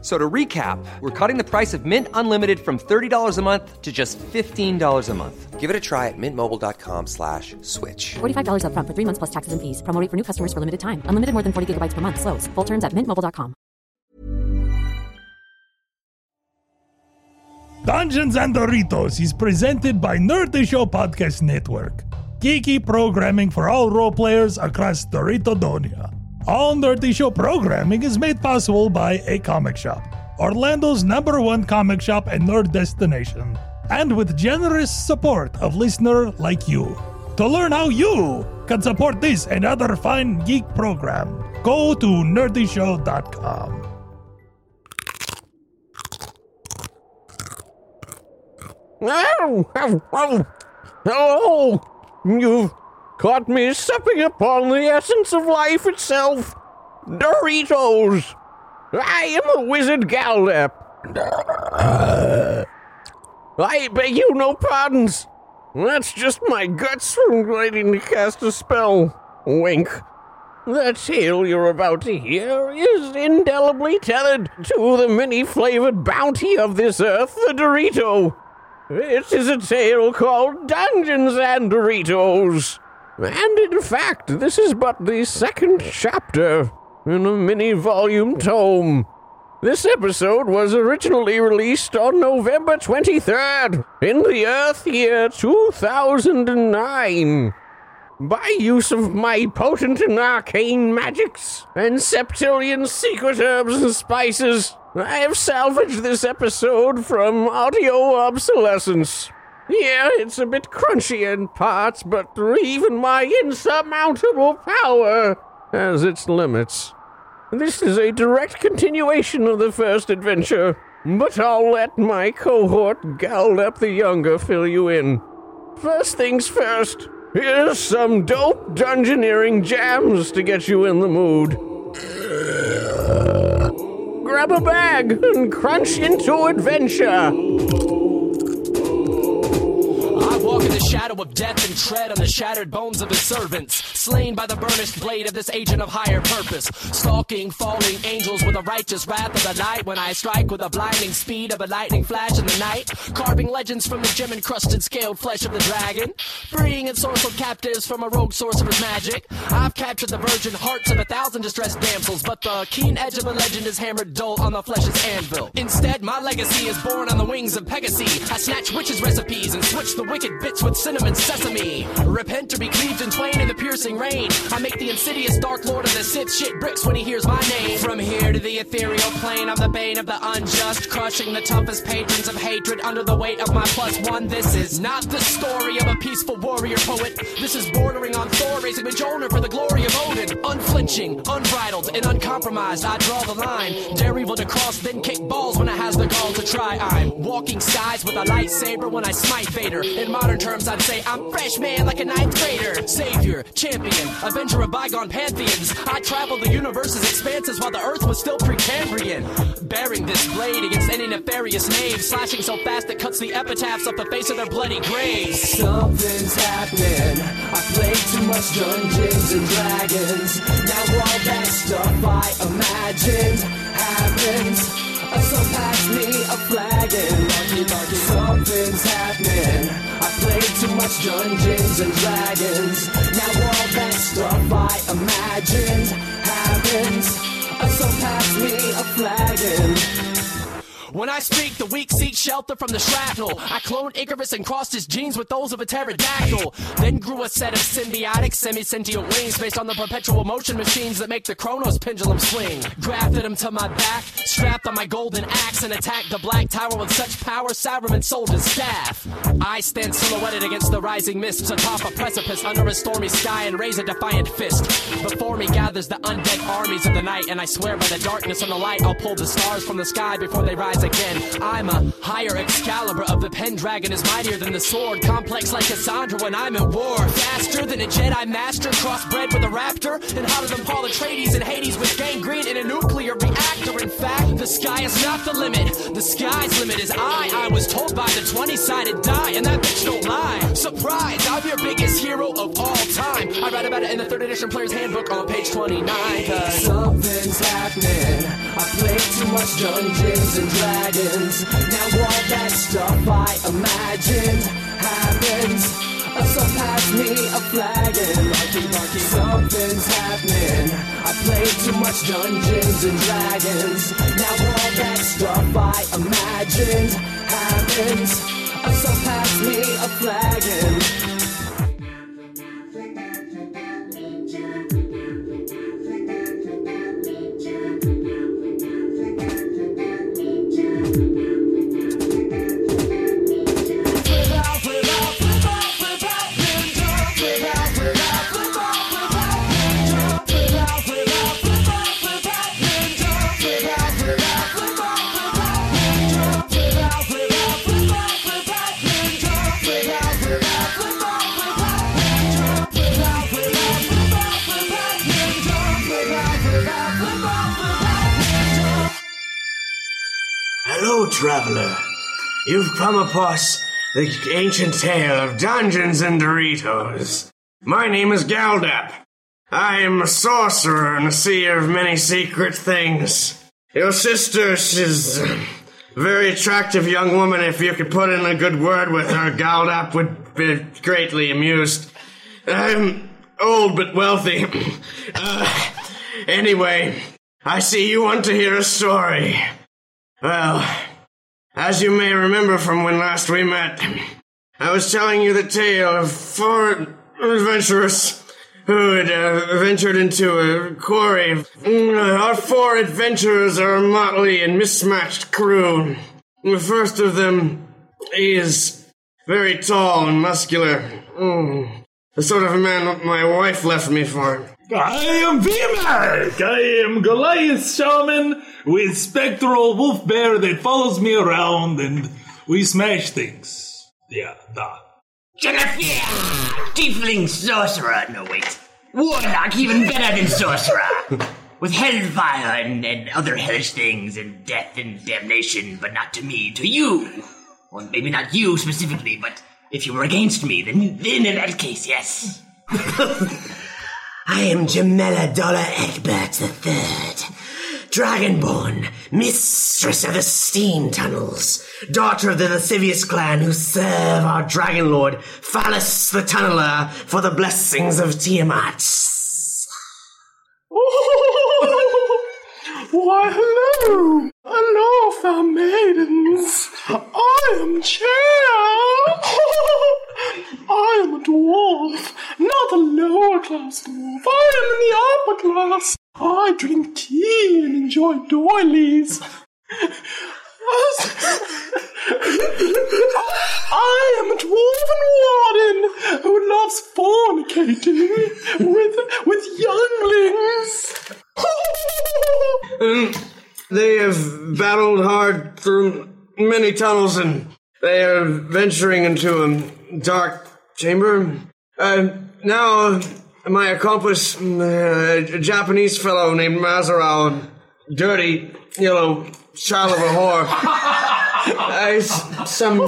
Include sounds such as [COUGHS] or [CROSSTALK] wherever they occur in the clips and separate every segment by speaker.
Speaker 1: So to recap, we're cutting the price of Mint Unlimited from $30 a month to just $15 a month. Give it a try at mintmobile.com slash switch.
Speaker 2: $45 upfront for three months plus taxes and fees. Promo rate for new customers for limited time. Unlimited more than 40 gigabytes per month. Slows. Full terms at mintmobile.com.
Speaker 3: Dungeons and Doritos is presented by Nerd the Show Podcast Network. Geeky programming for all role players across Doritodonia. All Nerd the Show programming is made possible by a comic shop, Orlando's number one comic shop and nerd destination, and with generous support of listener like you. To learn how you can support this and other fine geek program, go to nerdyshow.com.
Speaker 4: Oh, you've caught me supping upon the essence of life itself. Doritos. I am a wizard Galdep. I beg you no pardons. That's just my guts from waiting to cast a spell. Wink. The tale you're about to hear is indelibly tethered to the many flavored bounty of this earth, the Dorito. It is a tale called Dungeons and Doritos. And in fact, this is but the second chapter in a mini volume tome. This episode was originally released on November 23rd in the Earth year 2009. By use of my potent and arcane magics and septillion secret herbs and spices, I have salvaged this episode from audio obsolescence. Yeah, it's a bit crunchy in parts, but even my insurmountable power has its limits. This is a direct continuation of the first adventure, but I'll let my cohort Galdep the Younger fill you in. First things first, here's some dope dungeoneering jams to get you in the mood. Grab a bag and crunch into adventure.
Speaker 5: I walk in the shadow of death and tread on the shattered bones of his servants, slain by the burnished blade of this agent of higher purpose. Stalking falling angels with a righteous wrath of the night when I strike with the blinding speed of a lightning flash in the night, carving legends from the gem encrusted scaled flesh of the dragon, freeing ensorcelled captives from a rogue sorcerer's magic. I've captured the virgin hearts of a thousand distressed damsels, but the keen edge of a legend is hammered dull on the flesh's anvil. Instead, my legacy is born on the wings of Pegasus. I snatch witches' recipes and switch the wicked bits with cinnamon sesame. Repent or be cleaved in twain in the piercing rain. I make the insidious dark lord of the Sith shit bricks when he hears my name. From here to the ethereal plane, I'm the bane of the unjust, crushing the toughest patrons of hatred under the weight of my plus one. This is not the story of a peaceful warrior poet. This is bordering on Thor raising Mjolnir for the glory of Odin. Unflinching, unbridled, and uncompromised, I draw the line. Dare evil to cross, then kick balls when it has the gall to try. I'm walking skies with a lightsaber when I smite Vader. In modern terms, I'd say I'm fresh man like a ninth grader. Savior, champion, avenger of bygone pantheons. I traveled the universe's expanses while the earth was still Precambrian. Bearing this blade against any nefarious knave, slashing so fast it cuts the epitaphs off the face of their bloody graves. Something's happening. I played too much Dungeons and Dragons. Now all that stuff I imagined happens. Uh, So pass me a flagon. Lucky, lucky, something's happening. I played too much Dungeons and Dragons. Now all that stuff I imagined happens. Uh, So pass me a flagon. When I speak, the weak seek shelter from the shrapnel. I cloned Icarus and crossed his genes with those of a pterodactyl. Then grew a set of symbiotic, semi-sentient wings based on the perpetual motion machines that make the Chronos pendulum swing. Grafted him to my back, strapped on my golden axe, and attacked the Black Tower with such power, Cyberman sold his staff. I stand silhouetted against the rising mists atop a precipice under a stormy sky and raise a defiant fist. Before me gathers the undead armies of the night, and I swear by the darkness and the light, I'll pull the stars from the sky before they rise again. I'm a higher Excalibur of the Pendragon is mightier than the sword, complex like Cassandra when I'm at war. Faster than a Jedi Master, crossbred with a raptor, and hotter than Paul Atreides and Hades with gangrene in a nuclear reactor.
Speaker 6: sky is not the limit. The sky's limit is I. I was told by the 20 sided die, and that bitch don't lie. Surprise, I'm your biggest hero of all time. I write about it in the third edition player's handbook on page 29. 'cause Something's happening. I played too much Dungeons and Dragons. Now all that stuff I imagined happens. Uh, Some pass me a flagon. Lucky, lucky, something's happening. I played too much Dungeons and Dragons. Now all that stuff I imagined happens. Uh, Some pass me a flagon.
Speaker 7: Hello, traveler. You've come across the ancient tale of Dungeons and Doritos. My name is Galdap. I am a sorcerer and a seer of many secret things. Your sister, she's a very attractive young woman. If you could put in a good word with her, Galdap would be greatly amused. I'm old but wealthy. uh, anyway, I see you want to hear a story. Well, as you may remember from when last we met, I was telling you the tale of four adventurers who had uh, ventured into a quarry. Mm, Our four adventurers are a motley and mismatched crew. The first of them is very tall and muscular. Mm, the sort of man my wife left me for.
Speaker 8: I am V-Mac! I am Goliath Shaman with spectral wolf bear that follows me around and we smash things. Yeah, da.
Speaker 9: Jennifer! Tiefling sorcerer! No, wait. Warlock, even better than sorcerer! With hellfire and, and other hellish things, and death and damnation, but not to me, to you! Well, maybe not you specifically, but if you were against me, then, then in that case, yes.
Speaker 7: I am Jamela Dollar Egbert III, Dragonborn, mistress of the steam tunnels, daughter of the lascivious clan who serve our dragon lord, Phallus the Tunneler, for the blessings of Tiamat. [LAUGHS]
Speaker 10: [LAUGHS] Why, hello! Hello, fair maidens! I am Chair! [LAUGHS] I am a dwarf, not a lower class dwarf. I am in the upper class. I drink tea and enjoy doilies. [LAUGHS] I am a dwarven warden who loves fornicating with with younglings.
Speaker 7: They have battled hard through many tunnels and they are venturing into a dark chamber. Uh, now, my accomplice, uh, a Japanese fellow named Mazarao, dirty, yellow child of a whore. Uh, he's some,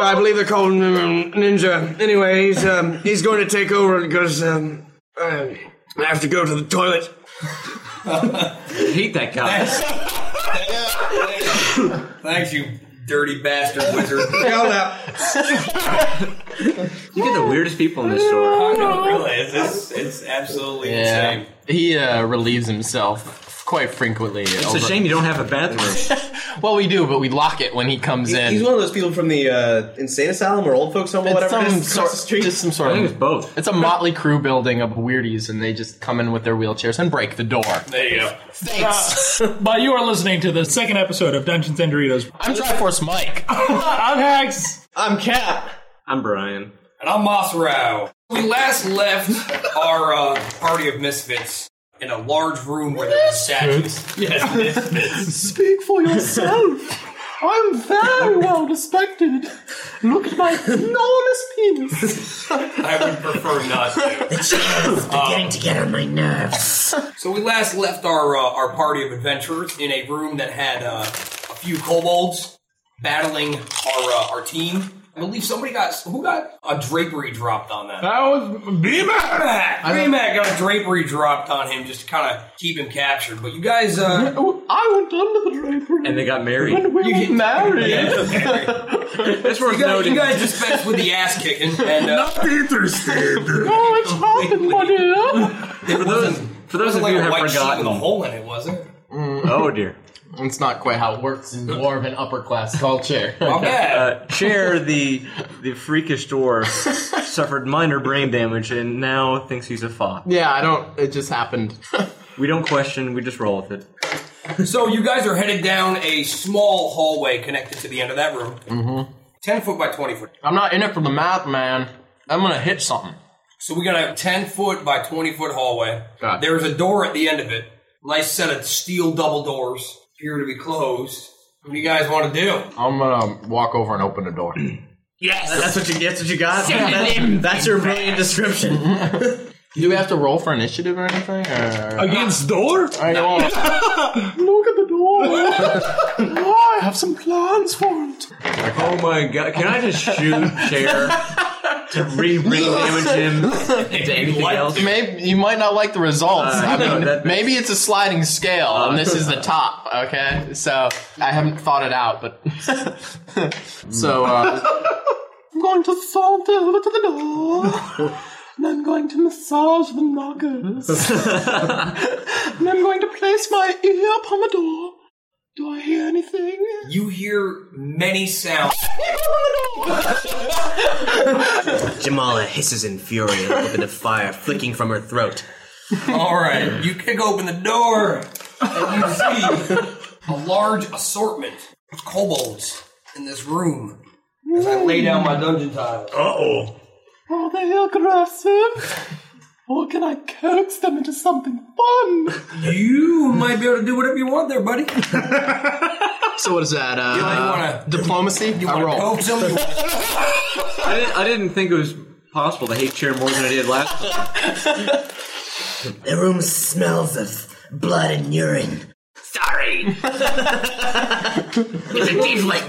Speaker 7: I believe they're called mm, ninja. Anyway, he's um, he's going to take over because um, uh, I have to go to the toilet.
Speaker 11: I hate that guy.
Speaker 12: [LAUGHS]
Speaker 11: Thanks, you dirty bastard
Speaker 13: [LAUGHS]
Speaker 11: wizard.
Speaker 7: Yell out.
Speaker 11: You get the weirdest people in this store.
Speaker 12: Really, it's, it's absolutely
Speaker 14: Yeah.
Speaker 12: insane.
Speaker 14: He uh, relieves himself quite frequently.
Speaker 11: It's a shame you don't have a
Speaker 14: [LAUGHS]
Speaker 11: bathroom.
Speaker 14: Well, we do, but we lock it when he comes in.
Speaker 13: He's one of those people from the uh, insane asylum or old folks home or
Speaker 14: It's
Speaker 13: whatever.
Speaker 14: some
Speaker 13: it is,
Speaker 14: sort,
Speaker 13: across the street.
Speaker 14: just some sort
Speaker 11: I think
Speaker 14: of.
Speaker 11: it's both.
Speaker 14: It's a motley crew building of weirdies, and they just come in with their wheelchairs and break the door.
Speaker 12: There you go.
Speaker 8: [LAUGHS] But you are listening to the second episode of Dungeons and Doritos.
Speaker 14: I'm Triforce
Speaker 12: [LAUGHS]
Speaker 14: Mike.
Speaker 8: I'm Hags!
Speaker 13: I'm Cap.
Speaker 9: I'm
Speaker 8: [LAUGHS]
Speaker 9: Brian.
Speaker 12: And I'm Moss Rao. We last left our uh, party of misfits in a large room where there were statues. Yes, misfits.
Speaker 10: Speak for yourself. I'm very well respected. Look at my enormous penis.
Speaker 12: I would prefer not to. Um,
Speaker 15: It's beginning to get on my nerves.
Speaker 12: So we last left our uh, our party of adventurers in a room that had uh, a few kobolds battling our uh, our team. I believe somebody got who got a drapery dropped on them.
Speaker 10: That was
Speaker 12: B-Mac.
Speaker 10: I don't-
Speaker 12: B-Mac got a drapery dropped on him just to kind of keep him captured. But you guys, uh,
Speaker 10: Oh, I went under the drapery.
Speaker 12: And they got married.
Speaker 10: When we were married.
Speaker 15: [LAUGHS]
Speaker 12: That's worth you guys, You guys dispensed with the ass kicking. [LAUGHS] And, uh,
Speaker 10: Not interested.
Speaker 11: [LAUGHS]
Speaker 10: No, it's
Speaker 12: Oh,
Speaker 10: happened, my dear.
Speaker 12: for those,
Speaker 14: for those of
Speaker 12: like
Speaker 14: you
Speaker 12: a
Speaker 14: who have
Speaker 12: white sheet
Speaker 14: forgotten-
Speaker 12: with a hole in it, was it?
Speaker 14: Oh dear. It's not quite how it works in dwarven upper class called chair.
Speaker 12: Uh,
Speaker 11: Chair, the the freakish dwarf, suffered minor brain damage and now thinks he's a fop.
Speaker 14: Yeah, I don't. It just happened.
Speaker 11: We don't question. We just roll with it.
Speaker 12: So you guys are headed down a small hallway connected to the end of that room,
Speaker 14: Mm-hmm.
Speaker 12: ten foot by twenty foot.
Speaker 14: I'm not in it for the math, man. I'm gonna hit something.
Speaker 12: So we got a ten foot by twenty foot hallway.
Speaker 14: God.
Speaker 12: There's a door at the end of it. Nice set of steel double doors appear to be closed. What do you guys want to do?
Speaker 14: [LAUGHS] I'm gonna walk over and open the door.
Speaker 11: Yes, that's what you. That's what you got.
Speaker 14: Send
Speaker 11: That's-
Speaker 14: him
Speaker 11: that's your brilliant description.
Speaker 14: [LAUGHS] Do we have to roll for initiative or anything? Or...
Speaker 10: Against door?
Speaker 14: I
Speaker 11: [LAUGHS]
Speaker 14: know.
Speaker 10: Look at the
Speaker 12: [LAUGHS]
Speaker 10: door. oh, I have some plans for it.
Speaker 11: oh my god! Can I just shoot chair to re-bring
Speaker 14: [LAUGHS]
Speaker 11: damage him to anything else?
Speaker 14: Maybe you might not like the results.
Speaker 11: Uh,
Speaker 14: I
Speaker 11: no,
Speaker 14: mean,
Speaker 11: that-
Speaker 14: maybe it's a sliding scale,
Speaker 11: Uh,
Speaker 14: and this is
Speaker 11: [LAUGHS]
Speaker 14: the top. Okay, so I haven't thought it out, but [LAUGHS] so [LAUGHS] uh,
Speaker 10: I'm going to saunter over to the door.
Speaker 12: [LAUGHS]
Speaker 10: And I'm going to massage the knockers. and I'm going to place my ear upon the door. Do I hear anything?
Speaker 12: You hear many sounds.
Speaker 11: Jamala hisses in fury, a little bit of fire flicking from her throat.
Speaker 12: All right, you kick open the door and you see a large assortment of kobolds in this room. As I lay down my dungeon tiles. Uh oh.
Speaker 10: Hmm. Are they aggressive? Or can I coax them into something fun?
Speaker 12: You might be able to do whatever you want there, buddy.
Speaker 14: so what is that? Uh,
Speaker 12: wanna-
Speaker 14: diplomacy? You I roll.
Speaker 12: coax them?
Speaker 11: I didn't, I didn't think it was possible to hate chair more than I did last.
Speaker 15: The room smells of blood and urine. Sorry. [LAUGHS] it's a tiefling.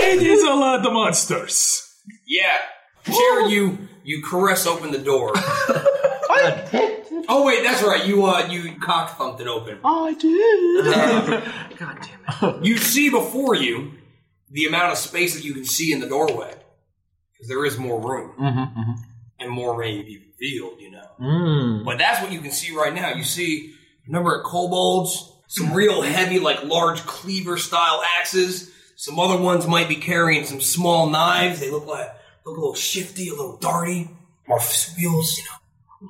Speaker 12: Ladies are the monsters. Yeah. Chair, you you caress open the door. oh wait, that's right. You uh you cock thumped it open.
Speaker 10: I
Speaker 12: [LAUGHS]
Speaker 10: did.
Speaker 12: You see before you the amount of space that you can see in the doorway because there is more room and more room to be revealed. You know. But that's what you can see right now. You see a number of kobolds, some real heavy, like large cleaver style axes. Some other ones might be carrying some small knives. They look like look a little shifty, a little darty. Morpheus wheels, you know.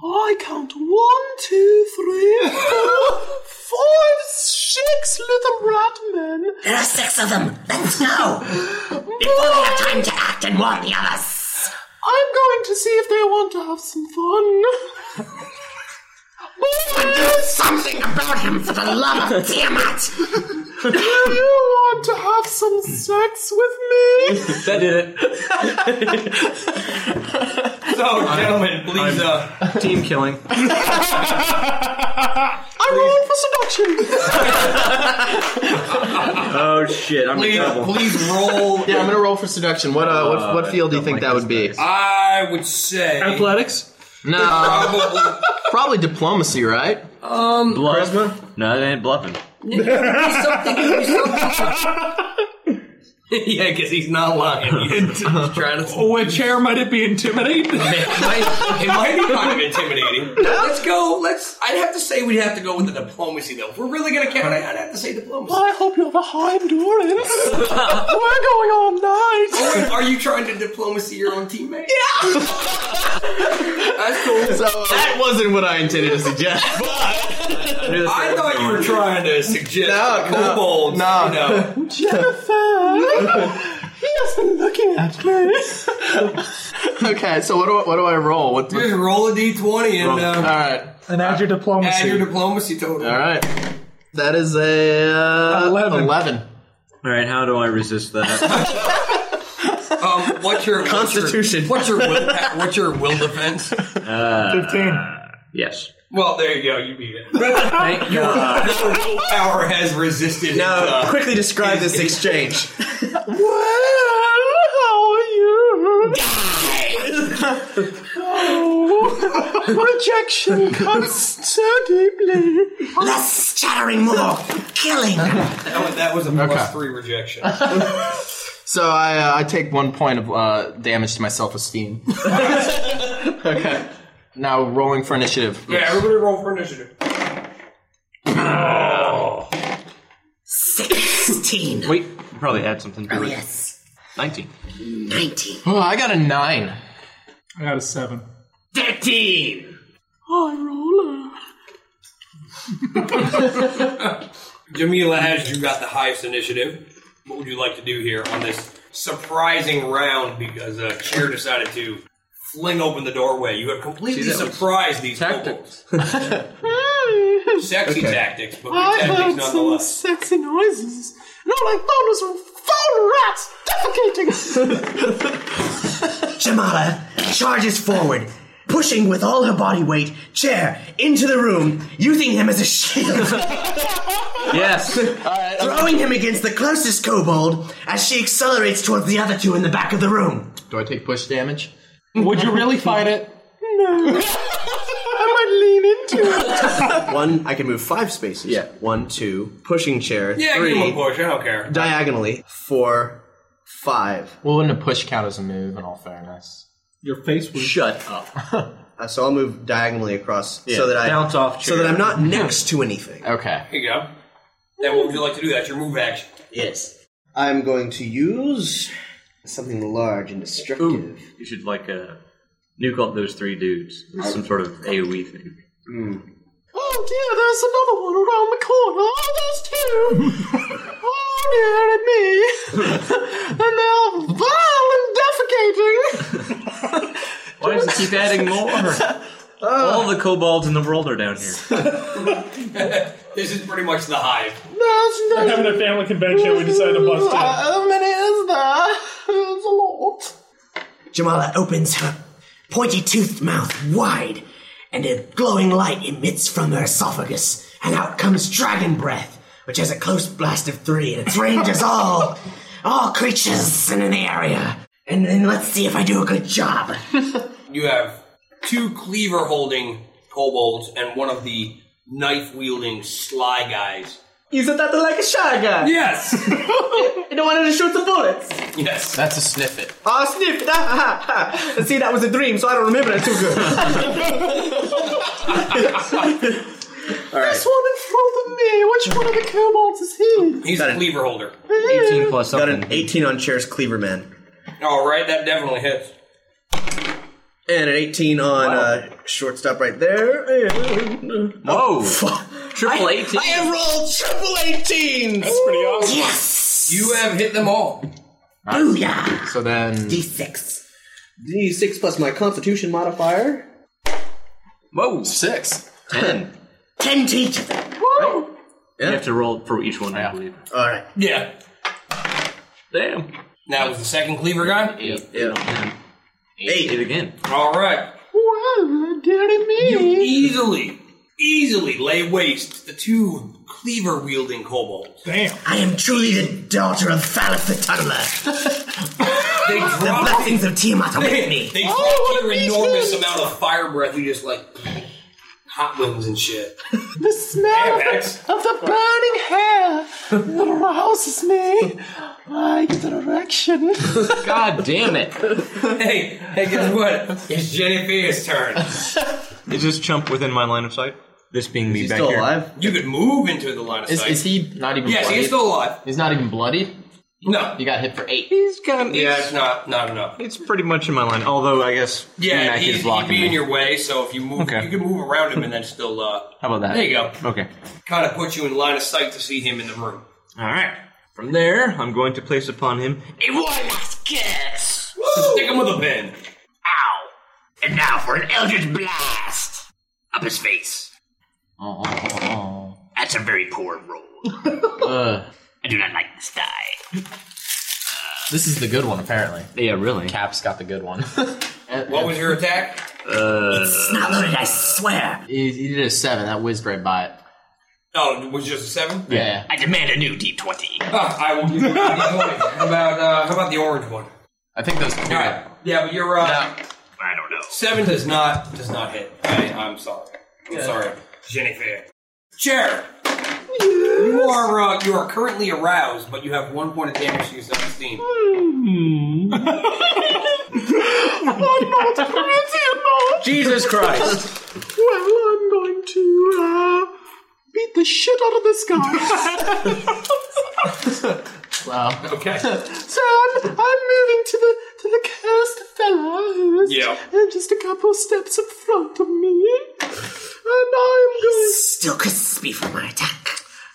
Speaker 10: I count one, two, three, four, five, six little rat men.
Speaker 15: There are six of them. Let's go. Before we have time to act and warn the others.
Speaker 10: I'm going to see if they want to have some
Speaker 15: [LAUGHS]
Speaker 10: fun.
Speaker 15: But do something about him for the love
Speaker 10: [LAUGHS]
Speaker 15: of Tiamat.
Speaker 10: Do you want to have some sex
Speaker 15: [LAUGHS]
Speaker 10: with me?
Speaker 11: that did it.
Speaker 12: So, gentlemen, please, uh,
Speaker 11: team killing.
Speaker 10: I rolled for seduction.
Speaker 11: [LAUGHS] Oh shit! I'm
Speaker 14: Please-
Speaker 11: in trouble.
Speaker 12: Please roll.
Speaker 14: [LAUGHS] Yeah, I'm gonna roll for seduction. What uh,
Speaker 11: Uh,
Speaker 14: what, what field do you
Speaker 11: don't
Speaker 14: think
Speaker 11: like
Speaker 14: that would be?
Speaker 12: I would say
Speaker 14: Athletics. No,
Speaker 12: [LAUGHS] probably
Speaker 14: probably diplomacy, right?
Speaker 12: Um,
Speaker 14: Charisma.
Speaker 11: No, that ain't bluffing.
Speaker 12: [LAUGHS] yeah, because he's not lying. He's trying to.
Speaker 10: Which chair might it be intimidating?
Speaker 12: [LAUGHS] It might, it might be kind of [LAUGHS] intimidating. Let's go. Let's. I'd have to say we'd have to go with the diplomacy though. If we're really gonna count, I'd have to say diplomacy.
Speaker 10: I hope you're behind endurance. We're going all
Speaker 15: [LAUGHS]
Speaker 10: night.
Speaker 12: Are you trying to diplomacy your own teammate? Yeah. That's cool.
Speaker 13: uh,
Speaker 14: that wasn't what I intended to suggest.
Speaker 12: I thought you were trying to suggest no, kobolds. No, no.
Speaker 15: [LAUGHS]
Speaker 10: Jennifer, he has been looking at me.
Speaker 15: [LAUGHS]
Speaker 14: okay, so what do I, what do I roll? What,
Speaker 12: Just roll a d20 and
Speaker 14: Roll.
Speaker 12: uh,
Speaker 14: All right.
Speaker 16: And add your diplomacy.
Speaker 12: add your diplomacy total.
Speaker 14: All right. That is a uh,
Speaker 16: 11.
Speaker 14: eleven.
Speaker 11: All right, how do I resist [LAUGHS] that?
Speaker 12: Um, what's your
Speaker 11: Constitution.
Speaker 12: What's your, what's your will? pa- What's your will [LAUGHS] defense?
Speaker 11: Uh, Yes.
Speaker 12: Well, there you go. You beat [LAUGHS] it. your, your willpower has resisted. uh, Now,
Speaker 13: quickly describe this exchange.
Speaker 10: how are you? [LAUGHS] oh, rejection cuts so deeply.
Speaker 15: Less chattering, more killing.
Speaker 12: That was, that was a plus three [LAUGHS] rejection.
Speaker 14: So I, uh, I take one point of uh, damage to my self
Speaker 4: [LAUGHS]
Speaker 14: esteem. okay. Now rolling for
Speaker 11: [CLEARS THROAT]
Speaker 14: initiative.
Speaker 12: Yeah, everybody roll for initiative.
Speaker 14: Oh,
Speaker 11: Oh.
Speaker 15: 16.
Speaker 14: Wait, probably add something to
Speaker 15: Oh,
Speaker 14: it.
Speaker 15: yes.
Speaker 14: 19.
Speaker 15: 19.
Speaker 14: Oh, I got a 9.
Speaker 4: I got a seven.
Speaker 15: 13.
Speaker 10: High roller.
Speaker 12: Jamila, as you got the highest initiative, what would you like to do here on this surprising round? Because uh, Cheer decided to fling open the doorway. You have completely
Speaker 10: See, that was
Speaker 12: surprised these tactics. Sexy
Speaker 10: Okay.
Speaker 12: tactics, but good
Speaker 10: I
Speaker 12: tactics
Speaker 10: heard some
Speaker 12: nonetheless.
Speaker 10: sexy noises, and all I found was foul rats defecating. [LAUGHS]
Speaker 15: Jamala charges forward, pushing with all her body weight chair into the room, using him as a shield.
Speaker 6: [LAUGHS]
Speaker 11: yes.
Speaker 15: Throwing him against the closest kobold as she accelerates towards the other two in the back of the room.
Speaker 14: Do I take push damage? Would you really fight it?
Speaker 10: no, I might lean into
Speaker 13: [LAUGHS]
Speaker 10: it.
Speaker 13: One, I can move five spaces. Yeah. One, two, pushing chair.
Speaker 12: Yeah,
Speaker 13: three,
Speaker 12: give him a push. I don't care.
Speaker 13: Diagonally, four, five.
Speaker 14: Well, wouldn't a push count as a move in all fairness?
Speaker 13: Your face was. Shut up. Uh, so I'll move diagonally across
Speaker 14: Yeah,
Speaker 13: so that I.
Speaker 14: bounce off
Speaker 13: So
Speaker 14: chair.
Speaker 13: that I'm not next to anything.
Speaker 14: Okay.
Speaker 12: Here you go. Then what would you like to do? That's your move action.
Speaker 13: Yes. I'm going to use something large and destructive.
Speaker 11: You should like
Speaker 13: [LAUGHS]
Speaker 11: uh, nuke up those three dudes. with some sort of AOE thing.
Speaker 12: Hmm.
Speaker 10: Oh dear, there's another one around the corner.
Speaker 4: [LAUGHS]
Speaker 10: Oh, there's two. oh dear, and me. and they're vile and defecating.
Speaker 11: Why does it keep adding more? All the kobolds in the world are down here.
Speaker 12: [LAUGHS] This is pretty much the hive.
Speaker 10: There's
Speaker 4: We're having a family convention. We decided to bust
Speaker 10: Uh,
Speaker 4: in.
Speaker 10: how many is there? There's a lot.
Speaker 15: Jamala opens her pointy toothed mouth wide, and a glowing light emits from her esophagus, and out comes dragon breath, which has a close blast of three, and its range is all, all creatures in an area. And then let's see if I do a good job.
Speaker 12: You have two cleaver holding kobolds and one of the knife wielding sly guys.
Speaker 13: You said that like a shy guy.
Speaker 12: Yes.
Speaker 13: [LAUGHS] you don't want to shoot the bullets.
Speaker 10: [LAUGHS]
Speaker 12: Yes.
Speaker 14: That's a sniff it.
Speaker 13: Oh, sniff. Ah, ha, ha.
Speaker 10: [LAUGHS]
Speaker 13: And See, that was a dream, so I don't remember it too
Speaker 4: [LAUGHS]
Speaker 13: good.
Speaker 10: This one in front of me. Which one of the kobolds is he?
Speaker 12: He's a cleaver holder.
Speaker 13: 18 plus something. Got an 18 on Chair's Cleaver Man.
Speaker 12: All right, that definitely hits.
Speaker 13: And an 18 on uh, shortstop right there. And, [LAUGHS]
Speaker 11: Whoa!
Speaker 13: Triple
Speaker 11: I- 18. I have
Speaker 13: rolled triple 18!
Speaker 4: That's pretty awesome.
Speaker 15: Yes!
Speaker 12: You have hit them all.
Speaker 15: Booyah!
Speaker 14: So then.
Speaker 15: D6.
Speaker 13: D6 plus my constitution modifier.
Speaker 14: Whoa! Six. Ten.
Speaker 15: Ten to each of them.
Speaker 11: You have to roll for each one, I believe.
Speaker 13: All right.
Speaker 12: Yeah.
Speaker 11: Damn.
Speaker 12: That was the second cleaver guy.
Speaker 11: Eight. Eight. Eight. again.
Speaker 12: All right.
Speaker 10: Well, dearie me.
Speaker 12: You easily, easily lay waste to the two cleaver wielding kobolds.
Speaker 4: Damn.
Speaker 15: I am truly the daughter of Falif the Tunneler.
Speaker 12: [LAUGHS] They
Speaker 15: The
Speaker 12: drop.
Speaker 15: blessings of Tiamat are with
Speaker 12: They,
Speaker 15: me.
Speaker 12: they drop your enormous amount of fire breath. You just like hot wings and shit.
Speaker 10: The smell of,
Speaker 12: Max.
Speaker 10: the- of the burning hair
Speaker 12: [LAUGHS]
Speaker 10: that arouses me. I get an erection.
Speaker 14: God damn it.
Speaker 12: hey, hey, guess what? It's Jenny Fia's turn.
Speaker 11: Is this chump within my line of sight? This being me
Speaker 14: he
Speaker 11: back
Speaker 14: still
Speaker 11: here.
Speaker 14: alive?
Speaker 12: You could move into the line of
Speaker 14: Is,
Speaker 12: sight.
Speaker 14: is he not even
Speaker 12: Yes,
Speaker 14: bloodied?
Speaker 12: he's still alive.
Speaker 14: He's not even bloodied?
Speaker 12: No.
Speaker 14: You got hit for eight.
Speaker 11: He's kind of.
Speaker 12: Yeah, it's not not enough.
Speaker 11: It's pretty much in my line, although I guess
Speaker 12: Yeah,
Speaker 11: Mac
Speaker 12: he's,
Speaker 11: is
Speaker 12: he'd
Speaker 11: blocking
Speaker 12: be in
Speaker 11: me.
Speaker 12: your way, so if you move,
Speaker 11: Okay.
Speaker 12: you can move around him and then still. Uh,
Speaker 11: How about that?
Speaker 12: There you go.
Speaker 11: Okay.
Speaker 12: Kind of puts you in line of sight to see him in the room.
Speaker 11: All right. From there, I'm going to place upon him
Speaker 15: A warlock's kiss!
Speaker 12: Stick him with a pin.
Speaker 15: Ow! And now for an Eldritch Blast! Up his face. That's a very poor roll.
Speaker 14: Uh,
Speaker 9: I do not like this die.
Speaker 14: This is the good one, apparently.
Speaker 11: Yeah, really.
Speaker 14: Cap's got the good one. [LAUGHS]
Speaker 12: What was your attack?
Speaker 14: Uh,
Speaker 12: It's not loaded, I
Speaker 14: swear. He, he did a seven. That whizzed right by it.
Speaker 12: Oh, it was just a seven.
Speaker 14: Yeah.
Speaker 12: I demand a new D20. I will give you a D20. how about uh, how about the orange one?
Speaker 14: I think those.
Speaker 12: All right. Yeah, but you're. Uh, I don't know. Seven does not does not hit. I, I'm sorry. I'm
Speaker 8: Yeah.
Speaker 12: sorry, Jennifer. Chair. You are uh, you are currently aroused, but you have one point of damage to your self-esteem.
Speaker 10: [LAUGHS] I'm Hmm. not crazy enough.
Speaker 12: Jesus Christ.
Speaker 10: Well, I'm going to uh, beat the shit out of this guy.
Speaker 14: Wow.
Speaker 12: Okay.
Speaker 10: so I'm, I'm moving to the to the cursed fella who is
Speaker 15: Yeah.
Speaker 10: uh, just a couple steps in front of me, and I'm going
Speaker 15: Still crispy from my attack.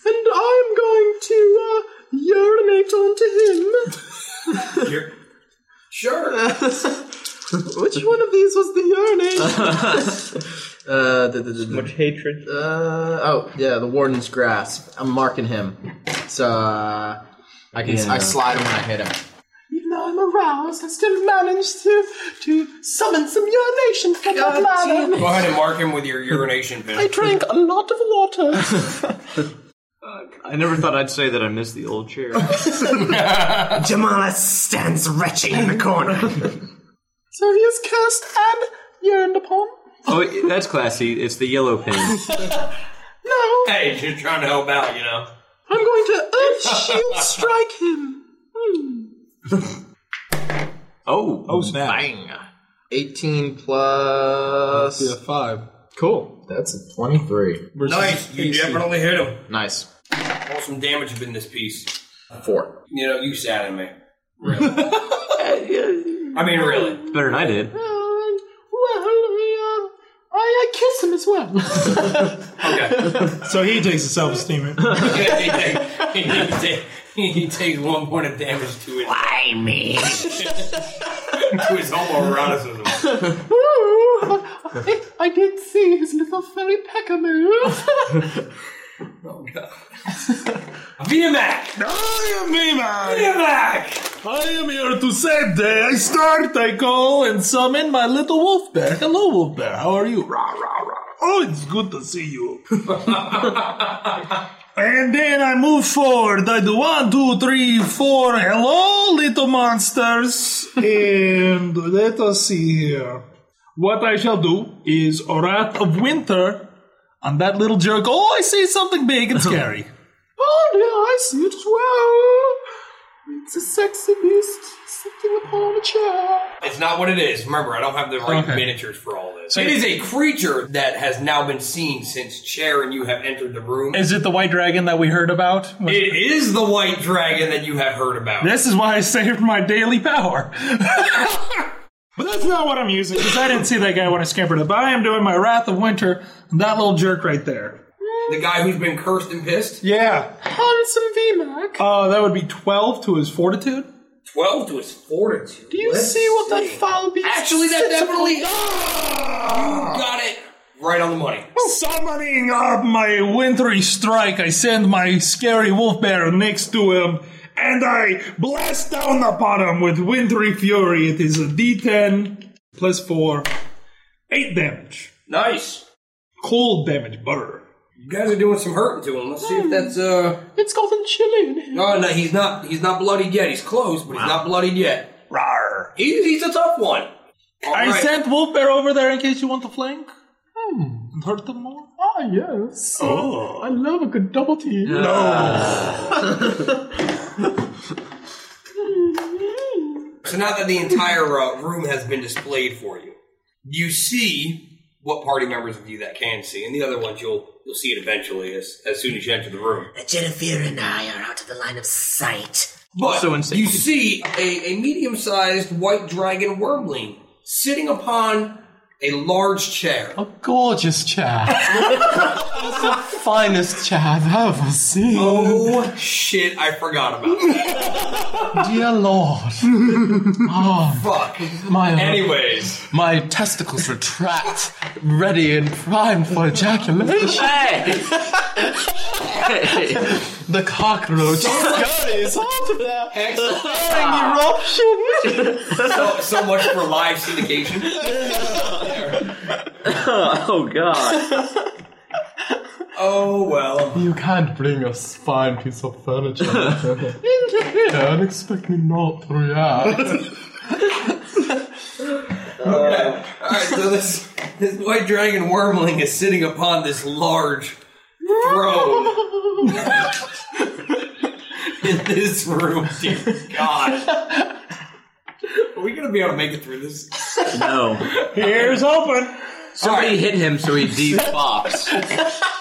Speaker 10: and I'm going to uh, urinate onto him.
Speaker 12: Sure.
Speaker 10: [LAUGHS] Which one of these was
Speaker 12: [LAUGHS]
Speaker 10: the urinate?
Speaker 14: [LAUGHS] Uh, the, the, the, Much hatred. Uh, oh yeah, the warden's grasp. I'm marking him, so uh, I can
Speaker 10: Yeah.
Speaker 14: I slide him when I hit him.
Speaker 10: Even though I'm aroused, I still managed to to summon some urination from my bladder.
Speaker 12: Go ahead and mark him with your urination bin.
Speaker 10: I drank a lot of
Speaker 12: [LAUGHS]
Speaker 10: water.
Speaker 11: I never thought I'd say that I missed the old
Speaker 12: [LAUGHS]
Speaker 11: chair.
Speaker 15: Jamala stands retching in the corner. [LAUGHS]
Speaker 10: So he is cursed and yearned upon.
Speaker 11: oh, that's classy. It's the yellow
Speaker 12: [LAUGHS]
Speaker 11: pin.
Speaker 10: No,
Speaker 12: Hey, you're trying to help out, you know.
Speaker 10: I'm going to earth
Speaker 12: [LAUGHS]
Speaker 10: shield strike him. Hmm.
Speaker 14: Oh, oh snap! Bang. Eighteen plus yeah, five. Cool. That's a twenty-three.
Speaker 12: Nice. You definitely hit him.
Speaker 14: Nice.
Speaker 12: All some damage have been this piece.
Speaker 14: Four.
Speaker 12: You know, you sat in me. Really. I mean, really. [LAUGHS]
Speaker 11: Better than I did.
Speaker 10: And well, I, uh, I, I kiss him as well.
Speaker 8: So he takes a self esteem.
Speaker 12: he, ta- he takes one point of damage to his. Why
Speaker 8: me?
Speaker 12: [LAUGHS] to his homoeroticism.
Speaker 10: Ooh, I, I did see his little furry pecker
Speaker 8: [LAUGHS]
Speaker 10: move.
Speaker 12: VMAC!
Speaker 8: I am VMAC!
Speaker 12: VMAC!
Speaker 8: I am here to save day. I start, I go and summon my little wolf bear. Hello, wolf bear. How are you? Rah, rah, rah. Oh, it's good to see you. and then I move forward. I do one, two, three, four. Hello, little [LAUGHS] monsters. and let us see here. What I shall do is Wrath of Winter on that little jerk. Oh, I see something big and scary.
Speaker 10: oh, yeah, I see it as well. It's a sexy beast sitting upon a chair.
Speaker 12: It's not what it is. Remember, I don't have the right
Speaker 8: Okay.
Speaker 12: miniatures for all this.
Speaker 8: So-
Speaker 12: it is a creature that has now been seen since Chair and you have entered the room.
Speaker 8: [LAUGHS] Is it the white dragon that we heard about?
Speaker 12: It is the white dragon that you have heard about.
Speaker 8: This is why I saved my daily [LAUGHS] power. but that's not what I'm using because I didn't see that guy when I scampered up. I am doing my Wrath of Winter, that little jerk right there.
Speaker 12: The guy who's been cursed and pissed.
Speaker 8: Yeah.
Speaker 10: Handsome VMAC.
Speaker 8: Oh, that would be 12 to his fortitude.
Speaker 12: 12 to his fortitude.
Speaker 10: Do you see what that foul beast
Speaker 12: Actually, that
Speaker 10: sits
Speaker 12: definitely. Ah!
Speaker 10: upon?
Speaker 12: You got it right on the money.
Speaker 8: Summoning up my wintry strike, I send my scary wolf bear next to him, and I blast down upon him with wintry fury. It is a D10 plus four, eight damage.
Speaker 12: Nice.
Speaker 8: Cold damage, burr.
Speaker 12: You guys are doing some hurting to him. Let's see if that's uh. oh,
Speaker 10: It's gotten chilly in here.
Speaker 12: No, no, he's not. He's not bloodied yet. He's close, but he's not bloodied yet. Rar. He, he's a tough one.
Speaker 8: I
Speaker 12: right.
Speaker 8: sent wolf bear over there in case you want to flank. Hmm. Hurt them more.
Speaker 10: Ah, yes.
Speaker 8: Oh.
Speaker 10: I love a good double team. [LAUGHS]
Speaker 12: So now that the entire uh, room has been displayed for you, you see what party members of you that can see, and the other ones you'll you'll see it eventually as as soon as you enter the room.
Speaker 9: Jennifer and I are out of the line of sight.
Speaker 12: But you see a, a medium sized white dragon wormling sitting upon a large chair.
Speaker 14: A gorgeous
Speaker 8: [LAUGHS]
Speaker 14: chair. That's the finest chair I've ever seen.
Speaker 12: Oh shit! I forgot about that.
Speaker 14: [LAUGHS] Dear [LAUGHS] Lord. Oh,
Speaker 12: fuck.
Speaker 14: My,
Speaker 12: Anyways,
Speaker 14: My testicles retract, ready and primed for ejaculation.
Speaker 11: Hey!
Speaker 14: The cockroach. [LAUGHS]
Speaker 11: Scotty's
Speaker 14: onto that.
Speaker 12: so, so much for live syndication.
Speaker 14: [LAUGHS] oh, God.
Speaker 12: Oh, well.
Speaker 14: You can't bring a fine piece of [LAUGHS] furniture into here and expect me not to react.
Speaker 12: Okay. All right. So this this white dragon wormling is sitting upon this large [LAUGHS] throne in this room. Dear God. Are we gonna be able to make it through this?
Speaker 11: No.
Speaker 12: Here's open.
Speaker 11: Somebody hit him so he [LAUGHS] depops.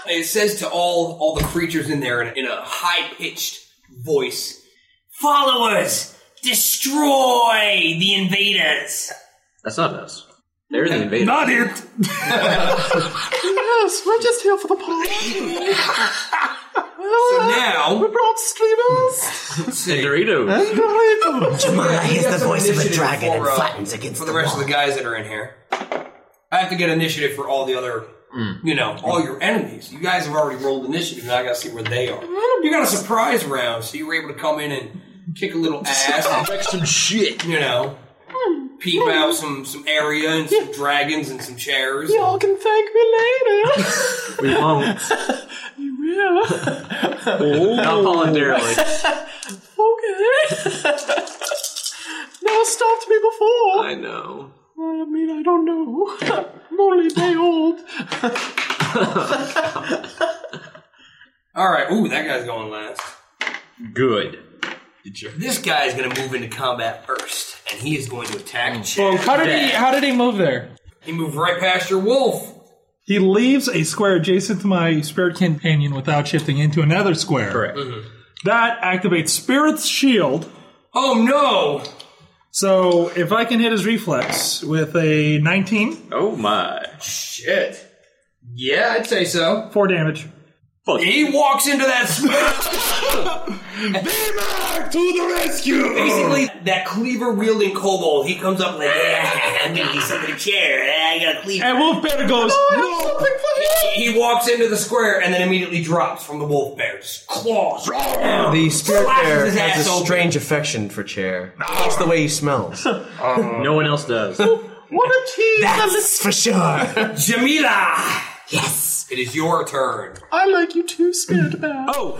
Speaker 12: It says to all all the creatures in there in, in a high pitched voice.
Speaker 15: Followers, destroy the invaders.
Speaker 11: That's not us. They're the invaders.
Speaker 15: Not
Speaker 11: it.
Speaker 14: yes, we're just here for the party. so
Speaker 12: now
Speaker 14: we brought streamers.
Speaker 11: Dorito.
Speaker 12: Jamara
Speaker 15: hears the voice of a dragon and
Speaker 12: flattens against for the, rest of the guys that are in here. I have to get initiative for all the other, you know, all your enemies. You guys have already rolled initiative, and I gotta see where they are. You got a surprise round, so you were able to come in and kick a little ass, and wreck some shit, you know, peep out some some area and some dragons and some chairs.
Speaker 10: Y'all can thank me
Speaker 14: [LAUGHS]
Speaker 10: later.
Speaker 11: We won't.
Speaker 12: Oh.
Speaker 11: Not voluntarily.
Speaker 12: [LAUGHS]
Speaker 10: okay. [LAUGHS] Never stopped me before.
Speaker 11: I know.
Speaker 10: I mean, I don't know. I'm only a day
Speaker 12: [LAUGHS]
Speaker 10: old.
Speaker 12: All right, ooh, that guy's going last.
Speaker 11: Good.
Speaker 12: This guy is gonna move into combat first, and he is going to attack.
Speaker 8: Well,
Speaker 12: Chad.
Speaker 8: how did he? How did he move there?
Speaker 12: He moved right past your wolf.
Speaker 8: He leaves a square adjacent to my spirit companion without shifting into another square. Correct. That activates Spirit's Shield.
Speaker 12: Oh no!
Speaker 8: So if I can hit his reflex with a 19.
Speaker 11: Oh my.
Speaker 12: Shit. Yeah, I'd say so.
Speaker 8: Four damage.
Speaker 12: He walks into
Speaker 8: [LAUGHS]
Speaker 12: that space.
Speaker 8: to the rescue!
Speaker 12: Basically, that cleaver wielding kobold, he comes up like, yeah, I'm gonna do something to chair. I got a cleaver.
Speaker 8: And Wolf Bear goes, no!
Speaker 12: He he walks into the square and then immediately drops from the wolf bear. Just claws. right down,
Speaker 15: The spirit
Speaker 12: slashes
Speaker 15: bear
Speaker 12: his
Speaker 15: has
Speaker 12: ass
Speaker 15: a
Speaker 12: open.
Speaker 15: strange affection for chair.
Speaker 12: Ah.
Speaker 15: That's the way
Speaker 12: [LAUGHS]
Speaker 15: he smells.
Speaker 12: Um,
Speaker 11: no one else
Speaker 15: [LAUGHS]
Speaker 11: does.
Speaker 10: What a tease!
Speaker 15: That's for sure.
Speaker 8: [LAUGHS]
Speaker 12: Jamila! Yes! It is your turn.
Speaker 8: I like you too, Spirit Bear.
Speaker 14: Oh!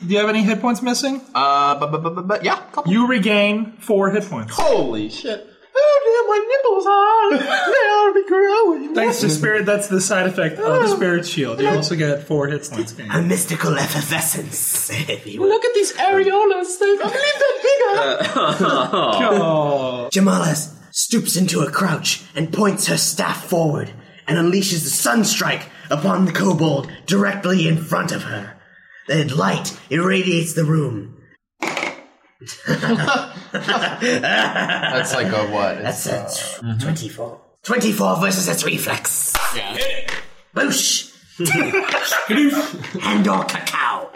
Speaker 8: Do you have any hit points missing?
Speaker 14: Uh, but, but, but, but, but yeah.
Speaker 8: You regain four hit points.
Speaker 14: Holy shit.
Speaker 10: Oh dear, my nipples are. They are regrowing.
Speaker 8: Thanks to Spirit, that's the side effect of the Spirit Shield. You also get four hit points. gained.
Speaker 15: A mystical effervescence. if you will.
Speaker 10: Look at these areolas. They I
Speaker 12: [LAUGHS]
Speaker 10: believe they're bigger.
Speaker 15: Uh, [LAUGHS] Jamalas stoops into a crouch and points her staff forward and unleashes the sunstrike upon the kobold directly in front of her. The light irradiates the room.
Speaker 14: That's like a what? uh,
Speaker 15: That's a tw- 24. 24 versus its reflex.
Speaker 14: Yeah. [LAUGHS]
Speaker 15: Boosh! and or cacao.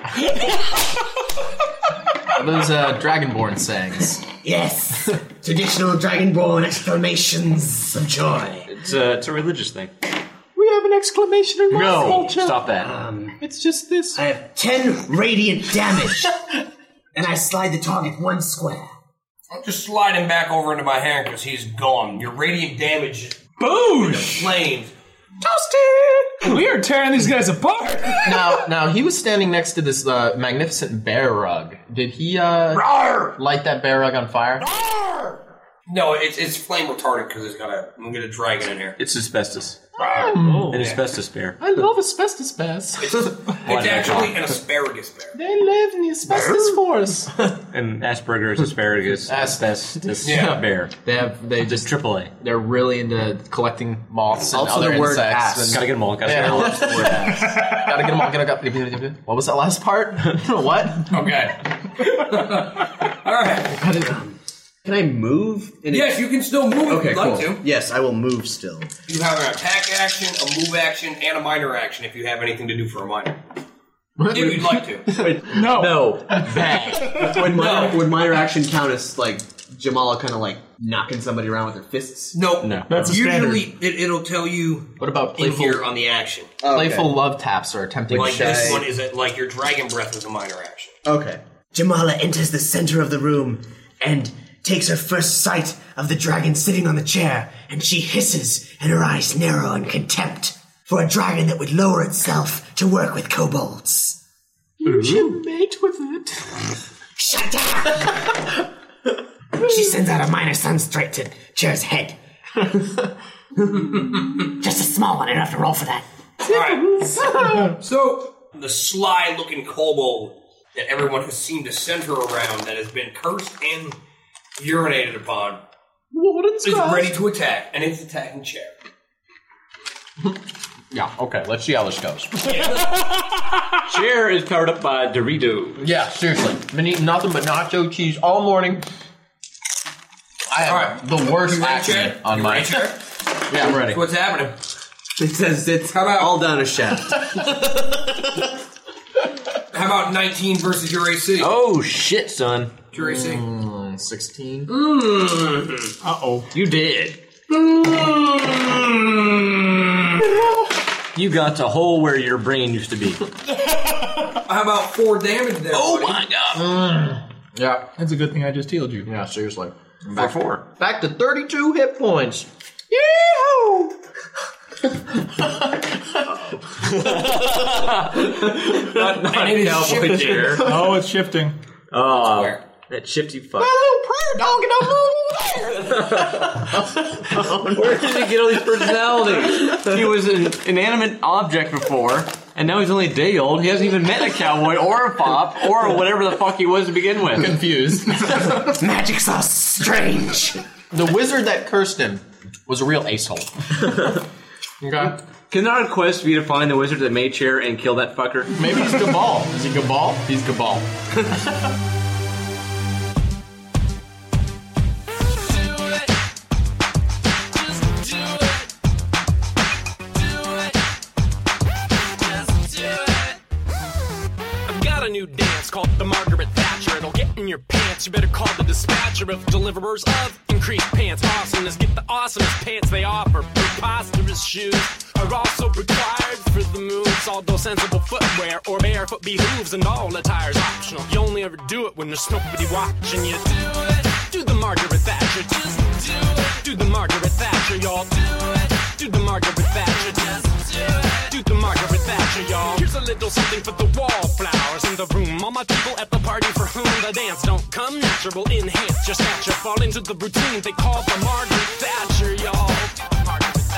Speaker 14: Are those uh, Dragonborn sayings? [LAUGHS]
Speaker 15: Yes. Traditional dragonborn exclamations of joy.
Speaker 11: It's a,
Speaker 14: Uh,
Speaker 11: it's a religious thing.
Speaker 10: We have an exclamation in my culture.
Speaker 11: Stop that.
Speaker 10: Um, It's just this.
Speaker 15: I have 10 radiant
Speaker 10: [LAUGHS]
Speaker 15: damage. and I slide the target one square.
Speaker 12: I'll just slide him back over into my hand because he's gone. Your radiant damage.
Speaker 8: Boosh!
Speaker 12: Flames.
Speaker 8: Toasted! We are tearing these guys apart!
Speaker 14: [LAUGHS] now, now he was standing next to this uh, magnificent bear rug. Did he uh, light that bear rug on fire?
Speaker 12: No, it's, it's flame retardant because it's got a. I'm gonna drag it in here.
Speaker 11: It's asbestos.
Speaker 14: Oh.
Speaker 11: An asbestos bear.
Speaker 14: I love asbestos bears.
Speaker 12: It's actually an asparagus bear.
Speaker 10: They live in the asbestos forest.
Speaker 11: And Asperger's
Speaker 14: [LAUGHS]
Speaker 11: asparagus. asbestos
Speaker 14: Yeah.
Speaker 11: bear.
Speaker 14: They have they just
Speaker 11: triple A.
Speaker 14: They're really into collecting moths and
Speaker 11: Also
Speaker 14: other
Speaker 11: the word
Speaker 14: insects.
Speaker 11: ass.
Speaker 14: and-
Speaker 11: Gotta get 'em all, gotta get 'em all. [LAUGHS]
Speaker 14: Yeah.
Speaker 8: [LAUGHS]
Speaker 14: Gotta get 'em all. Gotta get 'em all. What was that [LAUGHS] last part? what?
Speaker 12: Okay. All right.
Speaker 17: Can I move?
Speaker 12: Yes, you can still move if
Speaker 17: okay,
Speaker 12: you'd like
Speaker 17: cool.
Speaker 12: to.
Speaker 17: Yes, I will move still.
Speaker 12: You have an attack action, a move action, and a minor action if you have anything to do for a minor. If you'd like to.
Speaker 17: [LAUGHS] No.
Speaker 15: [LAUGHS]
Speaker 17: No. That. would, minor, would minor action count as, like, Jamala kind of, like, knocking somebody around with her fists?
Speaker 12: No.
Speaker 17: No.
Speaker 12: Usually it, it'll tell you
Speaker 17: What about
Speaker 12: in
Speaker 17: playful,
Speaker 12: here on the action.
Speaker 13: Oh,
Speaker 17: playful love taps or attempting
Speaker 12: Like
Speaker 17: shy?
Speaker 12: this one is a, like your dragon breath is a minor action.
Speaker 17: Okay.
Speaker 15: Jamala enters the center of the room and takes her first sight of the dragon sitting on the chair, and she hisses, and her eyes narrow in contempt for a dragon that would lower itself to work with kobolds.
Speaker 10: You should mate with it.
Speaker 15: Shut up! she sends out a minor sun straight to chair's
Speaker 10: [LAUGHS]
Speaker 15: head. Just a small one, I don't have to roll for that.
Speaker 12: Alright. so, the sly looking kobold that everyone has seemed to center around that has been cursed and urinated upon is ready to attack, and it's attacking chair.
Speaker 14: Yeah, okay, let's see how this
Speaker 8: [LAUGHS]
Speaker 14: goes.
Speaker 11: Chair is powered up by Dorito.
Speaker 14: Yeah, seriously. Been eating nothing but nacho cheese all morning. I have the worst accent on my. [LAUGHS] Yeah, I'm ready.
Speaker 12: So what's happening?
Speaker 17: It says it's all down a shaft.
Speaker 12: [LAUGHS] How about 19 versus your AC?
Speaker 14: Oh shit, son.
Speaker 12: Your AC?
Speaker 14: 16.
Speaker 12: Mm.
Speaker 14: Uh oh. You did. You got to hole where your brain used to [LAUGHS] be.
Speaker 12: How about four damage there? Oh my
Speaker 14: god!
Speaker 17: Yeah.
Speaker 14: Mm. That's a good thing I just healed you. Yeah, seriously.
Speaker 17: Back-
Speaker 14: four. Back to 32 hit points.
Speaker 8: [LAUGHS]
Speaker 11: not not
Speaker 14: it is
Speaker 11: cowboy
Speaker 14: shifting.
Speaker 11: chair.
Speaker 6: Oh, it's shifting.
Speaker 11: Oh, that shifty
Speaker 14: [LAUGHS]
Speaker 11: fuck. Where did he get all these personalities? He was an inanimate object before, and now he's only a day old. He hasn't even met a cowboy or a pop or whatever the fuck he was to begin with.
Speaker 17: Confused.
Speaker 15: Magic sauce strange.
Speaker 17: The wizard that cursed him was a real
Speaker 11: [LAUGHS]
Speaker 17: acehole. okay.
Speaker 11: Can our quest be to find the wizard that made chair and kill that fucker?
Speaker 17: Maybe he's Gabal. Is he Gabal? He's Gabal.
Speaker 5: I've got a new dance called the Margaret Thatcher. It'll get in your pants. You better call the dispatcher of deliverers of increased pants. Awesomeness, get the awesomest pants they offer. Preposterous shoes are also required for the moves. Although sensible footwear or barefoot behooves and all attire's optional. You only ever do it when there's nobody watching you. Do it. Do the Margaret Thatcher. Just do it. Do the Margaret Thatcher, y'all. Do it. Do the Margaret Thatcher. Just do it. Do the Margaret Thatcher, y'all. Here's a little something for the wallflowers in the room. All my people at the party for whom the dance don't come natural. Enhance your stature. Fall into the routine they call the Margaret Thatcher, y'all.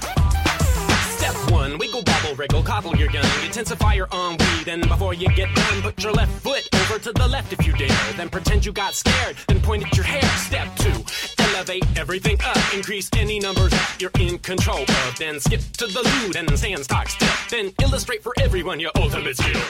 Speaker 5: Step one, wiggle, bobble, wriggle, coddle your young. Intensify your weed, and before you get done, put your left foot over to the left if you dare. Then pretend you got scared, then point at your hair. Step two, elevate everything up. Increase any numbers that you're in control of. Then skip to the lewd and stand stock still. Then illustrate for everyone your ultimate skill.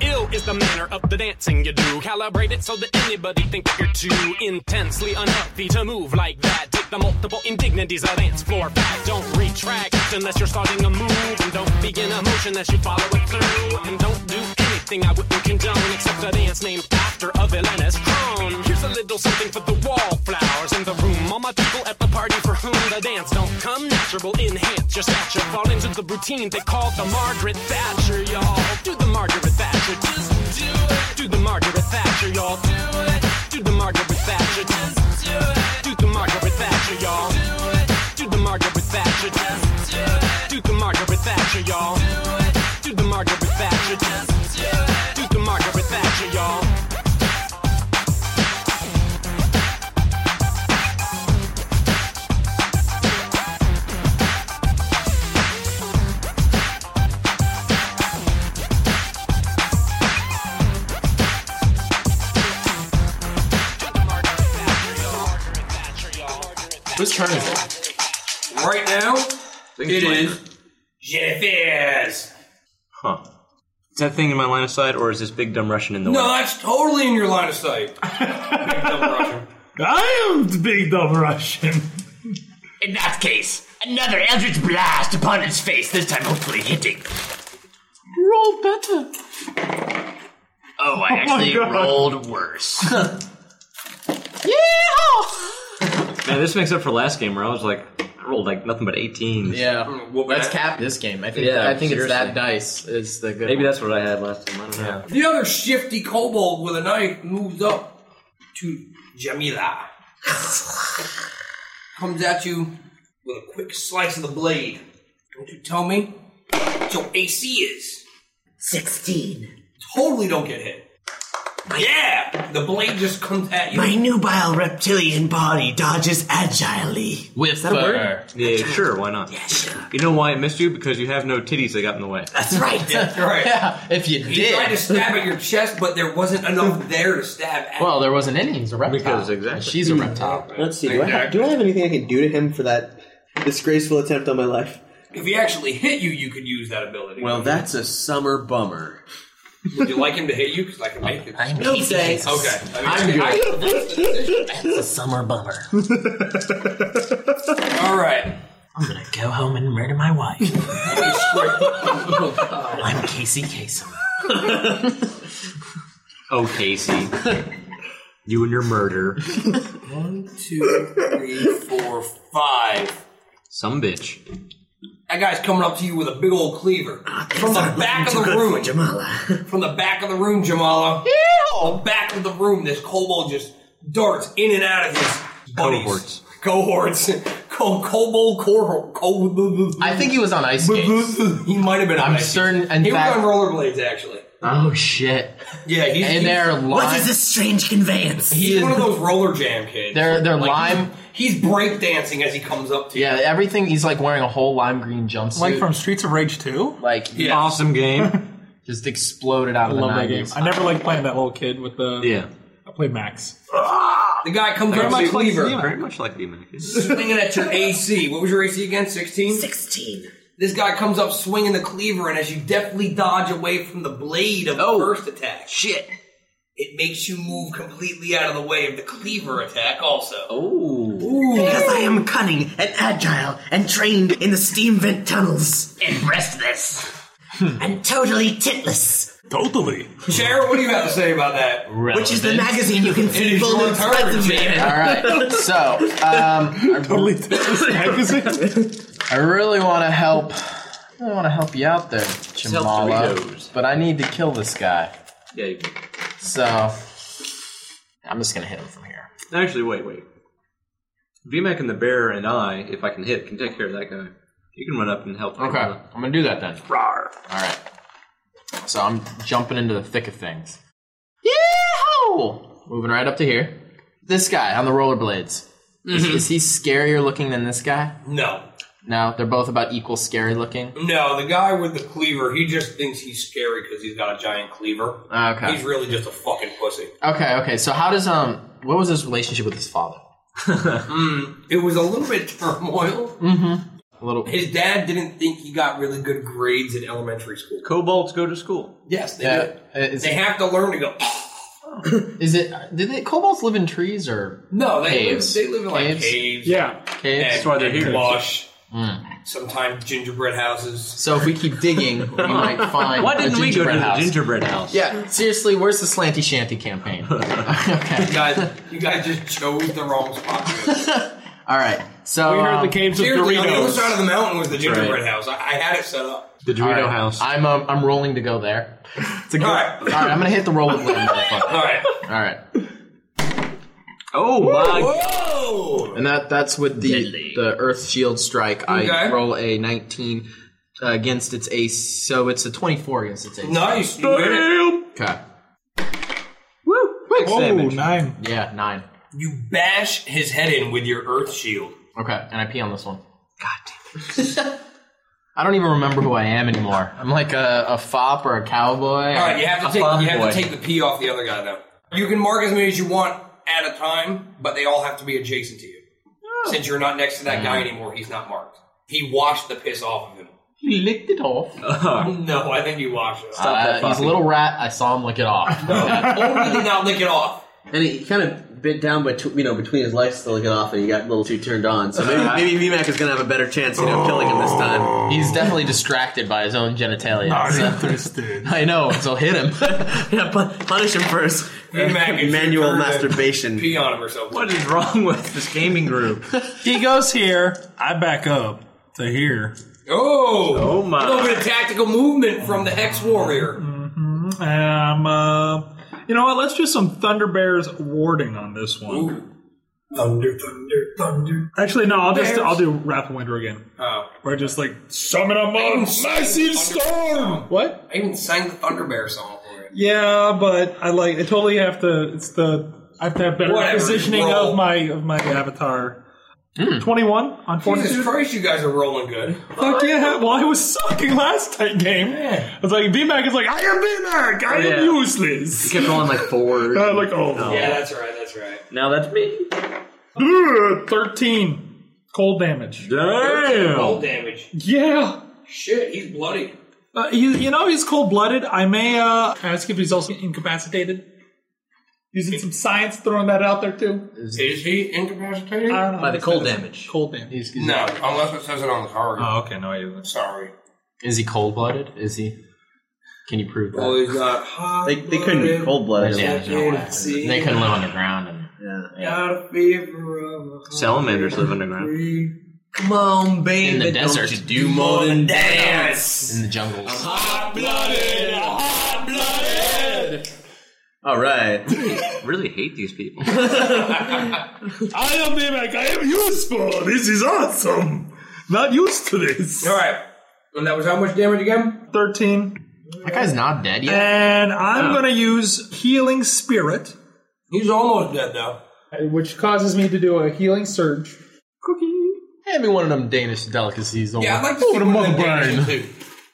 Speaker 5: Ill is the manner of the dancing you do. Calibrate it so that anybody think that you're too intensely unhealthy to move like that. Take the multiple indignities of dance floor back. Don't retract unless you're starting a move. And don't begin a motion unless you follow it through. And don't do anything I wouldn't condone except a dance named after a villainous crone. Here's a little something for the wallflowers in the room. All my people at the party for whom the dance don't come natural. Enhance your stature. Fall into the routine they call the Margaret Thatcher, y'all. Do the Margaret Thatcher. Just do it. Do the Margaret Thatcher, y'all. Do it. Do the Margaret Thatcher. Just do it. Do the Margaret Thatcher, y'all. Do it. Do the Margaret Thatcher. Just do it. Do the Margaret Thatcher, y'all. Do it. Do the Margaret Thatcher. Just do it. Do the Margaret Thatcher, y'all.
Speaker 14: Whose turn is it?
Speaker 12: Right now, it is Jeffers.
Speaker 11: Huh. Is that thing in my line of sight, or is this big dumb Russian in the
Speaker 12: No,
Speaker 11: way?
Speaker 12: that's totally in your line of sight.
Speaker 8: I am the big dumb
Speaker 9: [LAUGHS]
Speaker 8: Russian.
Speaker 9: In that case, another Eldritch Blast upon its face, this time hopefully hitting.
Speaker 10: Roll better.
Speaker 9: Oh, I
Speaker 10: Oh my
Speaker 9: actually
Speaker 10: God.
Speaker 9: rolled worse.
Speaker 10: Yeah.
Speaker 11: Man, this makes up for last game where I was like, I rolled like nothing but 18s.
Speaker 14: Yeah, that's cap this game. I think.
Speaker 11: Yeah,
Speaker 14: I think it's
Speaker 11: seriously.
Speaker 14: that dice is the good.
Speaker 11: Maybe
Speaker 14: one.
Speaker 11: that's what I had last time. I don't know.
Speaker 12: The other shifty kobold with a knife moves up to Jamila. Comes at you with a quick slice of the blade. Don't you tell me what your AC is.
Speaker 15: 16.
Speaker 12: Totally don't get hit. Yeah! The blade just comes at you.
Speaker 15: My nubile reptilian body dodges agilely.
Speaker 11: With
Speaker 15: that a word?
Speaker 11: Yeah, sure, why not? Yeah,
Speaker 15: sure.
Speaker 11: You know why it missed you? Because you have no titties that got in the way.
Speaker 15: That's right.
Speaker 12: That's right.
Speaker 14: [LAUGHS] Yeah, if you
Speaker 12: He
Speaker 14: did.
Speaker 12: tried to stab at your chest, but there wasn't enough there to stab at.
Speaker 14: Well, there wasn't any. He's a reptile.
Speaker 11: Because exactly.
Speaker 14: She's a reptile.
Speaker 13: Let's see. Do I, have, do I have anything I can do to him for that disgraceful attempt on my life?
Speaker 12: If he actually hit you, you could use that ability.
Speaker 13: that's a summer bummer.
Speaker 12: Would you like him to hit you? Because I can make it. I'm
Speaker 13: No thanks.
Speaker 12: Okay.
Speaker 13: I'm good.
Speaker 12: good.
Speaker 9: That's a summer bummer.
Speaker 12: All right.
Speaker 9: I'm gonna go home and murder my
Speaker 15: [LAUGHS]
Speaker 9: wife. I'm Casey Kasem.
Speaker 11: [LAUGHS] Oh, Casey. you and your murder.
Speaker 12: One, two, three, four, five.
Speaker 11: Some bitch.
Speaker 12: That guy's coming up to you with a big old cleaver from the back of the room, Jamala. From the back of the room, Jamala. The back of the room, this kobold just darts in and out of his buddies. cohorts. Cohorts. [LAUGHS] Co- kobold cohort. Co-
Speaker 14: I think he was on ice skates.
Speaker 12: he might have been.
Speaker 14: I'm
Speaker 12: on ice
Speaker 14: certain-
Speaker 12: skates.
Speaker 14: in
Speaker 12: he
Speaker 14: fact-
Speaker 12: was on rollerblades actually.
Speaker 14: Oh shit!
Speaker 12: Yeah, he's
Speaker 14: and they're
Speaker 12: he's-
Speaker 14: lime.
Speaker 12: strange conveyance? He's
Speaker 14: He is-
Speaker 12: one of those roller jam kids.
Speaker 14: They're- they're
Speaker 12: he's-
Speaker 14: lime-
Speaker 12: He's breakdancing as he comes up to you.
Speaker 14: Yeah, everything. He's like wearing a whole lime green jumpsuit,
Speaker 12: Like from
Speaker 14: Streets of Rage Two. Like
Speaker 12: Yeah.
Speaker 11: awesome game.
Speaker 14: Just exploded out
Speaker 13: I
Speaker 14: of the
Speaker 13: love that game.
Speaker 14: nineties.
Speaker 13: I never liked playing that little kid with the.
Speaker 11: Yeah.
Speaker 13: I played Max.
Speaker 15: Ah!
Speaker 12: The guy comes
Speaker 11: Very
Speaker 12: up to you,
Speaker 11: much like
Speaker 12: cleaver,
Speaker 11: Demon. Very much like Demon.
Speaker 12: swinging at your AC. What was your AC again? 16? 16. This guy comes up swinging the cleaver, and as you deftly dodge away from the blade of the first attack, shit, it makes you move completely out of the way of the cleaver attack also. Oh.
Speaker 15: Because I am cunning and agile and trained in the steam vent tunnels.
Speaker 9: And restless.
Speaker 15: and totally titless.
Speaker 12: Totally. Sharon, what do you have to say about that?
Speaker 15: Which is the magazine you can
Speaker 12: It is
Speaker 15: full
Speaker 12: your
Speaker 15: of
Speaker 12: turn,
Speaker 15: specimens.
Speaker 12: Sharon.
Speaker 14: All right. So, um, totally I really want to help. I want to help you out there,
Speaker 11: help
Speaker 14: Jamala. But I need to kill this guy.
Speaker 11: Yeah, you can.
Speaker 14: So, I'm just gonna hit him from here.
Speaker 11: Actually, wait, wait. VMAC and the bear and I, if I can hit, can take care of that guy. You can run up and help.
Speaker 14: Okay, I'm gonna do that then. Rawr. All right. So I'm jumping into the thick of things. Yeehaw! Moving right up to here. This guy on the rollerblades. Is,
Speaker 12: Mhm.
Speaker 14: is he scarier looking than this guy?
Speaker 12: [LAUGHS] No.
Speaker 14: No, they're both about equal scary looking.
Speaker 12: No, the guy with the cleaver, he just thinks he's scary because he's got a giant cleaver.
Speaker 14: Okay.
Speaker 12: He's really just a fucking pussy.
Speaker 14: Okay, okay. So how does um, what was his relationship with his father?
Speaker 12: Mm, it was a little bit turmoil.
Speaker 14: Mm-hmm. A little.
Speaker 12: His dad didn't think he got really good grades in elementary school.
Speaker 11: Cobalts go to school.
Speaker 12: [LAUGHS] Yes, they
Speaker 14: Yeah,
Speaker 12: do.
Speaker 14: is
Speaker 12: They
Speaker 14: it-
Speaker 12: have to learn to go.
Speaker 14: [COUGHS] Is it? Did they kobolds live in trees or
Speaker 12: No, they
Speaker 14: caves?
Speaker 12: live. They live in like caves. Yeah,
Speaker 14: Caves?
Speaker 12: And,
Speaker 14: That's why they're
Speaker 12: and
Speaker 14: here.
Speaker 12: Lush.
Speaker 14: Mm.
Speaker 12: Sometimes gingerbread houses.
Speaker 14: So if we keep digging, we
Speaker 12: [LAUGHS]
Speaker 14: might find.
Speaker 12: Why
Speaker 14: a
Speaker 12: didn't we go to
Speaker 14: gingerbread
Speaker 12: the
Speaker 14: house.
Speaker 11: gingerbread house?
Speaker 14: Yeah, seriously, where's the slanty shanty campaign? [LAUGHS]
Speaker 12: You guys, you guys just chose the wrong spot.
Speaker 14: All right, so
Speaker 12: We heard the
Speaker 14: um,
Speaker 12: caves of Seriously, on the other Doritos. side of the mountain was the gingerbread house. I, I had it set up.
Speaker 14: The Dorito house. I'm um, I'm rolling to go there. It's a good. All
Speaker 12: right.
Speaker 14: All right, I'm gonna hit the roll
Speaker 12: [LAUGHS]
Speaker 14: of wind.
Speaker 12: All right.
Speaker 14: All right. Oh
Speaker 12: Whoa!
Speaker 14: And that that's with the the Earth Shield strike. I
Speaker 12: Okay.
Speaker 14: roll a 19 uh, against its ace, so it's a 24 against its ace.
Speaker 12: Nice. You hit it.
Speaker 14: Okay.
Speaker 6: Oh,
Speaker 12: Whoa,
Speaker 14: nine. Yeah, nine.
Speaker 12: You bash his head in with your earth shield.
Speaker 14: Okay, and I pee on this one. God damn it. I don't even remember who I am anymore. I'm like a, a fop or a cowboy.
Speaker 12: All right, you have
Speaker 14: A
Speaker 12: to take you have
Speaker 14: fuckboy.
Speaker 12: to take the pee off the other guy though. You can mark as many as you want at a time, but they all have to be adjacent to you. Since you're not next to that
Speaker 14: Mm.
Speaker 12: guy anymore, he's not marked. He washed the piss off [LAUGHS] of him.
Speaker 14: He licked it off.
Speaker 12: no, I think he washed it.
Speaker 14: Uh, he's a little rat. I saw him lick
Speaker 12: [LAUGHS]
Speaker 14: it off.
Speaker 12: Only did not lick it off.
Speaker 13: And he kind of bit down, but you know, between his legs to lick it off, and he got a little too turned on. So
Speaker 12: [LAUGHS]
Speaker 13: maybe, maybe VMAC is going to have a better chance, you know, of killing him this time.
Speaker 14: He's definitely distracted by his own genitalia.
Speaker 13: Not
Speaker 14: so- [LAUGHS]
Speaker 13: interested.
Speaker 14: I know, so hit him.
Speaker 13: [LAUGHS] yeah, pun- punish him first.
Speaker 12: Manual
Speaker 13: masturbation.
Speaker 12: Pee on him or something.
Speaker 11: What is wrong with this gaming group?
Speaker 8: [LAUGHS] he goes here. I back up to here.
Speaker 12: Oh,
Speaker 8: Oh, my.
Speaker 12: A little bit of tactical movement from the hex warrior.
Speaker 8: Um, uh, you know what? Let's do some Thunder Bears warding on this one.
Speaker 6: Thunder, thunder, thunder.
Speaker 8: Actually, no. I'll just
Speaker 6: Bears.
Speaker 8: I'll do Wrath of Winter again.
Speaker 12: Oh.
Speaker 8: Where I just like summon a
Speaker 11: Oh,
Speaker 8: mon- massive storm. What?
Speaker 12: I even sang the Thunder Bear song.
Speaker 8: Yeah, but I like I totally have to. It's the I have to have better
Speaker 12: Whatever,
Speaker 8: positioning
Speaker 12: roll.
Speaker 8: of my of my avatar. Twenty one on fortitude.
Speaker 12: Jesus Christ, you guys are rolling good.
Speaker 8: Fuck yeah! Well, I was sucking last time game. I was like, VMAC is like, I am VMAC. I
Speaker 11: Yeah.
Speaker 8: am useless.
Speaker 11: He kept rolling like fours.
Speaker 8: [LAUGHS] Uh, like oh
Speaker 12: Yeah, that's right, that's right.
Speaker 11: Now that's me.
Speaker 8: Ugh, Thirteen cold damage.
Speaker 12: Damn. Cold damage.
Speaker 8: Yeah.
Speaker 12: Shit, he's bloody.
Speaker 8: Uh, he, you know he's cold blooded. I may uh, ask if he's also incapacitated. Using some science, throwing that out there too.
Speaker 12: Is he incapacitated?
Speaker 8: I don't know.
Speaker 12: By the cold
Speaker 8: damage. Cold damage.
Speaker 12: No, unless it says it on the card.
Speaker 14: Oh, okay. No, he isn't.
Speaker 12: Sorry.
Speaker 14: Is he cold blooded? Is he? Can you prove that?
Speaker 12: Well, he's not hot.
Speaker 14: They- they couldn't be cold-blooded.
Speaker 12: Yeah,
Speaker 14: Yeah, no way. They couldn't live underground and-
Speaker 12: Got a fever of a
Speaker 11: Salamanders live underground.
Speaker 12: Come on, baby.
Speaker 11: In the
Speaker 12: don't
Speaker 11: desert.
Speaker 12: you do more than dance.
Speaker 11: In the jungle.
Speaker 14: All right.
Speaker 11: [LAUGHS] really hate these people.
Speaker 6: I am Vivek. I am useful. This is awesome. Not used to this. All
Speaker 12: right. And that was how much damage again?
Speaker 8: Thirteen.
Speaker 14: That guy's not dead yet.
Speaker 8: And I'm
Speaker 14: Oh.
Speaker 8: gonna use healing spirit.
Speaker 12: He's almost dead though.
Speaker 8: Which causes me to do a healing surge.
Speaker 14: Hand me one of them Danish delicacies.
Speaker 8: Yeah, I'd like to
Speaker 14: oh,
Speaker 8: see
Speaker 14: the
Speaker 8: one of
Speaker 14: mother
Speaker 8: them [LAUGHS] Danish
Speaker 14: brain.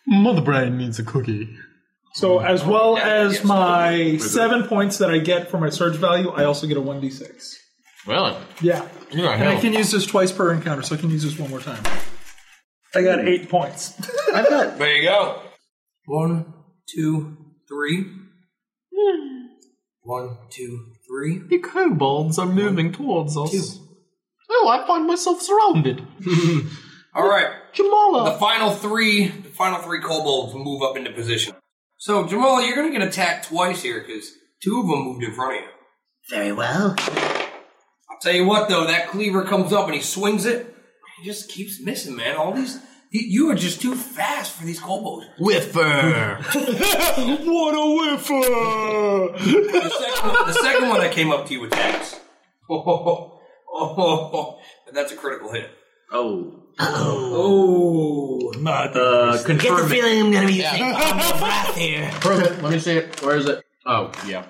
Speaker 14: Mother brain needs a cookie.
Speaker 8: So as well as my seven points that I get for my surge value, I also get a one d six.
Speaker 14: Really?
Speaker 8: Yeah.
Speaker 14: You're not
Speaker 8: and I
Speaker 14: hell.
Speaker 8: can use this twice per encounter, so I can use this one more time. I got eight points.
Speaker 12: I bet. There you go. One, two, three. One, two, three.
Speaker 14: The kobolds are moving towards us. Oh, I find myself surrounded.
Speaker 12: [LAUGHS] All right,
Speaker 14: Jamala.
Speaker 12: The final three, the final three kobolds move up into position. So Jamala, you're going to get attacked twice here because two of them moved in front of you.
Speaker 15: Very well.
Speaker 12: I'll tell you what, though, that cleaver comes up and he swings it. He just keeps missing, man. All these, he, you are just too fast for these kobolds.
Speaker 11: Whiffer.
Speaker 18: [LAUGHS]
Speaker 12: what a whiffer! the, second one, the second one that came up to you attacks. Oh, oh, oh, oh, [LAUGHS] oh. And that's a critical hit.
Speaker 11: Oh.
Speaker 12: Oh.
Speaker 6: Not
Speaker 11: uh, confirm it.
Speaker 15: I'm gonna be
Speaker 11: Yeah.
Speaker 15: using [LAUGHS] Arms of Wrath here.
Speaker 14: Prove it. Let me see it. Where is it? Oh, yeah.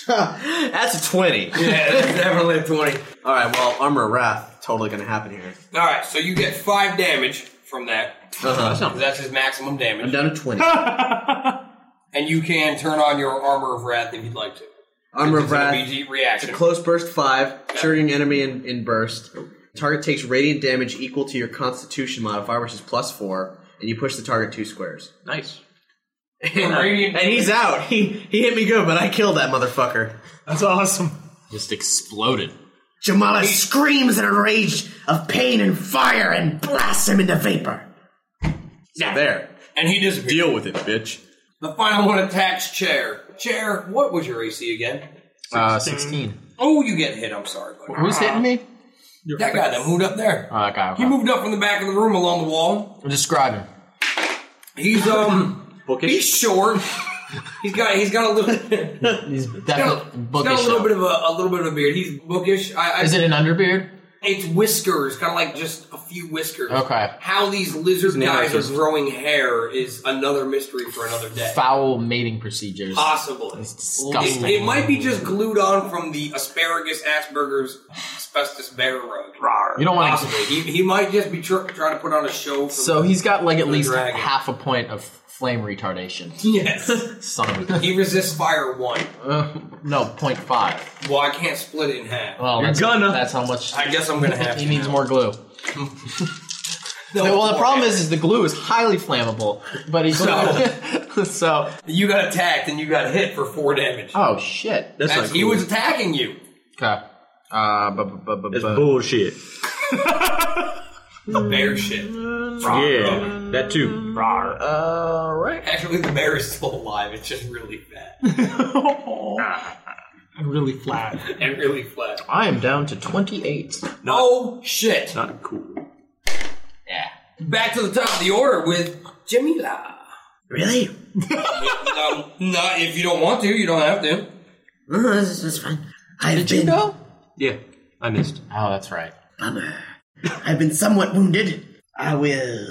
Speaker 13: [LAUGHS] That's a twenty.
Speaker 12: Yeah, that's definitely a twenty.
Speaker 13: All right. Well, armor of wrath totally going to happen here.
Speaker 12: All right, so you get five damage from that.
Speaker 13: Uh-huh. That's not bad.
Speaker 12: That's his maximum damage.
Speaker 13: I'm down to twenty.
Speaker 12: [LAUGHS] And you can turn on your armor of wrath if you'd like to.
Speaker 13: Armor
Speaker 12: It's
Speaker 13: of
Speaker 12: an
Speaker 13: Wrath.
Speaker 12: immediate reaction.
Speaker 13: It's a close burst five, triggering enemy in, in burst. Target takes radiant damage equal to your Constitution modifier, which is plus four, and you push the target
Speaker 12: [LAUGHS]
Speaker 13: two squares.
Speaker 11: Nice.
Speaker 13: and he's out. He he hit me good, but I killed that motherfucker.
Speaker 8: That's awesome.
Speaker 14: Just exploded.
Speaker 15: Jamala screams in a rage of pain and fire and blasts him into vapor.
Speaker 12: Yeah.
Speaker 13: There.
Speaker 12: And he disappears.
Speaker 13: Deal with it, bitch.
Speaker 12: The final one attacks Chair. Chair, what was your AC again?
Speaker 14: Uh, 16.
Speaker 12: Oh, you get hit. I'm sorry. buddy.
Speaker 14: Who's hitting me?
Speaker 12: That guy that moved up there.
Speaker 14: Oh, that guy.
Speaker 12: He moved up from the back of the room along the wall.
Speaker 14: Describe him.
Speaker 12: He's um, he's short. He's got he's got a little [LAUGHS]
Speaker 14: He's
Speaker 12: got a- he's
Speaker 14: definitely
Speaker 12: got
Speaker 14: bookish.
Speaker 12: a little
Speaker 14: though.
Speaker 12: bit of a, a little bit of a beard. He's bookish. I, I,
Speaker 14: Is it an underbeard?
Speaker 12: It's whiskers, kind of like just a few whiskers.
Speaker 14: Okay.
Speaker 12: How these lizard
Speaker 14: He's an
Speaker 12: guys are
Speaker 14: anarchist.
Speaker 12: growing hair is another mystery for another day.
Speaker 14: Foul mating procedures.
Speaker 12: Possibly.
Speaker 14: It's disgusting.
Speaker 12: It, it might be just glued on from the asparagus Asperger's asbestos bear rug.
Speaker 14: You don't wanna-
Speaker 12: Possibly. He, he might just be tr- trying to put on a show. For
Speaker 14: So he's got like at
Speaker 12: the
Speaker 14: least
Speaker 12: dragon.
Speaker 14: half a point of flame retardation.
Speaker 8: Yes.
Speaker 14: [LAUGHS] Son of a.
Speaker 12: He resists fire one.
Speaker 14: Uh, no, point 0.5.
Speaker 12: Well, I can't split it in half.
Speaker 14: Well, that's, That's how much.
Speaker 12: I guess I'm gonna have
Speaker 14: He
Speaker 12: to
Speaker 14: needs
Speaker 12: now.
Speaker 14: more
Speaker 12: [LAUGHS]
Speaker 14: glue. well, the problem is, is the glue is highly flammable, but
Speaker 12: [LAUGHS]
Speaker 14: he's
Speaker 12: So-
Speaker 14: [LAUGHS] so
Speaker 12: you got attacked and you got hit for four damage.
Speaker 14: Oh shit!
Speaker 12: That's he was attacking you.
Speaker 14: Okay. Uh, bu- bu- bu- bu-
Speaker 18: It's
Speaker 14: bu-
Speaker 18: bullshit.
Speaker 12: The bear shit.
Speaker 18: Yeah, that too.
Speaker 14: Uh, right.
Speaker 12: Actually, the bear is still alive. It's just really fat
Speaker 14: [LAUGHS]
Speaker 18: Ah.
Speaker 8: I'm really flat.
Speaker 12: [LAUGHS] and really flat.
Speaker 14: I am down to twenty-eight.
Speaker 12: No Oh, shit.
Speaker 18: Not cool.
Speaker 12: Yeah. Back to the top of the order with Jamila. [LAUGHS]
Speaker 15: Really?
Speaker 12: no, no, if you don't want to, you don't have to.
Speaker 15: No, that's, that's fine. I've
Speaker 14: been,
Speaker 18: Yeah, I missed.
Speaker 14: Oh, that's right.
Speaker 15: Bummer. I've been somewhat wounded. I will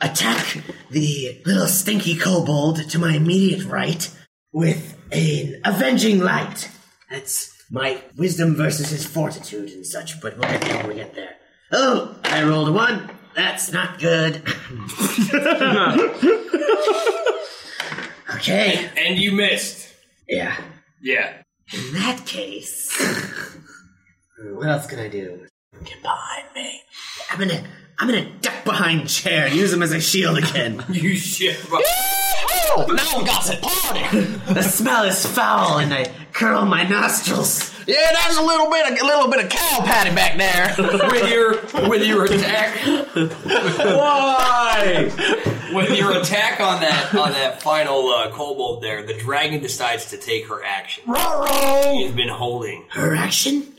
Speaker 15: attack the little stinky kobold to my immediate right with an avenging light. That's my wisdom versus his fortitude and such, but we'll get there when we get there. Oh, I rolled a one. That's not good. [LAUGHS] [LAUGHS] okay.
Speaker 12: And you missed.
Speaker 15: Yeah.
Speaker 12: Yeah.
Speaker 15: In that case, what else can I do? Get behind me. I'm gonna, I'm gonna duck behind chair and use him as a shield again.
Speaker 12: [LAUGHS] you shit.
Speaker 15: Now gossip party. the smell is foul, and I curl my nostrils.
Speaker 14: Yeah, that's a little bit, of, a little bit of cow patty back there.
Speaker 4: [LAUGHS]
Speaker 12: with your with your attack.
Speaker 18: Why?
Speaker 12: With your attack on that on that final uh, kobold there, the dragon decides to take her action. She's been holding
Speaker 15: Her action?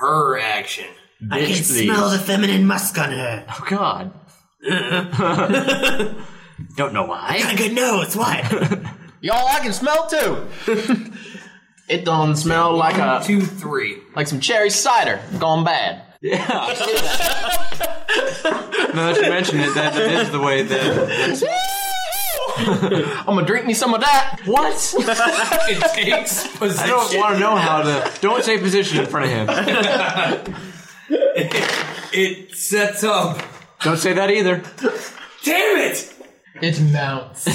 Speaker 12: her action.
Speaker 15: I can smell the feminine musk on her.
Speaker 14: Oh God.
Speaker 18: Don't know why.
Speaker 15: I got a good nose. What?
Speaker 14: [LAUGHS] Y'all, I can smell too. it don't smell like a
Speaker 12: two, three,
Speaker 14: like some cherry cider gone bad.
Speaker 11: Yeah.
Speaker 14: [LAUGHS] Now that you mention it, that is the way that. I'm gonna drink me some of that. [LAUGHS] What?
Speaker 12: it takes
Speaker 11: I don't
Speaker 14: position.
Speaker 11: want to know how to. Don't say position in front of him.
Speaker 14: [LAUGHS]
Speaker 12: It [LAUGHS] sets up.
Speaker 11: Don't say that either.
Speaker 12: Damn it!
Speaker 14: It mounts.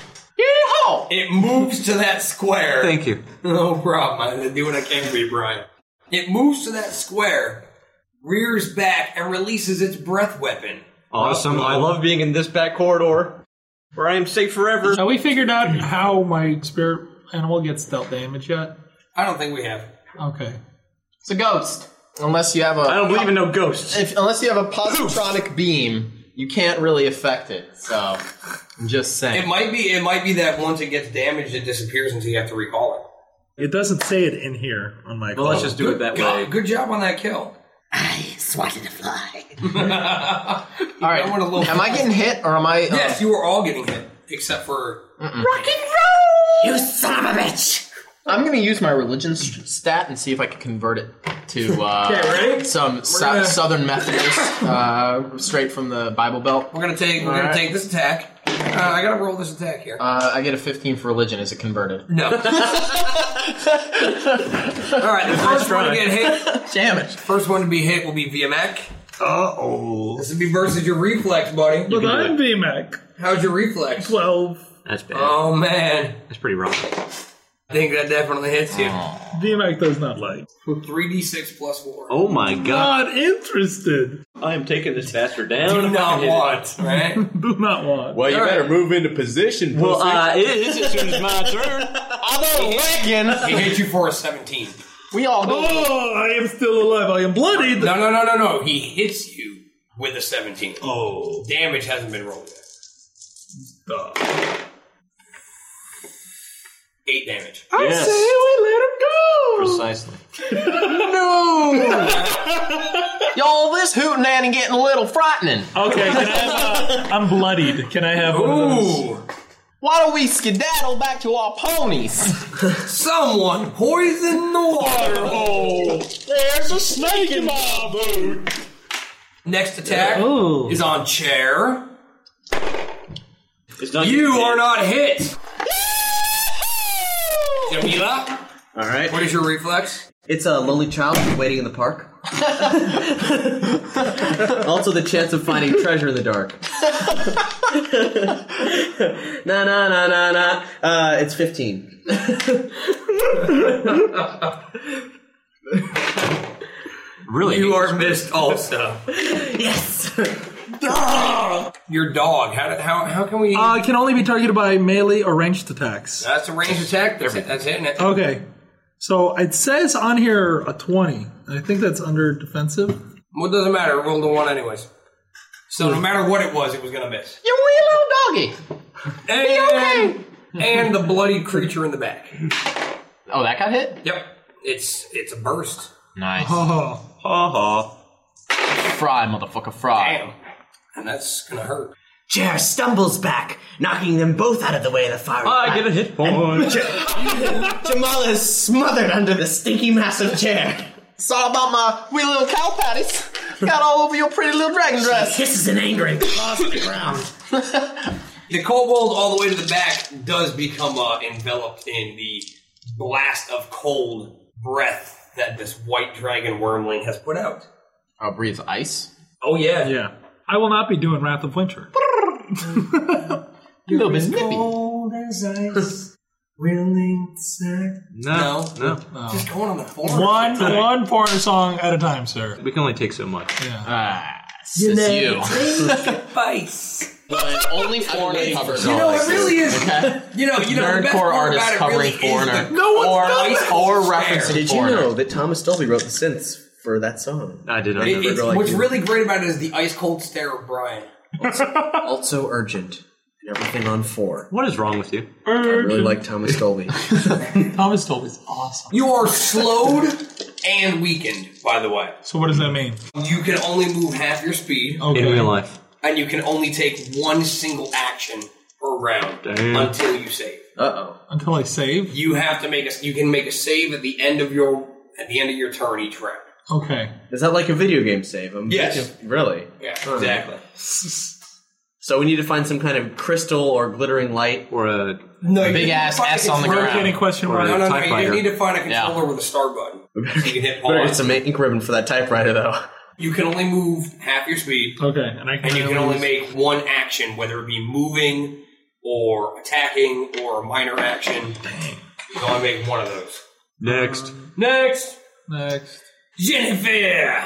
Speaker 12: [LAUGHS] No. It moves to that square.
Speaker 11: Thank you.
Speaker 12: No problem. I do what I can for you, Brian. It moves to that square, rears back, and releases its breath weapon.
Speaker 18: Awesome. I love being in this back corridor where I am safe forever.
Speaker 8: Have we figured out how my spirit animal gets stealth damage yet?
Speaker 12: I don't think we have.
Speaker 8: Okay.
Speaker 14: It's a ghost. Unless you have a. I
Speaker 18: don't believe in no ghosts.
Speaker 14: If, unless you have a positronic beam, you can't really affect it. So, I'm just saying.
Speaker 12: It might be. It might be that once it gets damaged, it disappears until you have to recall it.
Speaker 18: It doesn't say it in here on my. Well, let's just do it that
Speaker 12: God, Good job on that kill.
Speaker 15: I swatted a fly.
Speaker 14: All right.
Speaker 12: want a little-
Speaker 14: am I getting hit or am I? uh,
Speaker 12: yes, you were all getting hit except for
Speaker 14: Rock and
Speaker 15: roll! You son of a bitch!
Speaker 14: I'm gonna use my religion s- stat and see if I can convert it
Speaker 12: [LAUGHS]
Speaker 14: to uh,
Speaker 12: Okay, ready?
Speaker 14: some sou-
Speaker 12: gonna-
Speaker 14: Southern
Speaker 12: [LAUGHS]
Speaker 14: Methodist, uh, straight from the Bible Belt.
Speaker 12: We're gonna take. We're gonna take this attack. Uh, I gotta roll this attack here.
Speaker 14: Uh, [LAUGHS] I get a 15 for religion. Is it converted?
Speaker 12: No. All right, the first one to get hit.
Speaker 14: Damn it!
Speaker 12: First one to be hit will be VMAC. Uh oh. This would be versus your reflex, buddy.
Speaker 8: But I'm VMAC.
Speaker 12: How's your reflex?
Speaker 8: Twelve.
Speaker 18: That's bad.
Speaker 12: Oh man,
Speaker 18: that's pretty wrong.
Speaker 12: I think that definitely hits you.
Speaker 8: Oh. VMAC does not like.
Speaker 12: Three d six plus four.
Speaker 18: Oh my god.
Speaker 8: Not interested.
Speaker 18: I am taking this bastard down.
Speaker 12: Do
Speaker 18: if I
Speaker 12: not
Speaker 18: hit it.
Speaker 12: want, right?
Speaker 8: [LAUGHS] Do not want.
Speaker 18: Well, you All better right.
Speaker 14: move into position.
Speaker 18: Well, uh, it is as soon as my turn.
Speaker 12: [LAUGHS]
Speaker 18: [LAUGHS]
Speaker 14: I'm
Speaker 12: He hit you for a seventeen.
Speaker 14: We all.
Speaker 8: Oh, I am still alive. I am bloodied.
Speaker 12: No, no, no, no, no. He hits you with a seventeen. Oh, damage hasn't been rolled yet. Eight damage.
Speaker 8: I
Speaker 12: Yes.
Speaker 14: [LAUGHS] Precisely. no! [LAUGHS] Y'all, this hootin' and getting a little frightening.
Speaker 8: Okay, can I have, uh, I'm bloodied. Can I have one of those?
Speaker 14: Why don't we skedaddle back to our ponies?
Speaker 12: [LAUGHS] Someone poison the water
Speaker 14: hole. There's a snake in my boot.
Speaker 12: Next attack is on chair.
Speaker 18: not
Speaker 12: you are not hit. Jamila,
Speaker 13: All right.
Speaker 12: What is your reflex? [LAUGHS]
Speaker 13: It's a lonely child waiting in the park. also, the chance of finding treasure in the dark. [LAUGHS] nah, nah, nah, nah, nah. Uh, it's 15.
Speaker 12: Really? You are missed also. yes! Your dog. How, did, how, how can we.
Speaker 8: Uh, it can only be targeted by melee or ranged attacks.
Speaker 12: That's a ranged attack. That's it. That's it. isn't it?
Speaker 8: Okay. So it says on here a 20. I think that's under defensive.
Speaker 12: Well, it doesn't matter. Rolled a one anyways. So no matter what it was, it was going to miss.
Speaker 9: Your wee little doggy.
Speaker 12: And, and the bloody creature in the back.
Speaker 14: Oh, that got hit?
Speaker 12: Yep. It's it's a burst.
Speaker 14: Nice.
Speaker 8: Ha
Speaker 14: Oh. ha. Fry, motherfucker, fry.
Speaker 12: And that's gonna hurt.
Speaker 15: Jer stumbles back, knocking them both out of the way of the fire.
Speaker 14: I get a hit point. [LAUGHS]
Speaker 15: Jamal is smothered under the stinky mass of chair.
Speaker 9: Sorry about my wee little cow patties. Got all over your pretty little dragon dress.
Speaker 15: Kisses and angry claws at the ground.
Speaker 12: [LAUGHS] The kobold all the way to the back does become uh, enveloped in the blast of cold breath that this white dragon wormling has put out.
Speaker 14: I'll breathe ice.
Speaker 12: Oh yeah,
Speaker 8: yeah. I will not be doing Wrath of Winter.
Speaker 14: A [LAUGHS] little bit snippy.
Speaker 10: Cold as ice. Willing to
Speaker 8: No,
Speaker 14: no.
Speaker 12: Just going on the forum.
Speaker 8: One one porn song at a time, sir.
Speaker 18: We can only take so much.
Speaker 8: Yeah.
Speaker 14: Ah,
Speaker 18: You
Speaker 14: sis
Speaker 18: know,
Speaker 14: you.
Speaker 12: Advice.
Speaker 14: But only foreign covers
Speaker 12: You know,
Speaker 14: all
Speaker 12: it
Speaker 14: this.
Speaker 12: really is.
Speaker 14: Okay.
Speaker 12: You know, you know, the best
Speaker 14: Nerdcore
Speaker 12: part
Speaker 14: artists
Speaker 12: about it
Speaker 14: covering
Speaker 12: really is
Speaker 14: foreigner.
Speaker 12: the- No one's
Speaker 14: or,
Speaker 12: done that.
Speaker 14: or
Speaker 12: referencing
Speaker 13: Did you
Speaker 12: foreigner.
Speaker 13: know that Thomas Dolby wrote the synths for that song?
Speaker 18: I did.
Speaker 12: It- it's- what's really great about it is the ice cold stare of Brian.
Speaker 13: also urgent. And everything on four.
Speaker 18: What is wrong with you?
Speaker 13: I
Speaker 8: Mm-hmm.
Speaker 13: really like Thomas Dolby.
Speaker 8: Thomas Dolby's awesome.
Speaker 12: You are slowed and weakened, by the way.
Speaker 8: So what does that mean?
Speaker 12: You can only move half your speed.
Speaker 8: Okay. In real life.
Speaker 12: And you can only take one single action per round
Speaker 8: Damn.
Speaker 12: until you save.
Speaker 13: Uh oh.
Speaker 8: Until I save?
Speaker 12: You have to make a. You can make a save at the end of your at the end of your turn each round.
Speaker 8: Okay.
Speaker 13: Is that like a video game save? I'm
Speaker 12: Yes.
Speaker 13: Really?
Speaker 12: Yeah,
Speaker 13: Huh.
Speaker 12: exactly.
Speaker 13: [LAUGHS] So we need to find some kind of crystal or glittering light.
Speaker 18: Or a
Speaker 12: No, you need to find a controller. No, no, no. You need to find a
Speaker 13: Yeah.
Speaker 12: controller with a star button. So you can hit
Speaker 13: [LAUGHS] Better get
Speaker 12: pause.
Speaker 13: some ink ribbon for that typewriter, though.
Speaker 12: You can only move half your speed.
Speaker 8: Okay, and I can
Speaker 12: and you can
Speaker 8: only
Speaker 12: only
Speaker 8: use-
Speaker 12: make one action, whether it be moving or attacking or a minor action. You can only make one of those.
Speaker 18: Next.
Speaker 12: Next.
Speaker 8: Next.
Speaker 12: Jennifer.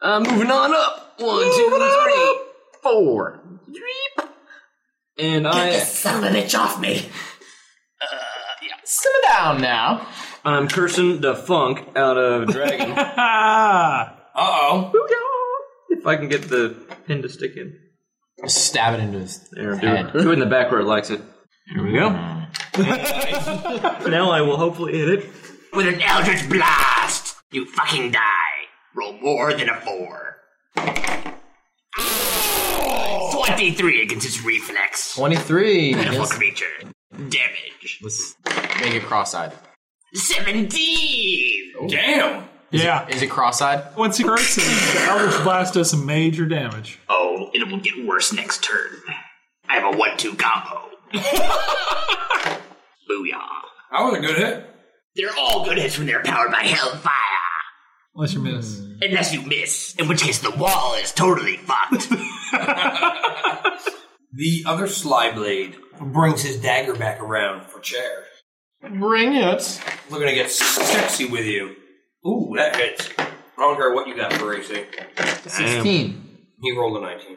Speaker 11: Uh, moving on up. One, two, three, four. And I.
Speaker 15: Son of a bitch off me.
Speaker 11: Sit down now.
Speaker 18: I'm cursing the funk out of Dragon.
Speaker 8: uh
Speaker 12: oh.
Speaker 18: If I can get the pin to stick in.
Speaker 14: Stab it into his
Speaker 18: there, do
Speaker 14: head.
Speaker 18: it. Do it in the back where it likes it. Here we go. [LAUGHS] now I will hopefully hit it.
Speaker 9: With an eldritch blast, you fucking die. Roll more than a four. Oh, 23 against its reflex.
Speaker 14: 23.
Speaker 9: Beautiful
Speaker 14: Yes.
Speaker 9: creature. Damage.
Speaker 14: Let's make it cross-eyed.
Speaker 9: 17!
Speaker 12: Damn.
Speaker 8: Yeah.
Speaker 14: Is it cross-eyed?
Speaker 8: Once he hurts him, the Eldritch Blast does some major damage.
Speaker 9: Oh, it will get worse next turn. I have a 1 2 combo. Booyah.
Speaker 12: That was a good hit.
Speaker 9: They're all good hits when they're powered by Hellfire.
Speaker 8: Unless you miss.
Speaker 9: Unless you miss, in which case the wall is totally fucked.
Speaker 12: The other Slyblade brings his dagger back around for chair.
Speaker 14: Bring it.
Speaker 12: We're gonna get sexy with you. Ooh, that hits. I don't care what you got for AC.
Speaker 1: 16.
Speaker 12: He rolled a 19.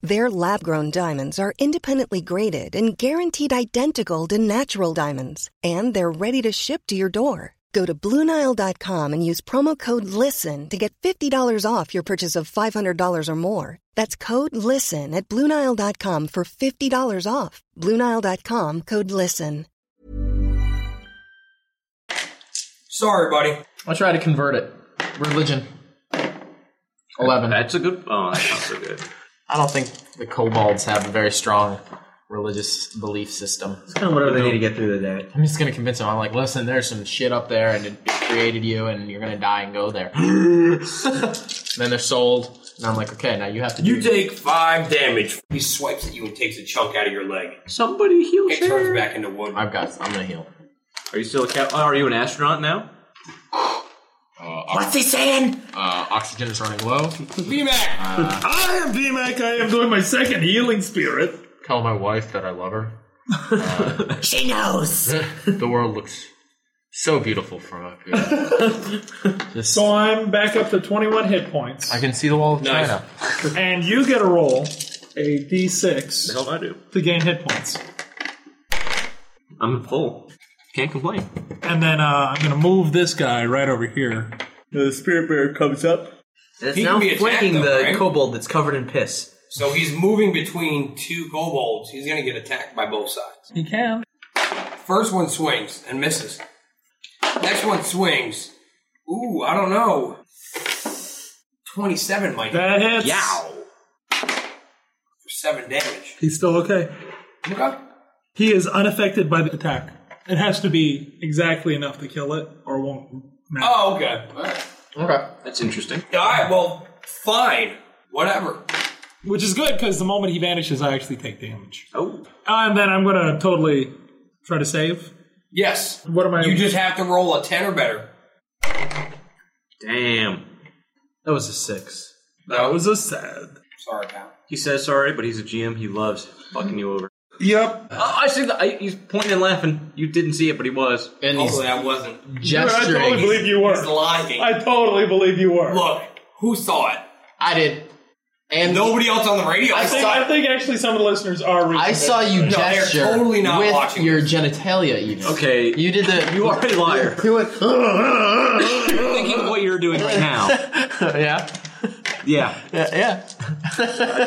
Speaker 19: Their lab grown diamonds are independently graded and guaranteed identical to natural diamonds, and they're ready to ship to your door. Go to BlueNile.com and use promo code LISTEN to get $50 off your purchase of $500 or more. That's code LISTEN at BlueNile.com for $50 off. BlueNile.com code LISTEN.
Speaker 12: Sorry, buddy.
Speaker 14: I'll try to convert it. Religion. Eleven.
Speaker 11: That's a
Speaker 18: uh,
Speaker 11: good. Oh, that's not so good.
Speaker 14: I don't think the kobolds have a very strong religious belief system. It's
Speaker 13: kind of whatever they need to get through the day.
Speaker 14: I'm just gonna convince them. I'm like, listen, there's some shit up there, and it created you, and you're gonna die and
Speaker 11: [LAUGHS]
Speaker 14: go there. then they're sold, and I'm like, okay, now you have to.
Speaker 12: You
Speaker 14: do
Speaker 12: take five damage. He swipes at you and takes a chunk out of your leg.
Speaker 11: Somebody heal
Speaker 12: It turns back into wood.
Speaker 14: I've got. I'm gonna heal.
Speaker 11: Are you still a cap? Are you an astronaut now?
Speaker 6: What's he saying?
Speaker 14: Uh, oxygen is running low. Uh,
Speaker 6: BMAC! I am BMAC. I am doing my second healing spirit.
Speaker 20: Tell my wife that I love her.
Speaker 6: She
Speaker 14: [LAUGHS]
Speaker 6: knows.
Speaker 20: the world looks so beautiful from up here.
Speaker 8: So I'm back up to 21 hit points.
Speaker 20: I can see the wall of
Speaker 8: Nice.
Speaker 20: China.
Speaker 8: and you get a roll, a d6.
Speaker 11: The hell I do.
Speaker 8: To gain hit points.
Speaker 11: I'm full. Can't complain.
Speaker 8: And then uh, I'm going to move this guy right over here.
Speaker 13: The spirit bear comes up. And it's
Speaker 12: He
Speaker 13: now
Speaker 12: can be attacked,
Speaker 13: flanking
Speaker 12: though,
Speaker 13: the
Speaker 12: right?
Speaker 13: kobold that's covered in piss.
Speaker 12: So he's moving between two kobolds. He's going to get attacked by both sides.
Speaker 8: He can.
Speaker 12: First one swings and misses. Next one swings. Ooh, I don't know. 27 might
Speaker 8: That hits.
Speaker 12: Yow. For seven damage.
Speaker 8: He's still okay.
Speaker 12: Okay.
Speaker 8: He is unaffected by the attack. It has to be exactly enough to kill it, or it won't.
Speaker 12: Oh, okay. All right.
Speaker 14: Okay.
Speaker 11: That's interesting.
Speaker 12: All right, well, fine. Whatever.
Speaker 8: Which is good because the moment he vanishes, I actually take damage.
Speaker 12: Oh.
Speaker 8: and then I'm gonna totally try to save.
Speaker 12: Yes.
Speaker 8: What am I?
Speaker 12: You just have to roll a 10 or better.
Speaker 11: Damn.
Speaker 13: That was a six.
Speaker 12: That
Speaker 8: was a sad.
Speaker 12: Sorry, pal.
Speaker 11: He says sorry, but he's a GM. He loves fucking you over.
Speaker 8: Yep.
Speaker 11: Oh, I see that. I- He's pointing and laughing. You didn't see it, but he was.
Speaker 14: And
Speaker 12: Hopefully, I wasn't.
Speaker 11: gesturing. I totally believe
Speaker 8: you were.
Speaker 12: He's lying.
Speaker 8: I totally believe you were.
Speaker 12: Look, who saw it?
Speaker 14: I did. And
Speaker 12: nobody else on the radio.
Speaker 8: I think, I think actually some of the listeners are. reaching
Speaker 14: I saw
Speaker 8: out.
Speaker 14: you gesture with your genitalia. Even
Speaker 11: okay,
Speaker 14: you did the. You
Speaker 11: are a liar.
Speaker 14: You went. [LAUGHS]
Speaker 11: You're thinking of what you're doing right now.
Speaker 14: yeah.
Speaker 11: Yeah.
Speaker 14: Yeah. yeah.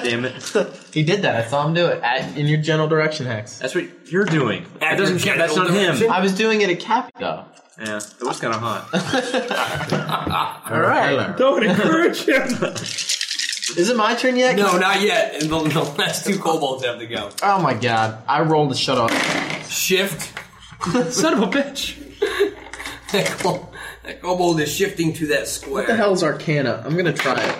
Speaker 11: damn it.
Speaker 14: [LAUGHS] He did that. I saw him do it at, in your general direction, Hex.
Speaker 11: That's what you're doing. That doesn't.
Speaker 14: Your
Speaker 11: That's
Speaker 14: general
Speaker 11: not him.
Speaker 14: direction? I was doing it at Cap though.
Speaker 11: Yeah, it was kind of
Speaker 13: [LAUGHS]
Speaker 11: hot.
Speaker 14: All right.
Speaker 8: Don't encourage him.
Speaker 14: [LAUGHS] Is it my turn yet?
Speaker 12: No, not yet. [LAUGHS] And the, the last two kobolds have to go. [LAUGHS]
Speaker 14: Oh my god! I rolled a shut up.
Speaker 12: Shift.
Speaker 14: Son of a bitch.
Speaker 12: That, ko- that kobold is shifting to that square.
Speaker 14: What the hell's Arcana? I'm gonna try it.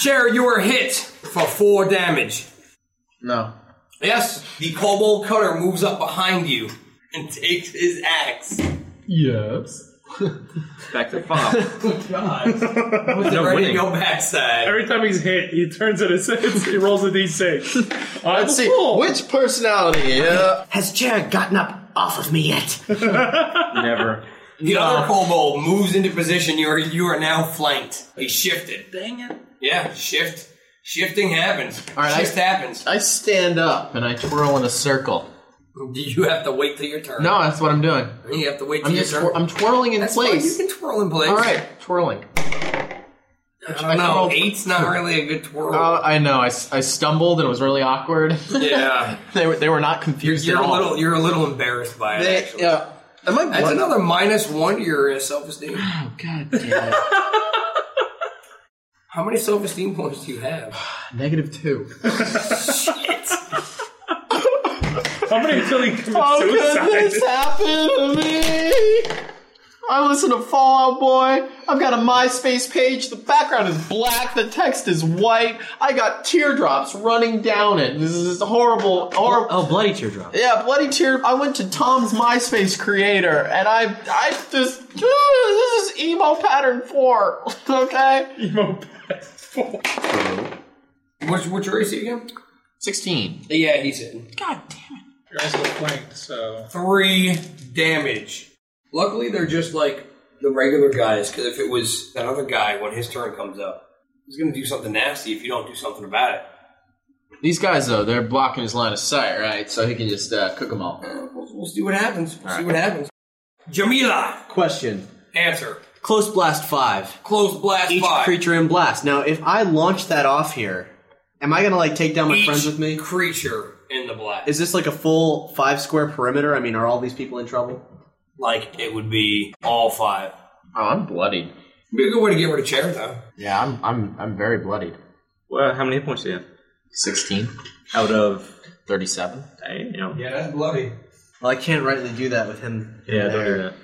Speaker 12: Chair, you are hit for four damage.
Speaker 14: No.
Speaker 12: Yes, the kobold cutter moves up behind you and [LAUGHS] takes his axe.
Speaker 14: Yes.
Speaker 11: Back
Speaker 12: [LAUGHS]
Speaker 11: to
Speaker 8: [LAUGHS]
Speaker 11: Fob.
Speaker 12: I was ready to
Speaker 11: No winning.
Speaker 12: go backside.
Speaker 8: Every time he's hit, he turns it. [LAUGHS] It's, he rolls a d6. I'm
Speaker 14: Let's see which personality uh,
Speaker 21: has Jared gotten
Speaker 8: [LAUGHS]
Speaker 21: up off of me yet?
Speaker 11: Never.
Speaker 12: The other kobold moves into position. You are you are now flanked. He shifted.
Speaker 14: Dang it.
Speaker 12: Yeah, shift. Shifting happens.
Speaker 14: All right, I-
Speaker 12: Shift happens.
Speaker 14: I stand up and I twirl in a circle.
Speaker 12: Do you have to wait till your turn?
Speaker 14: No, that's what I'm doing.
Speaker 12: You have to wait till
Speaker 14: I'm
Speaker 12: your
Speaker 14: just
Speaker 12: turn.
Speaker 14: twir- I'm twirling in
Speaker 12: That's fine,
Speaker 14: place.
Speaker 12: You can twirl in place.
Speaker 14: All right, twirling.
Speaker 12: I don't know. Eight's not really a good twirl.
Speaker 14: Uh, I know. I, s- I stumbled and it was really awkward.
Speaker 12: Yeah.
Speaker 14: [LAUGHS] they were they were not confused
Speaker 12: you're
Speaker 14: at
Speaker 12: a
Speaker 14: all.
Speaker 12: little you're a little embarrassed by it.
Speaker 14: They-
Speaker 12: actually.
Speaker 14: yeah. Am I
Speaker 12: That's
Speaker 14: blind?
Speaker 12: another minus one to your uh, self esteem.
Speaker 14: Oh
Speaker 12: [LAUGHS]
Speaker 14: god damn it.
Speaker 12: How many self esteem points do you have?
Speaker 14: [SIGHS] Negative two.
Speaker 8: How many until he commits
Speaker 14: How
Speaker 8: suicide?
Speaker 14: could this happen to me? I listen to Fallout Boy. I've got a MySpace page. The background is black. The text is white. I got teardrops running down it. This is horrible. Horrible.
Speaker 11: Oh, bloody teardrop.
Speaker 14: Yeah, bloody tear. I went to Tom's MySpace creator, and I, I just, [LAUGHS] this is emo pattern four. [LAUGHS] Okay.
Speaker 8: Emo pattern four.
Speaker 12: What's what's your AC again?
Speaker 14: Sixteen.
Speaker 12: Yeah, he's in.
Speaker 14: God
Speaker 8: Your eyes look flanked, so.
Speaker 12: Three damage. Luckily, they're just like the regular guys. Because if it was that other guy when his turn comes up, he's going to do something nasty if you don't do something about it.
Speaker 14: These guys though, they're blocking his line of sight, right? So he can just uh, cook them all.
Speaker 12: We'll, we'll see what happens. We'll see what happens. Jamila.
Speaker 13: Question.
Speaker 12: Answer.
Speaker 13: Close blast five.
Speaker 12: Close blast
Speaker 13: Each
Speaker 12: five.
Speaker 13: creature in blast. Now, if I launch that off here, am I gonna like take down my
Speaker 12: Each
Speaker 13: friends with me?
Speaker 12: creature in the black.
Speaker 13: Is this like a full five square perimeter? I mean, are all these people in trouble?
Speaker 12: Like it would be all five.
Speaker 13: Oh, I'm bloodied.
Speaker 12: Be a good way to get rid of chair though.
Speaker 13: Yeah, I'm I'm I'm very bloodied.
Speaker 11: Well, how many hit points do you have?
Speaker 13: Sixteen out of thirty-seven. Damn.
Speaker 12: Yeah, that's bloody.
Speaker 13: Well, I can't rightly do that with him.
Speaker 11: Yeah, don't do
Speaker 13: there.
Speaker 11: that.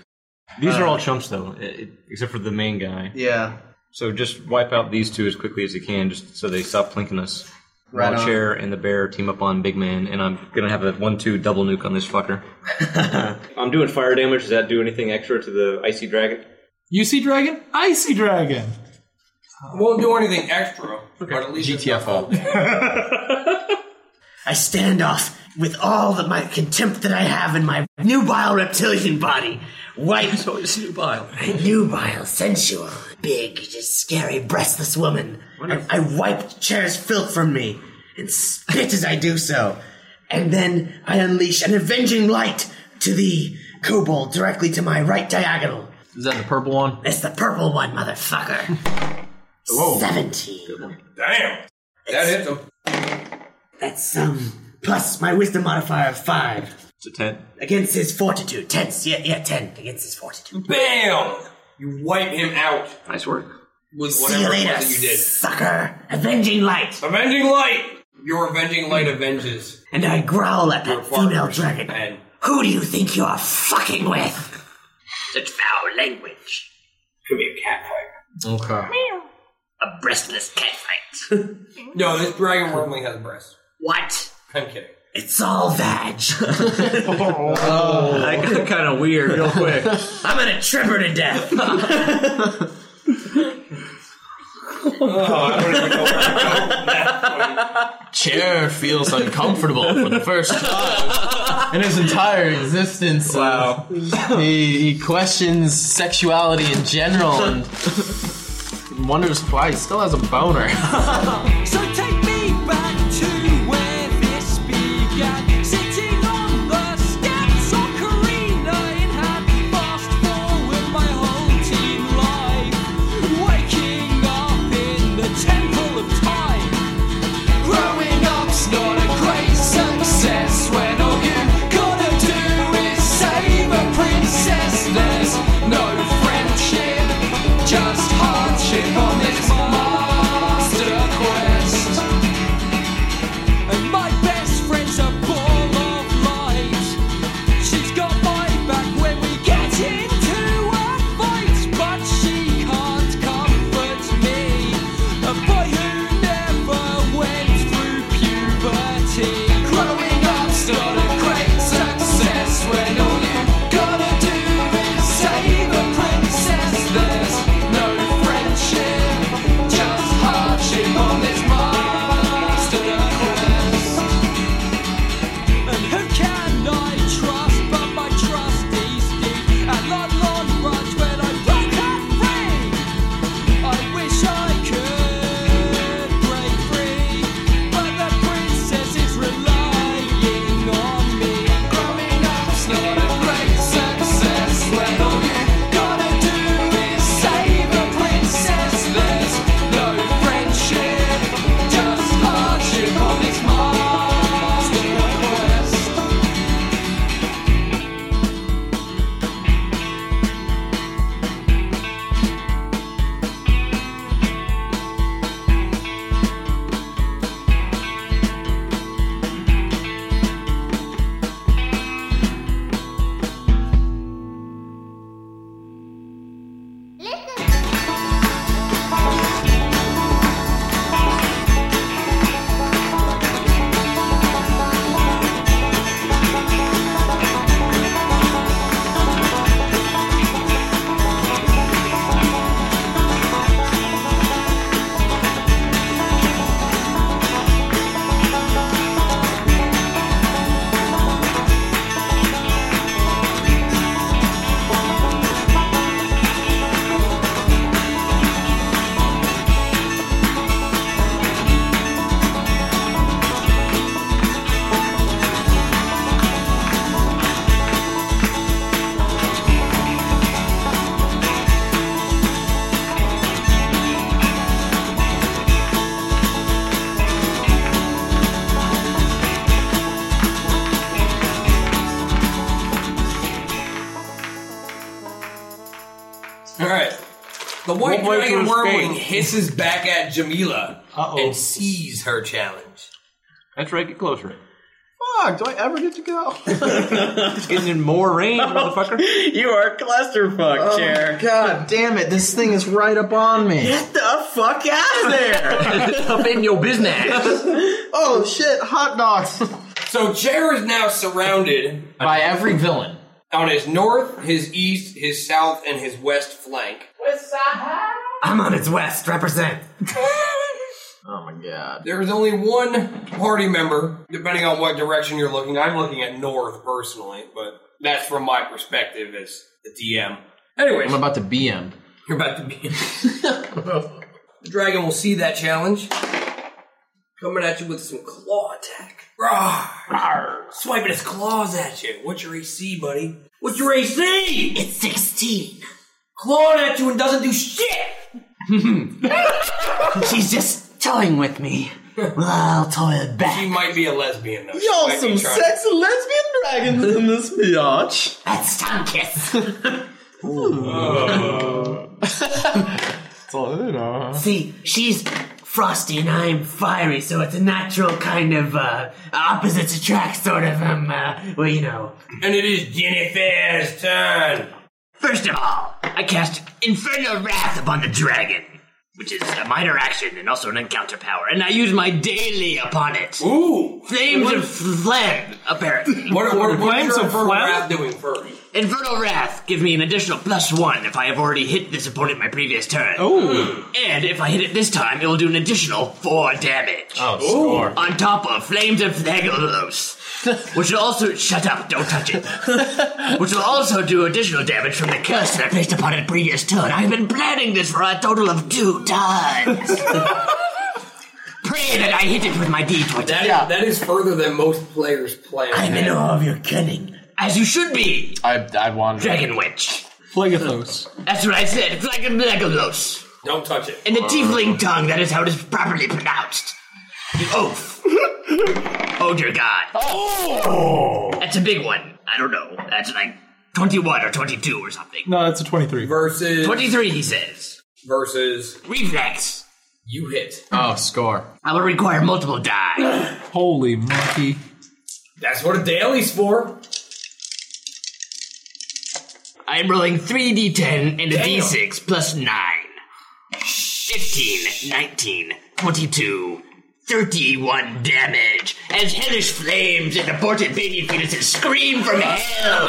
Speaker 11: These are
Speaker 13: Uh,
Speaker 11: all chumps though, i- i- except for the main guy.
Speaker 13: Yeah.
Speaker 11: So just wipe out these two as quickly as you can, just so they stop plinking us.
Speaker 13: Right
Speaker 11: Wild
Speaker 13: on.
Speaker 11: chair and the bear team up on big man, and I'm gonna have a one-two double nuke on this fucker. [LAUGHS] I'm doing fire damage. Does that do anything extra to the icy dragon?
Speaker 8: You see dragon? I see dragon.
Speaker 12: Won't do anything extra. But at least
Speaker 13: GTFO.
Speaker 15: I stand off with all that my contempt that I have in my nubile reptilian body. White. So it's nubile. nubile, sensual, big, just scary, breastless woman. I, I wipe chair's filth from me and spit as I do so. And then I unleash an avenging light to the kobold directly to my right diagonal.
Speaker 14: Is that the purple one?
Speaker 15: It's the purple one, motherfucker.
Speaker 14: [LAUGHS] Whoa.
Speaker 15: 17.
Speaker 12: Damn! That hits him.
Speaker 15: That's um plus my wisdom modifier of five.
Speaker 11: It's a ten.
Speaker 15: Against his fortitude. Tense, yeah, yeah, ten. Against his fortitude.
Speaker 12: Bam! You wipe him out.
Speaker 11: Nice work.
Speaker 12: With
Speaker 15: See
Speaker 12: whatever
Speaker 15: you
Speaker 12: it
Speaker 15: later,
Speaker 12: was that you did.
Speaker 15: Sucker! Avenging light!
Speaker 12: Avenging light! Your avenging light avenges.
Speaker 15: And I growl at that female dragon. Who do you think you are fucking with?
Speaker 9: Such foul language.
Speaker 12: Could be a cat fight.
Speaker 13: Okay.
Speaker 9: A breastless cat fight.
Speaker 12: No, this dragon wormling has breasts.
Speaker 9: what?
Speaker 12: I'm kidding.
Speaker 15: It's all
Speaker 11: [LAUGHS]
Speaker 15: vag.
Speaker 11: Oh, [LAUGHS] that got kind of weird
Speaker 15: [LAUGHS]
Speaker 11: real quick.
Speaker 15: I'm gonna trip her to death.
Speaker 14: Chair feels uncomfortable for the first time in his entire existence. Wow. He, he questions sexuality in general and wonders why he still has a boner.
Speaker 6: So take me back to where this began. Sitting on the steps, ocarina in hand. Fast forward my whole teen life. Waking up in the temple of time. Growing up's not a great success when all you gotta do is save a princess. There's no friendship, just hardship on this master quest.
Speaker 12: All right. The white
Speaker 6: One point
Speaker 12: dragon
Speaker 6: for Spain.
Speaker 12: wormwing hisses back at Jamila and sees her challenge.
Speaker 11: That's right. Get closer.
Speaker 10: Fuck, do I ever get to go?
Speaker 11: Getting in more range, motherfucker.
Speaker 13: You are a clusterfuck,
Speaker 10: Oh,
Speaker 13: chair.
Speaker 14: God damn it, this thing is right up on me.
Speaker 13: Get the fuck out
Speaker 9: [LAUGHS]
Speaker 13: of there!
Speaker 14: up in your business.
Speaker 10: oh shit, hot dogs.
Speaker 12: So Jer is now surrounded
Speaker 14: by every villain
Speaker 12: on his north, his east, his south, and his west flank.
Speaker 9: I'm on its west, represent.
Speaker 12: Oh my god. There is only one party member, depending on what direction you're looking. I'm looking at north personally, but that's from my perspective as the DM. Anyways,
Speaker 14: I'm about to BM.
Speaker 12: You're about to be. the dragon will see that challenge. Coming at you with some claw attack. Rawr. Swiping his claws at you. What's your AC, buddy? What's your AC? It's 16. Clawing at you and doesn't do shit!
Speaker 9: She's just toying with me. Well, I'll toy back.
Speaker 12: She might be a lesbian, though. She
Speaker 10: Y'all
Speaker 12: might be
Speaker 10: some
Speaker 12: trying-
Speaker 10: sexy lesbian dragons in this biatch.
Speaker 9: That's tongue kiss.
Speaker 11: Uh,
Speaker 9: See, she's frosty and I'm fiery, so it's a natural kind of uh, opposites attract sort of um. Uh, well, you know.
Speaker 12: And it is Jennifer's turn.
Speaker 9: First of all, I cast Infernal Wrath upon the dragon, which is a minor action and also an encounter power, and I use my daily upon it.
Speaker 12: Ooh,
Speaker 9: flames
Speaker 12: What-
Speaker 9: of phlegm, apparently.
Speaker 12: [LAUGHS] What, what, what is your infernal wrath doing first?
Speaker 9: Infernal Wrath give me an additional plus one if I have already hit this opponent my previous turn. Oh. And if I hit it this time, it will do an additional four damage.
Speaker 14: Oh, score. Ooh.
Speaker 9: On top of Flames of Thagalos. Which will also shut up, don't touch it. Which will also do additional damage from the curse that I placed upon it previous turn. I've been planning this for a total of two times. Pray that I hit it with my D20.
Speaker 12: That, that is further than most players play.
Speaker 9: I'm in awe of your cunning. As you should be.
Speaker 14: I I won.
Speaker 9: Dragon Witch.
Speaker 14: Plagathos.
Speaker 9: That's what I said. Flagon Legolos.
Speaker 12: Don't touch it.
Speaker 9: In the tiefling tongue, that is how it is properly pronounced. The
Speaker 12: [LAUGHS]
Speaker 9: oath. oh dear God. Oh! That's a big one. I don't know. That's like 21 or 22 or something.
Speaker 14: No, that's a 23.
Speaker 12: Versus.
Speaker 9: 23, he says.
Speaker 12: Versus.
Speaker 9: Reflex.
Speaker 12: [LAUGHS] You hit.
Speaker 14: Oh, score.
Speaker 9: I will require multiple die.
Speaker 14: Holy monkey.
Speaker 12: That's what a daily's for.
Speaker 9: I am rolling 3d10 and a 6 plus 9. 15, 19, 22, 31 damage. As hellish flames and aborted baby fetuses scream from hell,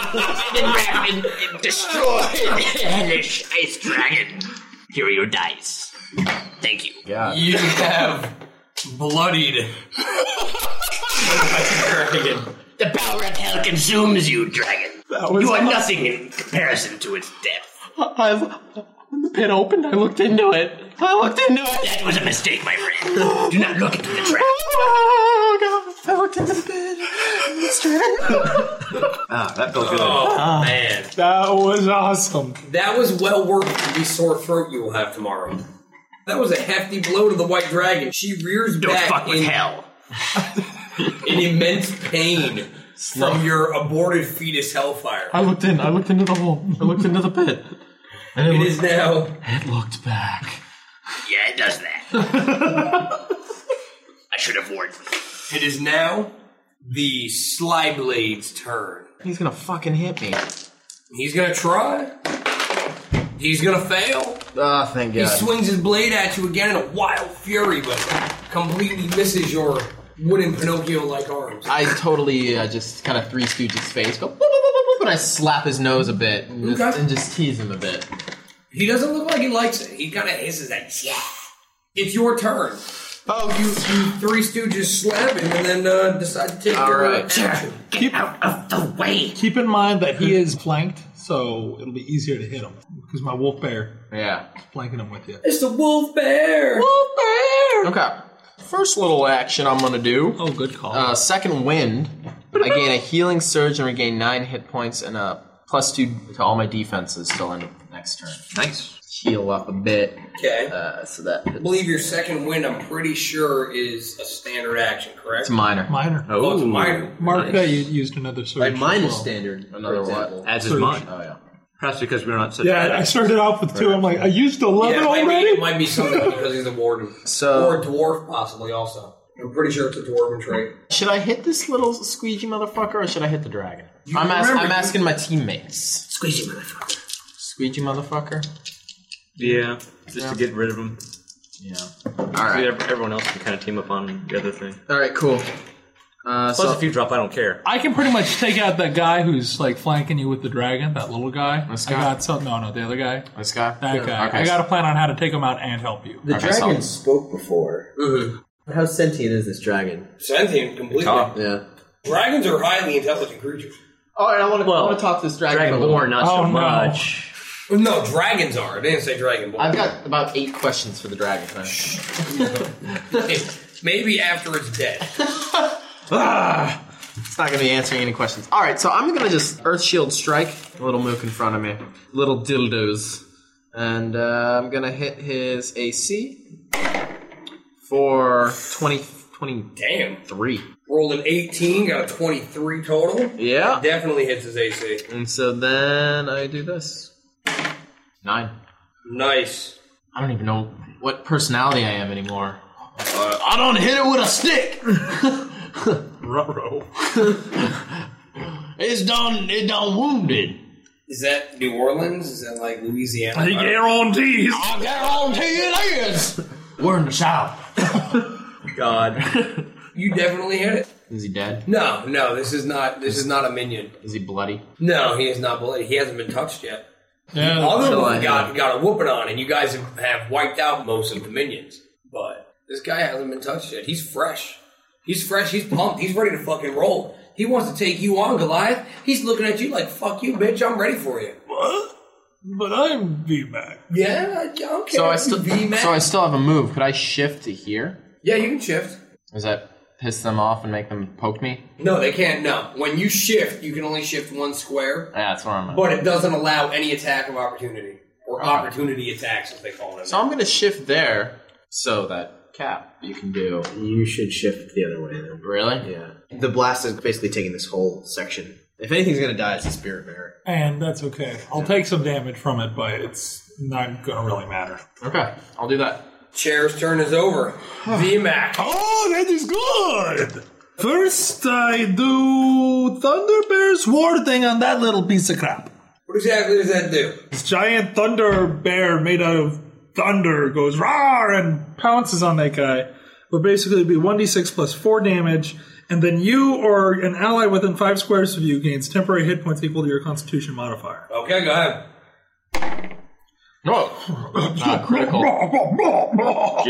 Speaker 9: then wrap and, and destroy the hellish ice dragon. Here are your dice. Thank you.
Speaker 12: You have bloodied. dragon.
Speaker 9: The power of hell consumes you, dragon. You are nothing in comparison to its death.
Speaker 10: I, when the pit opened, I looked into it. I looked into it.
Speaker 9: That was a mistake, my friend. Do not look into the trap.
Speaker 10: Oh god, I looked into the pit. Straight
Speaker 12: Ah, that felt good. Oh,
Speaker 10: Ah.
Speaker 12: man.
Speaker 8: That was awesome.
Speaker 12: That was well worth the sore throat you will have tomorrow. That was a hefty blow to the white dragon. She rears back in
Speaker 9: hell.
Speaker 12: in immense pain from your aborted fetus hellfire.
Speaker 14: I looked in. I looked into the hole. I looked into the pit. And
Speaker 12: It is now.
Speaker 14: It looked back.
Speaker 9: Yeah, it does that.
Speaker 12: [LAUGHS]
Speaker 9: I should have warned.
Speaker 12: It is now the Slyblade's turn.
Speaker 14: He's gonna fucking hit me.
Speaker 12: He's gonna try. He's gonna fail.
Speaker 14: Ah, thank
Speaker 12: He swings his blade at you again in a wild fury, but completely misses your wooden Pinocchio-like arms.
Speaker 14: I totally uh, just kind of three stooges his face, go boop, boop, boop, boop, boop, and I slap his nose a bit and just, and just tease him a bit.
Speaker 12: He doesn't look like he likes it. He kind of hisses at you. Yeah. It's your turn. Oh, you, you three stooges slap him and then uh, decide to take your uh, action.
Speaker 8: Keep
Speaker 9: out of the way.
Speaker 8: Keep in mind that he is flanked, so it'll be easier to hit him because my wolf bear
Speaker 14: Yeah.
Speaker 8: is flanking him with you.
Speaker 12: It's the wolf bear.
Speaker 8: Wolf
Speaker 14: bear. Okay. First little action I'm gonna do. Oh, good call. Uh, second wind. I gain a healing surge and regain nine hit points and a plus two to all my defenses till end of next turn. Nice. Heal up a bit.
Speaker 12: Okay.
Speaker 14: Uh, so that
Speaker 12: I believe your second win, I'm pretty sure, is a standard action, correct?
Speaker 14: it's minor.
Speaker 8: Minor.
Speaker 12: Oh, it's minor.
Speaker 8: Mark, uh, you used another surge.
Speaker 14: minus
Speaker 8: as well.
Speaker 14: standard, Another for what?
Speaker 8: Surge.
Speaker 14: Oh yeah.
Speaker 18: Perhaps because we're not such.
Speaker 8: Yeah, I started off with two. I'm like, I used eleven
Speaker 12: it, might
Speaker 8: already.
Speaker 12: be, it might be something
Speaker 8: [LAUGHS]
Speaker 12: because he's a warden. So, or a dwarf, possibly, also. I'm pretty sure it's a dwarven trait.
Speaker 17: Should I hit this little squeegee motherfucker or should I hit the dragon?
Speaker 14: I'm, ask, I'm asking my teammates.
Speaker 17: Squeegee motherfucker.
Speaker 14: Squeegee motherfucker.
Speaker 18: Yeah, just to get rid of them.
Speaker 14: Yeah.
Speaker 18: All right. everyone else can kind of team up on the other thing.
Speaker 13: All right, cool.
Speaker 18: Uh, Plus,
Speaker 8: so-
Speaker 18: if you drop, I don't care.
Speaker 8: I can pretty much take out that guy who's like flanking you with the dragon, that little guy. This
Speaker 14: guy?
Speaker 8: I got some, no, no, the other guy.
Speaker 14: This guy?
Speaker 8: That
Speaker 14: Yeah.
Speaker 8: guy.
Speaker 14: Okay.
Speaker 8: I got a plan on how to take him out and help you.
Speaker 13: The dragon spoke before. How sentient is this dragon?
Speaker 12: Sentient, completely.
Speaker 13: Yeah.
Speaker 12: Dragons are highly intelligent creatures.
Speaker 17: All right, Oh, I want to
Speaker 12: Well,
Speaker 17: talk to this
Speaker 12: dragon
Speaker 17: a little
Speaker 12: born,
Speaker 17: bit.
Speaker 12: not so Oh, no. much. No, dragons are. They didn't say dragonborn.
Speaker 17: I've got
Speaker 12: about eight questions for the dragon. Maybe after it's dead.
Speaker 13: Ah,
Speaker 17: it's not
Speaker 13: gonna be answering any questions.
Speaker 17: All right, so I'm gonna just
Speaker 13: Earth shield strike. A little mook in front of me. Little dildos. And uh, I'm gonna hit his AC for 20, 20
Speaker 12: Damn.
Speaker 13: three.
Speaker 12: Rolled an 18, got a 23 total.
Speaker 13: Yeah.
Speaker 12: Definitely hits his AC.
Speaker 13: And so then I do this.
Speaker 14: Nine.
Speaker 12: Nice.
Speaker 14: I don't even know what personality I am anymore.
Speaker 13: I don't hit it with a stick. [LAUGHS]
Speaker 14: Ruh-roh.
Speaker 12: It's done. It done wounded. Is that New Orleans? Is that like Louisiana?
Speaker 14: I guarantees.
Speaker 12: I guarantee it is.
Speaker 14: We're in the south.
Speaker 12: God. [LAUGHS] you definitely hit it.
Speaker 14: Is he dead?
Speaker 12: No, no. This is not. This is not a minion.
Speaker 14: Is he bloody?
Speaker 12: No, he is not bloody. He hasn't been touched yet.
Speaker 14: Yeah,
Speaker 12: the other
Speaker 14: so
Speaker 12: one
Speaker 14: I-
Speaker 12: got got a whooping on, and you guys have, have wiped out most of the minions. But this guy hasn't been touched yet. He's fresh. He's fresh. He's pumped. He's ready to fucking roll. He wants to take you on, Goliath. He's looking at you like, "Fuck you, bitch. I'm ready for you." What?
Speaker 8: But I'm VMAC.
Speaker 12: Yeah, I don't care.
Speaker 14: So I
Speaker 12: if you
Speaker 14: still
Speaker 12: be mad.
Speaker 14: so I still have a move. Could I shift to here?
Speaker 12: Yeah, you can shift.
Speaker 14: Does that piss them off and make them poke me?
Speaker 12: No, they can't. No, when you shift, you can only shift one square,
Speaker 14: Yeah, that's where I'm at.
Speaker 12: but it doesn't allow any attack of opportunity or opportunity attacks, as they call it.
Speaker 14: So I'm gonna shift there so that cap you can do.
Speaker 13: You should shift the other way. Then.
Speaker 14: Really?
Speaker 13: Yeah. The blast is basically taking this whole section. If anything's gonna die, it's the spirit bearer.
Speaker 8: And that's okay. I'll take some damage from it, but it's not gonna really matter.
Speaker 14: Okay, I'll do that.
Speaker 12: Chair's turn is over.
Speaker 14: [SIGHS]
Speaker 12: VMAC.
Speaker 6: Oh, that is good. First, I do Thunderbear's War thing on that little piece of crap.
Speaker 12: What exactly does that do?
Speaker 6: This giant thunder bear made out of thunder goes roar and pounces on that guy. Would basically be 1d6 plus 4 damage, and then you or an ally within 5 squares of you gains temporary hit points equal to your constitution modifier.
Speaker 12: Okay, go ahead.
Speaker 14: No,
Speaker 8: [LAUGHS]
Speaker 14: not critical.
Speaker 8: Oh,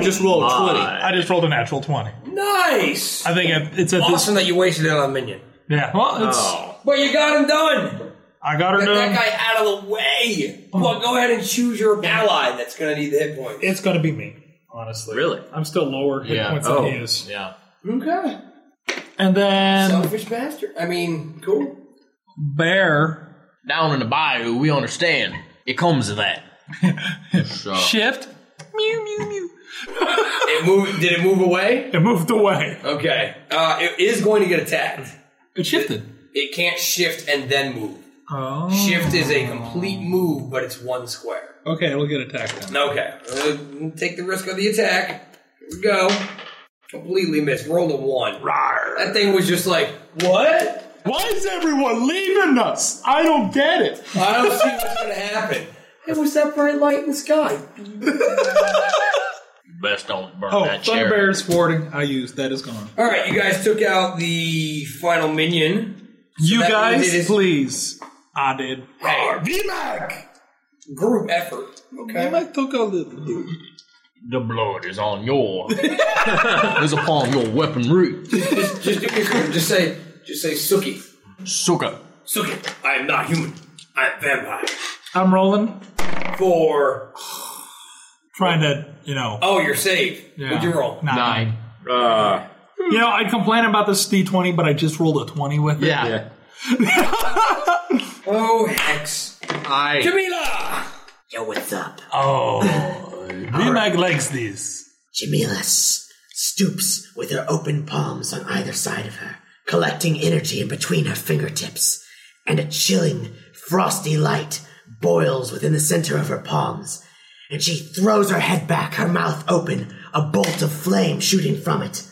Speaker 12: just rolled
Speaker 8: a
Speaker 12: my.
Speaker 8: I just rolled a natural twenty.
Speaker 12: Nice.
Speaker 8: I think it- it's at this-
Speaker 12: awesome that you wasted it on a minion.
Speaker 8: Yeah. Well, it's.
Speaker 12: Oh. But you got him done.
Speaker 8: I got her
Speaker 12: Get
Speaker 8: done.
Speaker 12: that guy out of the way. Well, go ahead and choose your ally that's going to need the hit point.
Speaker 8: It's gonna be me, honestly.
Speaker 18: Really?
Speaker 8: I'm still lower hit
Speaker 12: Yeah.
Speaker 8: points
Speaker 12: Oh.
Speaker 8: than he is.
Speaker 14: Yeah.
Speaker 12: Okay.
Speaker 8: And
Speaker 14: Um,
Speaker 8: then
Speaker 12: Selfish bastard. I mean, cool.
Speaker 8: bear
Speaker 14: down in the bayou. We understand. It comes to that. [LAUGHS] so,
Speaker 8: shift.
Speaker 12: It moved. Did it move away?
Speaker 8: It moved away.
Speaker 12: Okay. Uh, it is going to get attacked.
Speaker 8: It shifted.
Speaker 12: It can't shift and then move.
Speaker 8: Oh.
Speaker 12: Shift is a complete move, but it's one square.
Speaker 8: Okay, it'll get attacked then.
Speaker 12: Okay. Uh, take the risk of the attack. Here we go. Completely missed. Rolled a one. That thing was just like, what?
Speaker 6: Why is everyone leaving us? I don't get it.
Speaker 12: I don't
Speaker 6: Oh,
Speaker 12: see what's going to happen. It was that bright light in the sky.
Speaker 14: Best don't burn
Speaker 8: Oh,
Speaker 14: that chair.
Speaker 8: Thunderbear's warding. I used that is gone.
Speaker 12: All right, you guys took out the final minion.
Speaker 8: You
Speaker 12: That means
Speaker 8: guys,
Speaker 12: it is-
Speaker 8: please. I did.
Speaker 12: Hey, Group effort. Okay.
Speaker 8: I took a little.
Speaker 14: The blood is
Speaker 12: [LAUGHS]
Speaker 14: on your. is upon your weaponry.
Speaker 12: just, just do me a favor. Just say, just say, Suki.
Speaker 14: Suka.
Speaker 12: Suki, I am not human. I am vampire.
Speaker 8: I'm rolling,
Speaker 12: For
Speaker 8: trying to, you know.
Speaker 12: oh, you're saved.
Speaker 8: Yeah.
Speaker 12: What'd you roll?
Speaker 8: Nine.
Speaker 18: Uh,
Speaker 8: You know, I'd complain about this D20, but I just rolled a 20 with it.
Speaker 14: Yeah.
Speaker 12: [LAUGHS] oh, hex.
Speaker 13: I.
Speaker 12: Jamila!
Speaker 15: Yo, what's up? [LAUGHS]
Speaker 8: Oh. VMAG likes these.
Speaker 15: Jamila s- stoops with her open palms on either side of her, collecting energy in between her fingertips. and a chilling, frosty light boils within the center of her palms, and she throws her head back, her mouth open, a bolt of flame shooting from it.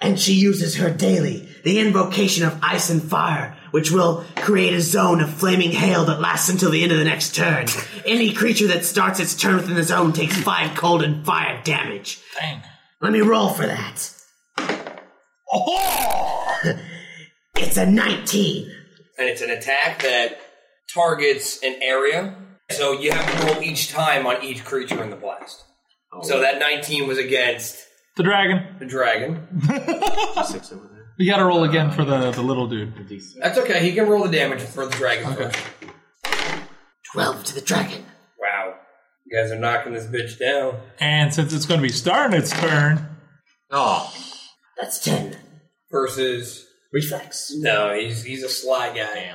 Speaker 15: And she uses her daily, the invocation of ice and fire, which will create a zone of flaming hail that lasts until the end of the next turn. Any creature that starts its turn within the zone takes five cold and fire damage. Dang. Let me roll for that. [LAUGHS] it's a 19.
Speaker 12: And it's an attack that targets an area. So you have to roll each time on each creature in the blast. So that 19 was against
Speaker 8: The dragon.
Speaker 12: the dragon.
Speaker 8: You gotta roll again for the, the little dude.
Speaker 12: That's okay. He can roll the damage for the dragon first.
Speaker 15: 12 to the dragon.
Speaker 12: Wow. You guys are knocking this bitch down.
Speaker 8: And since it's gonna be starting its turn.
Speaker 12: Oh.
Speaker 15: That's 10.
Speaker 12: Versus.
Speaker 15: Reflex.
Speaker 12: No, he's he's a sly guy.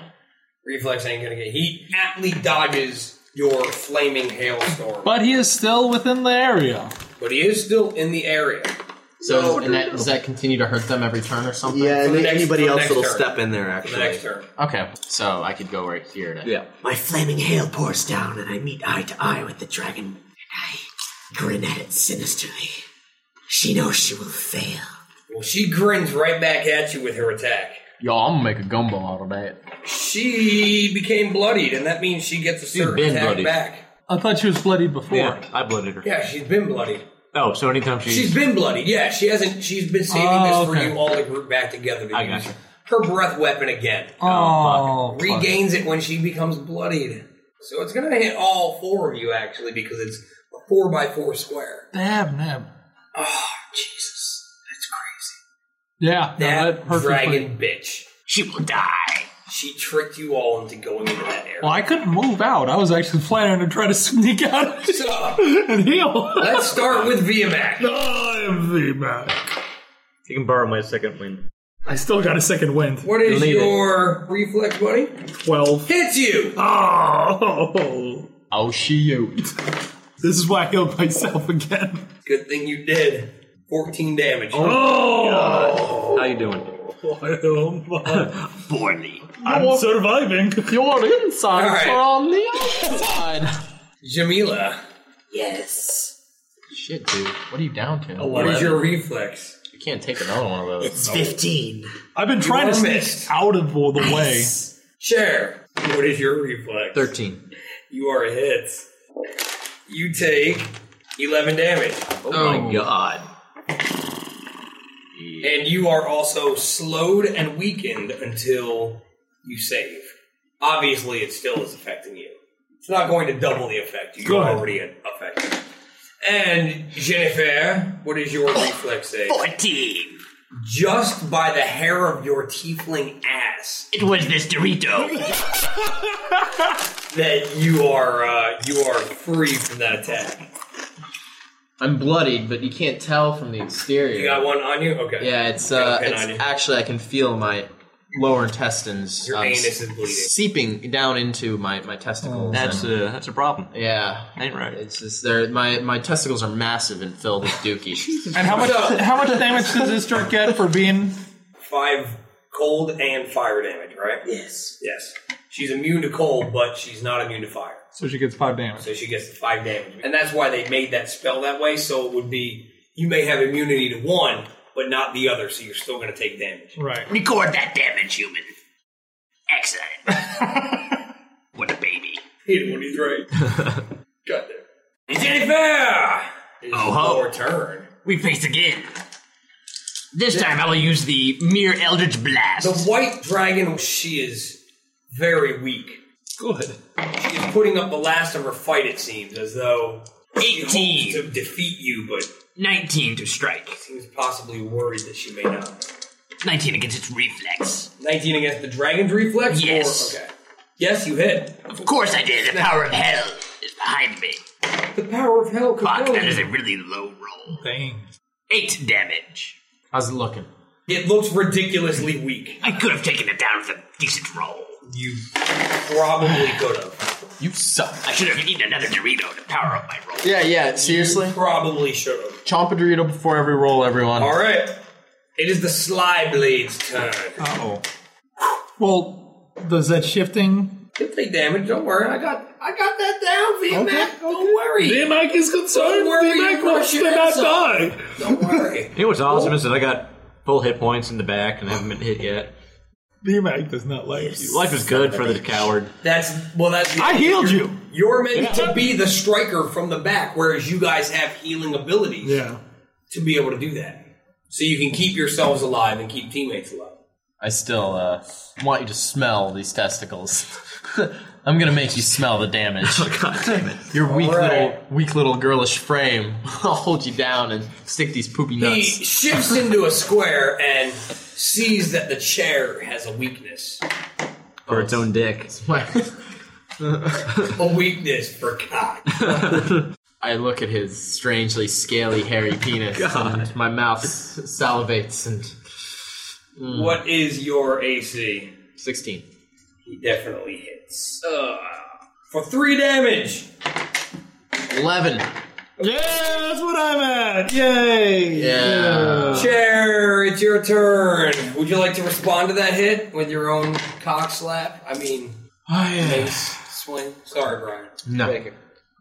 Speaker 12: Reflex ain't gonna get. He aptly dodges your flaming hailstorm.
Speaker 8: But he is still within the area.
Speaker 12: But he is still in the area.
Speaker 14: So and that, does that continue to hurt them every turn or something?
Speaker 12: Yeah, and For the next- anybody for the else next that'll turn. step
Speaker 14: in there
Speaker 12: For the next turn.
Speaker 14: Okay, so I could go right here. To, yeah.
Speaker 15: My flaming hail pours down, and I meet eye to eye with the dragon. And I grin at it sinisterly. She knows she will fail.
Speaker 12: Well, she grins right back at you with her attack.
Speaker 14: Yo, I'm gonna make a gumbo out of that.
Speaker 12: She became bloodied, and that means she gets a
Speaker 14: She's
Speaker 12: certain
Speaker 14: been
Speaker 12: attack
Speaker 14: bloodied.
Speaker 12: back.
Speaker 8: I thought she was bloodied before.
Speaker 18: Yeah, I blooded her.
Speaker 12: Yeah, she's been bloodied.
Speaker 18: Oh, so anytime she
Speaker 12: She's been bloodied. Yeah, she hasn't. She's been saving
Speaker 18: Oh,
Speaker 12: this
Speaker 18: okay.
Speaker 12: for you all to group back together. To
Speaker 18: I
Speaker 12: use.
Speaker 18: gotcha.
Speaker 12: Her breath weapon again.
Speaker 8: Oh, fuck.
Speaker 12: regains it when she becomes bloodied. So it's gonna hit all four of you actually because it's a four by four square.
Speaker 8: Damn, damn.
Speaker 12: Oh Jesus, that's crazy.
Speaker 8: Yeah, no,
Speaker 12: That
Speaker 8: that perfectly-
Speaker 12: dragon bitch. She will die. She tricked you all into going into that area.
Speaker 8: Well, I couldn't move out. I was actually planning to try to [LAUGHS] sneak out and heal.
Speaker 12: Let's start with VMAC.
Speaker 8: [LAUGHS] I am VMAC.
Speaker 18: You can borrow my second wind.
Speaker 8: I still got a second wind.
Speaker 12: What is your reflex, buddy?
Speaker 8: 12.
Speaker 12: Hits you!
Speaker 8: Oh! Oh, shoot. This is why I killed
Speaker 12: [LAUGHS]
Speaker 8: myself again.
Speaker 12: Good thing you did. Fourteen damage.
Speaker 8: Oh!
Speaker 18: How you doing?
Speaker 8: I
Speaker 12: oh
Speaker 8: am
Speaker 18: Poorly.
Speaker 8: I'm surviving.
Speaker 14: You're inside
Speaker 12: All right.
Speaker 14: for on the outside.
Speaker 12: Jamila.
Speaker 15: Yes.
Speaker 14: Shit, dude. What are you down to?
Speaker 12: Oh, What is your reflex?
Speaker 14: You can't take another one of those.
Speaker 12: It's 15.
Speaker 8: I've been
Speaker 12: You
Speaker 8: trying to
Speaker 12: are
Speaker 8: sneak
Speaker 12: missed.
Speaker 8: out of all the way.
Speaker 12: Share. What is your reflex?
Speaker 14: 13.
Speaker 12: You are a hit. You take 11 damage.
Speaker 18: Oh, my god.
Speaker 12: And you are also slowed and weakened until you save. Obviously, it still is affecting you. It's not going to double the effect. You're
Speaker 8: Good.
Speaker 12: already affected. And Jennifer, what is your reflex save?
Speaker 9: 14.
Speaker 12: Just by the hair of your tiefling ass.
Speaker 9: It was this Dorito.
Speaker 12: that you are uh, you are free from that attack.
Speaker 14: I'm bloodied, but you can't tell from the exterior.
Speaker 12: You got one on you. Okay.
Speaker 14: Yeah, it's
Speaker 12: You
Speaker 14: uh,
Speaker 12: got a pin on you.
Speaker 14: it's actually I can feel my lower intestines.
Speaker 12: Your
Speaker 14: um,
Speaker 12: anus is bleeding.
Speaker 14: seeping down into my my testicles.
Speaker 18: That's
Speaker 14: and-
Speaker 18: a that's a problem.
Speaker 14: Yeah, ain't right. It's just they're my my testicles are massive and filled with
Speaker 12: [LAUGHS]
Speaker 14: dookie.
Speaker 8: And how much
Speaker 12: So-
Speaker 8: how much damage does this jerk get for being
Speaker 12: Five cold and fire damage, right?
Speaker 15: Yes.
Speaker 12: Yes. She's immune to cold, but she's not immune to fire.
Speaker 8: So she gets five damage.
Speaker 12: So she gets the five damage. And that's why they made that spell that way, so it would be you may have immunity to one, but not the other, so you're still gonna take damage.
Speaker 8: Right.
Speaker 9: Record that damage, human. Excellent. what a baby.
Speaker 12: Hit when he's right.
Speaker 9: [LAUGHS]
Speaker 12: Got there. Is it fair? It is
Speaker 9: Oh, ho.
Speaker 12: your turn.
Speaker 9: We face again. This time I will use the Mere Eldritch Blast.
Speaker 12: The white dragon, oh, she is very weak. Good. She is putting up the last of her fight, it seems, as though eighteen to defeat you, but
Speaker 9: nineteen to strike.
Speaker 12: Seems possibly worried that she may not.
Speaker 9: 19 against its reflex.
Speaker 12: Nineteen against the dragon's reflex.
Speaker 9: Yes.
Speaker 12: Or, okay. Yes, you hit.
Speaker 9: Of course I did. The power of hell is behind me.
Speaker 12: The power of hell.
Speaker 9: Fuck, that is a really low roll.
Speaker 8: Dang.
Speaker 9: Eight damage.
Speaker 14: How's it looking?
Speaker 12: It looks ridiculously weak.
Speaker 9: I could have taken it down with a decent roll.
Speaker 12: You probably could have.
Speaker 14: You suck.
Speaker 9: I should have eaten another Dorito to power up my roll.
Speaker 14: Yeah, yeah. Seriously.
Speaker 12: probably should have.
Speaker 14: Chomp a Dorito before every roll, everyone.
Speaker 12: All right. It is the Sly Blade's turn.
Speaker 14: Uh oh.
Speaker 8: Well, Does that shifting?
Speaker 12: If they damage, don't worry. I got I got that down, V-Mac. Don't worry.
Speaker 6: V-Mac is concerned.
Speaker 12: Don't worry,
Speaker 6: V-Mac
Speaker 12: you brush
Speaker 6: wants to
Speaker 12: your
Speaker 6: not
Speaker 12: ass off. Don't worry.
Speaker 18: You know what's awesome is that I got full hit points in the back and haven't been hit yet.
Speaker 8: D-Mac does not like you.
Speaker 18: Life is good for the coward.
Speaker 12: That's well. That's
Speaker 8: I healed you.
Speaker 12: You're meant
Speaker 8: Yeah.
Speaker 12: to be the striker from the back, whereas you guys have healing abilities
Speaker 8: Yeah.
Speaker 12: to be able to do that. So you can keep yourselves alive and keep teammates alive.
Speaker 14: I still uh, want you to smell these testicles. [LAUGHS] I'm gonna make you smell the [LAUGHS] damage. Oh, God damn it! Your weak little, weak little girlish frame. [LAUGHS] I'll hold you down and stick these poopy
Speaker 12: He
Speaker 14: nuts.
Speaker 12: shifts into a square and sees that the chair has a weakness.
Speaker 18: Or its own dick.
Speaker 12: a weakness for cock.
Speaker 14: [LAUGHS] I look at his strangely scaly, hairy penis, and my mouth s- salivates. And Mm.
Speaker 12: What is your AC?
Speaker 14: 16.
Speaker 12: He definitely hits. Ugh. for three damage!
Speaker 14: 11.
Speaker 12: Yeah, that's what I'm at!
Speaker 8: Yay!
Speaker 14: Yeah.
Speaker 12: Chair, it's your turn. Would you like to respond to that hit with your own cock slap? I mean,
Speaker 14: Oh, yeah.
Speaker 12: mace swing. Sorry, Brian.
Speaker 14: No,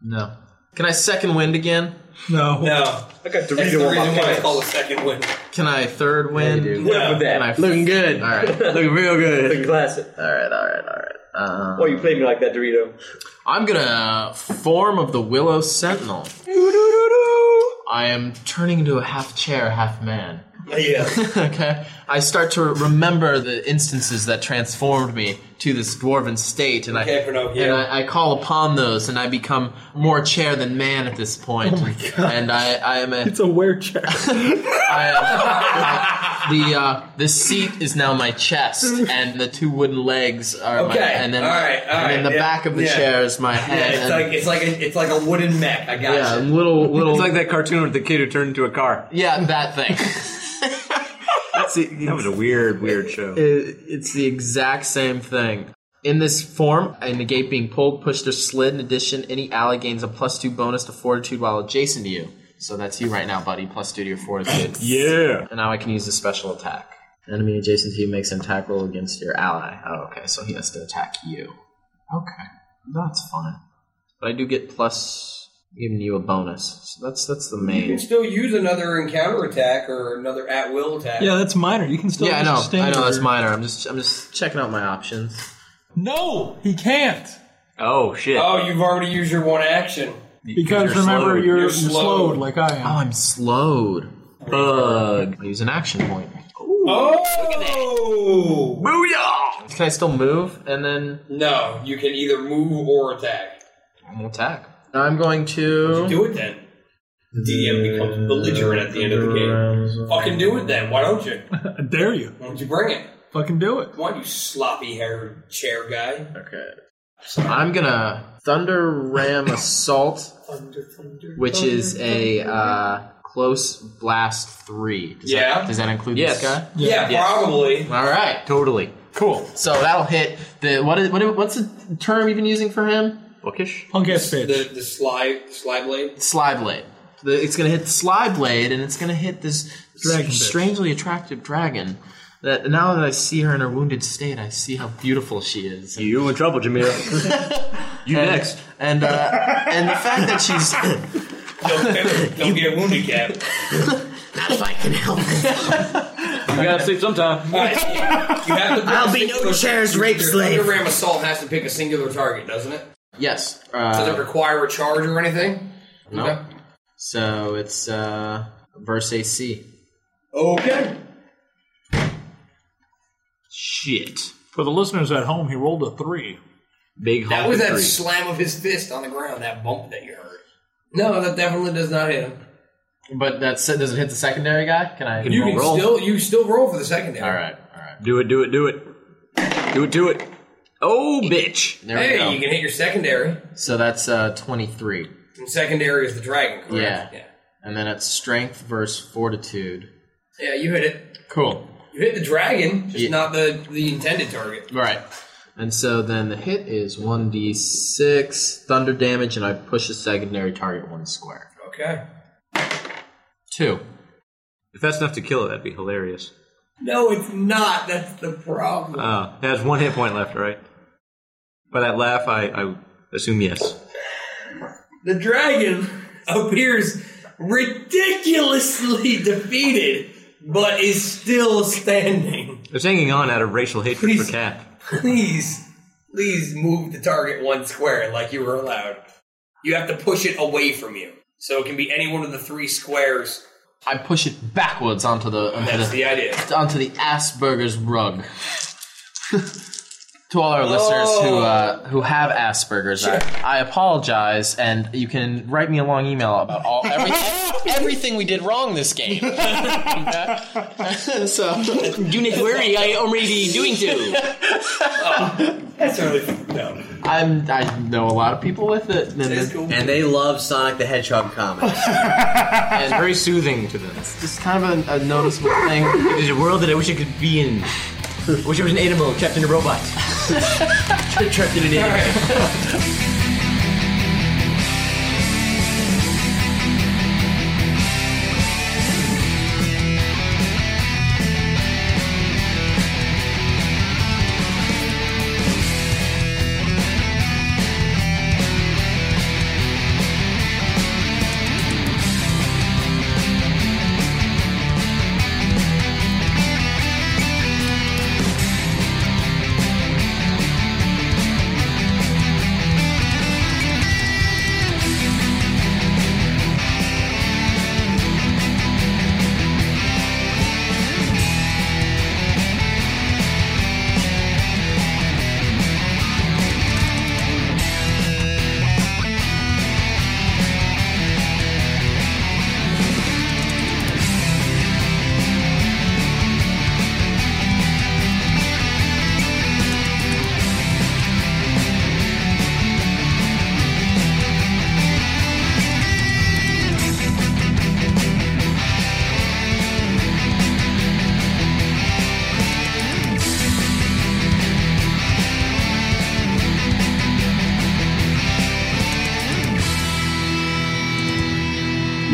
Speaker 14: no. Can I second wind again?
Speaker 8: No,
Speaker 12: no. I got
Speaker 14: Dorito
Speaker 12: That's the
Speaker 14: on my
Speaker 12: reason why I
Speaker 14: pants.
Speaker 12: call a second win.
Speaker 14: Can I third win?
Speaker 12: you do. What up with that?
Speaker 14: Can I- Looking good. All
Speaker 18: [LAUGHS]
Speaker 14: right, looking real good. Looking
Speaker 18: classic.
Speaker 14: All right, all right, all right. Um,
Speaker 18: Well, you played me like that, Dorito.
Speaker 14: I'm gonna form of the Willow Sentinel. I am turning into a half chair, half man.
Speaker 12: Yeah.
Speaker 14: [LAUGHS] okay. I start to remember the instances that transformed me to this dwarven state, and
Speaker 12: Okay,
Speaker 14: I
Speaker 12: Pinocchio.
Speaker 14: and I, I call upon those, and I become more chair than man at this point.
Speaker 8: Oh my God.
Speaker 14: And I, I am a
Speaker 8: It's a
Speaker 14: [LAUGHS]
Speaker 8: wear check.
Speaker 14: the uh, the seat is now my chest, and the two wooden legs are my,
Speaker 12: Okay,
Speaker 14: and then
Speaker 12: alright, alright,
Speaker 14: and then the
Speaker 12: yeah,
Speaker 14: back of the
Speaker 12: yeah.
Speaker 14: chair is my head.
Speaker 12: Yeah, it's like it's like a, it's like a wooden mech. I got
Speaker 14: Yeah,
Speaker 12: you.
Speaker 14: little little.
Speaker 18: It's like that cartoon with the kid who turned into a car.
Speaker 14: Yeah, that thing.
Speaker 18: That's the, that was a weird, weird show.
Speaker 14: It- it's the exact same thing. In this form, I negate being pulled, pushed, or slid. In addition, any ally gains a plus two bonus to fortitude while adjacent to you. So that's you right now, buddy. Plus two to your fortitude.
Speaker 18: yeah.
Speaker 14: And now I can use the special attack. Enemy adjacent to you makes an attack roll against your ally. Oh, okay. So he has to attack you. Okay, that's fine. But I do get plus, giving you a bonus. So that's that's the
Speaker 12: You
Speaker 14: main.
Speaker 12: can still use another encounter attack or another at will attack.
Speaker 8: Yeah, that's minor. You can still.
Speaker 14: yeah, I
Speaker 8: use your
Speaker 14: know. I
Speaker 8: standard.
Speaker 14: know that's minor. I'm just I'm just checking out my options.
Speaker 8: No, he can't.
Speaker 18: Oh shit!
Speaker 12: Oh, you've already used your one action.
Speaker 8: Because remember, you're, you're slowed. like I am.
Speaker 14: Oh, I'm slowed. Bug. I use an action point.
Speaker 12: Oh!
Speaker 14: Booyah! Can I still move? And then
Speaker 12: No, you can either move or attack.
Speaker 14: I'm gonna attack. I'm going to
Speaker 12: Do it then. The DM becomes belligerent at the end of the game. Fucking do it then. Why don't you?
Speaker 8: I [LAUGHS] dare you.
Speaker 12: Why don't you bring it?
Speaker 8: Fucking do it.
Speaker 12: Why you sloppy haired chair guy?
Speaker 14: Okay. I'm gonna thunder
Speaker 12: [LAUGHS]
Speaker 14: ram assault, which is a uh, close blast three. Does
Speaker 12: Yeah.
Speaker 14: That, does that include
Speaker 12: Yes.
Speaker 14: this guy?
Speaker 12: Yeah,
Speaker 14: Yes.
Speaker 12: probably.
Speaker 14: All right. Totally. Cool. So that'll hit the what is what, is- what's the term you've been using for him? Bookish.
Speaker 8: Punk ass
Speaker 12: The the sly sly blade.
Speaker 14: Sly Blade. The, it's going to hit Sly Blade, and it's going to hit this
Speaker 12: Dragon
Speaker 14: s-
Speaker 12: bitch.
Speaker 14: strangely attractive dragon. That now that I see her in her wounded state, I see how beautiful she is. You in trouble, [LAUGHS] Jamila. you next. And uh, and the fact that [LAUGHS] she's
Speaker 12: Don't, don't get wounded, Cap.
Speaker 14: not if I can help.
Speaker 18: You gotta sleep sometime.
Speaker 12: You have to pick
Speaker 15: I'll
Speaker 12: a
Speaker 15: be no
Speaker 12: singular-
Speaker 15: chair's
Speaker 12: your-
Speaker 15: rape
Speaker 12: your
Speaker 15: slave.
Speaker 12: Thunder Ram Assault has to pick a singular target, doesn't it?
Speaker 14: Yes.
Speaker 12: Does
Speaker 14: Uh,
Speaker 12: it require a charge or anything?
Speaker 14: no. So it's uh, verse AC.
Speaker 12: Okay.
Speaker 14: Shit.
Speaker 8: For the listeners at home, he rolled a three.
Speaker 14: Big
Speaker 12: That was that slam of his fist on the ground, that bump that you heard. No, that definitely does not hit him.
Speaker 14: But that se- does it hit the secondary guy? Can I?
Speaker 12: you can still you still roll for the secondary.
Speaker 14: All right.
Speaker 18: Do it, do it, do it. Do it, do it. Oh, bitch.
Speaker 14: There
Speaker 12: hey,
Speaker 14: we go.
Speaker 12: you can hit your secondary.
Speaker 14: So that's uh, twenty three.
Speaker 12: And secondary is the dragon,
Speaker 14: Yeah.
Speaker 12: correct?
Speaker 14: And then it's strength versus fortitude.
Speaker 12: Yeah. Yeah, you hit it.
Speaker 14: Cool.
Speaker 12: You hit the dragon, just
Speaker 14: Yeah.
Speaker 12: not the the intended target.
Speaker 14: Right. And so then the hit is 1d6 thunder damage, and I push a secondary target one square.
Speaker 12: Okay.
Speaker 14: Two.
Speaker 18: If that's enough to kill it, that'd be hilarious.
Speaker 12: No, it's not. That's the problem.
Speaker 18: Uh,
Speaker 11: Oh, it has one hit point left, right? By that laugh, I, I assume yes.
Speaker 12: The dragon appears ridiculously defeated, but is still standing.
Speaker 11: It's hanging on out of racial hatred for Cap.
Speaker 12: [LAUGHS] Please, please move the target one square like you were allowed. You have to push it away from you. So it can be any one of the three squares.
Speaker 14: I push it backwards onto the onto
Speaker 12: That's the idea.
Speaker 14: onto the Asperger's rug. [LAUGHS] to all our listeners who
Speaker 11: Oh.
Speaker 14: uh, who have Asperger's, I, I apologize, and you can write me a long email about all
Speaker 11: [LAUGHS]
Speaker 14: everything everything we did wrong this game.
Speaker 10: [LAUGHS] so,
Speaker 14: do not worry, I already doing too. [LAUGHS]
Speaker 12: That's really no.
Speaker 14: I'm I know a lot of people with it, and,
Speaker 15: and they love Sonic the Hedgehog comics.
Speaker 14: and
Speaker 11: very soothing to them.
Speaker 14: It's kind of a, a noticeable thing.
Speaker 11: It is a world that I wish I could be in. I wish I was an animal trapped in a robot.
Speaker 14: [LAUGHS]
Speaker 15: Trapped in an animal.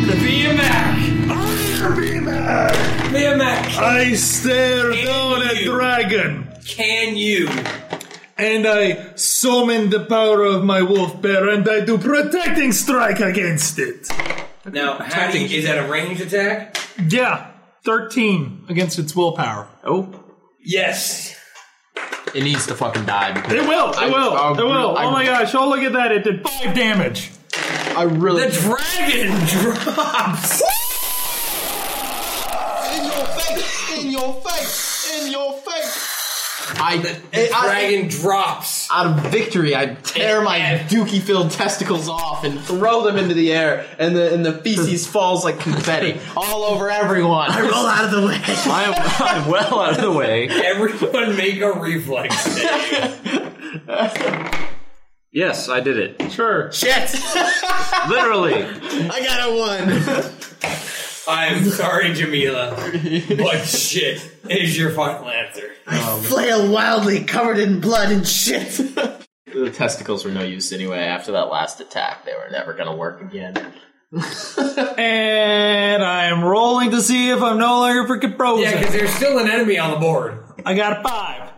Speaker 12: The BMAC! BMAC!
Speaker 8: I stare down at dragon.
Speaker 12: Can you?
Speaker 8: And I summon the power of my wolf bear, and I do protecting strike against it.
Speaker 12: Now, how do you, is that a ranged attack? [LAUGHS]
Speaker 8: Yeah, thirteen against its willpower.
Speaker 14: Oh,
Speaker 12: Yes.
Speaker 14: it needs to fucking die. Because
Speaker 8: It will. It
Speaker 14: I-
Speaker 8: will.
Speaker 14: I-
Speaker 8: it will.
Speaker 14: I-
Speaker 8: oh my gosh! Oh look at that! It did five damage.
Speaker 14: I really.
Speaker 12: The dragon drops.
Speaker 10: [LAUGHS] in your face! In your face! In your face!
Speaker 14: I
Speaker 10: the
Speaker 12: dragon drops
Speaker 14: out of victory. I tear my dookie-filled testicles off and throw them into the air, and the and the feces falls like confetti all over everyone.
Speaker 15: I roll out of the way.
Speaker 14: [LAUGHS] I am I'm well out of the way.
Speaker 12: Everyone make a [LAUGHS] reflex.
Speaker 11: Yes, I did it.
Speaker 14: Sure.
Speaker 15: Shit!
Speaker 11: Literally.
Speaker 15: I got a one.
Speaker 12: I'm sorry, Jamila, [LAUGHS] but shit is your final answer.
Speaker 15: Um, Flail wildly, covered in blood and shit. [LAUGHS]
Speaker 14: The testicles were no use anyway. After that last attack, they were never gonna work again.
Speaker 8: [LAUGHS] and I'm rolling to see if I'm no longer freaking frozen.
Speaker 12: Yeah, because there's still an enemy on the board.
Speaker 8: I got a five.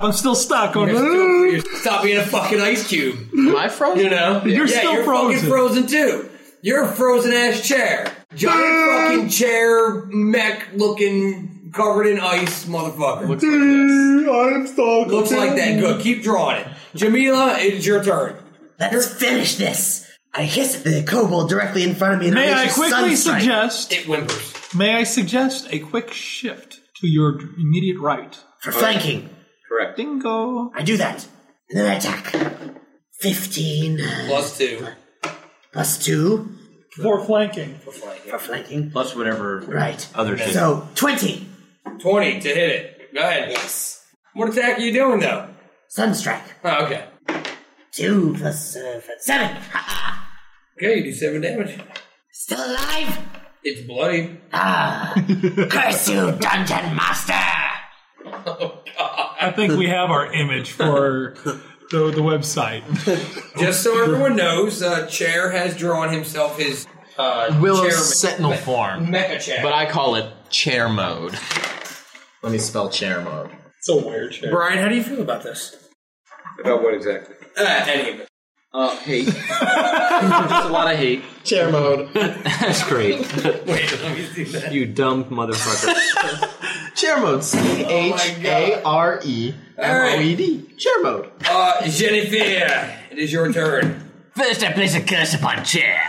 Speaker 8: I'm still stuck. Going, [LAUGHS]
Speaker 12: Stop being a fucking ice cube. Am
Speaker 14: I frozen?
Speaker 12: You know?
Speaker 8: You're
Speaker 12: yeah,
Speaker 8: still
Speaker 12: you're fucking
Speaker 8: frozen.
Speaker 12: frozen too. You're a frozen ass chair. Giant fucking chair, mech looking, covered in ice, motherfucker. Looks like
Speaker 8: I'm stuck.
Speaker 12: Looks like that. Good. Keep drawing it. Jamila, it's your turn.
Speaker 15: Let's finish this. I hiss at the kobold directly in front of me. And
Speaker 8: May
Speaker 15: unleash
Speaker 8: I
Speaker 15: a sun
Speaker 8: quickly
Speaker 15: strike.
Speaker 8: suggest?
Speaker 12: It whimpers.
Speaker 8: May I suggest a quick shift to your immediate right
Speaker 15: for flanking?
Speaker 11: Correct.
Speaker 8: Dingo.
Speaker 15: I do that, and then I attack. Fifteen
Speaker 12: plus two.
Speaker 15: Plus two
Speaker 8: for flanking.
Speaker 12: For flanking.
Speaker 15: For flanking.
Speaker 11: Plus whatever
Speaker 15: right.
Speaker 11: other shit.
Speaker 15: So twenty.
Speaker 12: Twenty to hit it. Go ahead.
Speaker 15: Yes.
Speaker 12: What attack are you doing though?
Speaker 15: Sunstrike.
Speaker 12: Oh, okay.
Speaker 15: Two plus uh, seven.
Speaker 12: Okay, you do seven damage.
Speaker 15: Still alive?
Speaker 12: It's bloody. [LAUGHS]
Speaker 15: [LAUGHS] Ah, curse you, dungeon master!
Speaker 8: I think we have our image for
Speaker 14: [LAUGHS]
Speaker 8: the, the website.
Speaker 12: Just so everyone knows, uh, Chair has drawn himself his uh,
Speaker 14: Willow
Speaker 12: chair
Speaker 14: Sentinel form,
Speaker 12: mecha chair.
Speaker 14: but I call it chair mode. Let me spell chair mode.
Speaker 8: It's a weird chair.
Speaker 12: Brian, how do you feel about this?
Speaker 14: About what exactly?
Speaker 12: Uh, any of it.
Speaker 11: Uh,
Speaker 14: [LAUGHS]
Speaker 11: hate. Just a lot of hate.
Speaker 14: Chair mode.
Speaker 11: That's great. Wait, let me see that. You dumb motherfucker.
Speaker 14: [LAUGHS] Chair mode. C H A
Speaker 12: Oh
Speaker 14: R E M O E D. Chair mode.
Speaker 12: Uh, Jennifer, it is your turn.
Speaker 9: First, I place a curse upon
Speaker 12: [LAUGHS]
Speaker 9: chair.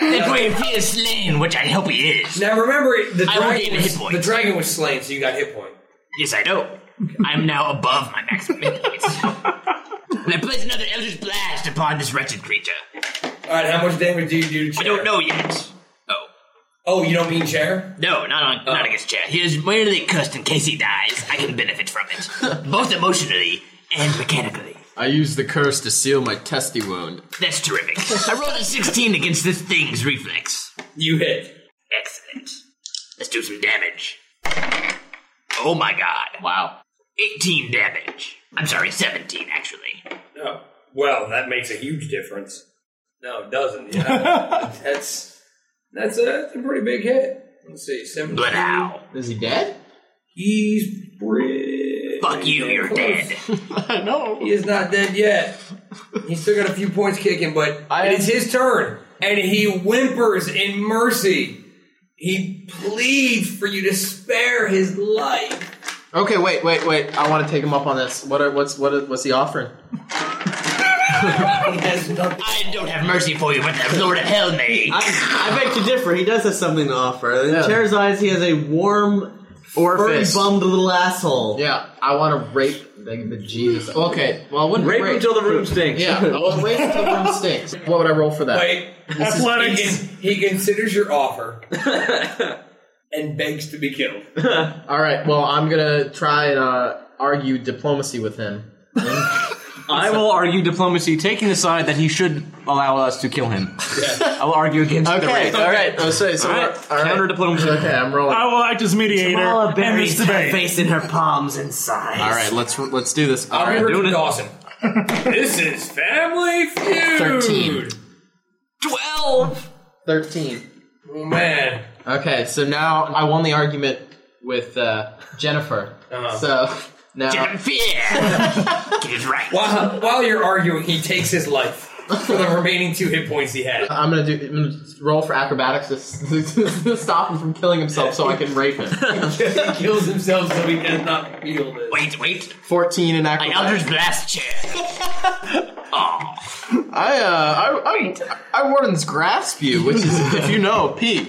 Speaker 9: that way, if he is slain, which I hope he is,
Speaker 12: now remember the
Speaker 9: I will
Speaker 12: dragon.
Speaker 9: gain a hit
Speaker 12: Was,
Speaker 9: point.
Speaker 12: the dragon was slain, so you got hit point.
Speaker 9: Yes, I know. I'm now above my maximum hit points. and I place another Eldritch Blast upon this wretched creature.
Speaker 12: All right, how much damage do you do? to Chair? I don't know
Speaker 9: yet.
Speaker 12: Oh, you don't mean chair? Oh.
Speaker 9: No, not on, not against chair. He is merely cursed in case he dies. I can benefit from
Speaker 12: [LAUGHS]
Speaker 9: it, both emotionally and mechanically.
Speaker 14: I use the curse to seal my testy wound.
Speaker 9: That's terrific. I rolled a 16 against this thing's reflex.
Speaker 12: You hit.
Speaker 9: Excellent. Let's do some damage. Oh my god.
Speaker 14: Wow.
Speaker 9: 18 damage. I'm sorry, 17 actually.
Speaker 12: No. Well, that makes a huge difference. No, it doesn't. Yeah, that's that's a, that's a pretty big hit. Let's see, seventeen.
Speaker 9: But how?
Speaker 14: Is he dead?
Speaker 12: He's pretty.
Speaker 9: Fuck you, you're dead.
Speaker 12: I know. He is not dead yet. He's still got a few points kicking, but it's his turn, and he whimpers in mercy. He pleads for you to spare his life.
Speaker 14: Okay, wait, wait, wait. I want to take him up on this. What are, what's what are, what's he offering?
Speaker 9: I don't have mercy for you, but the Lord of Hell may.
Speaker 13: I beg to differ. He does have something to offer. In Chair's eyes, he has a warm, furry
Speaker 14: fist.
Speaker 13: bummed little asshole.
Speaker 14: Yeah, I want to rape the, the Jesus. Okay, well, I wouldn't
Speaker 13: Rape
Speaker 14: rape,
Speaker 13: him till the room stinks.
Speaker 14: Yeah, well, wait until the room stinks. What would I roll for that?
Speaker 12: Wait, athletics. He, he considers your offer and begs to be killed.
Speaker 14: All right. Well, I'm gonna try and uh, argue diplomacy with him.
Speaker 18: I will argue diplomacy, taking the side that he should allow us to kill him. I will argue against the
Speaker 14: Okay,
Speaker 18: rape.
Speaker 14: all right. Oh, so- so
Speaker 18: all right.
Speaker 14: we're- all right.
Speaker 18: Counter diplomacy.
Speaker 14: Okay, I'm rolling.
Speaker 18: I
Speaker 8: will act as mediator.
Speaker 14: Kamala
Speaker 8: buries
Speaker 14: her face in her
Speaker 8: palms and sighs.
Speaker 14: All right, let's let's do this. All
Speaker 12: I'll
Speaker 14: right,
Speaker 12: be Richard
Speaker 14: doing it.
Speaker 12: Dawson. this is Family Feud.
Speaker 14: 13.
Speaker 9: 12.
Speaker 14: 13.
Speaker 12: Oh, man.
Speaker 14: Okay, so now I won the argument with uh, Jennifer.
Speaker 12: Uh-huh.
Speaker 14: So now [LAUGHS]
Speaker 9: Get it right.
Speaker 12: While, while you're arguing, he takes his life for the remaining two hit points he had.
Speaker 14: I'm gonna do I'm gonna roll for acrobatics to, s- to stop him from killing himself, so I can rape him.
Speaker 12: [LAUGHS] he kills himself so he cannot feel this.
Speaker 9: Wait, wait.
Speaker 14: Fourteen in
Speaker 9: My
Speaker 14: acrobatics.
Speaker 9: Eldritch
Speaker 12: [LAUGHS]
Speaker 9: Blast chair.
Speaker 14: I, uh, I, I, I
Speaker 12: [LAUGHS]
Speaker 14: Warden's grasp you, which is, if you know, P.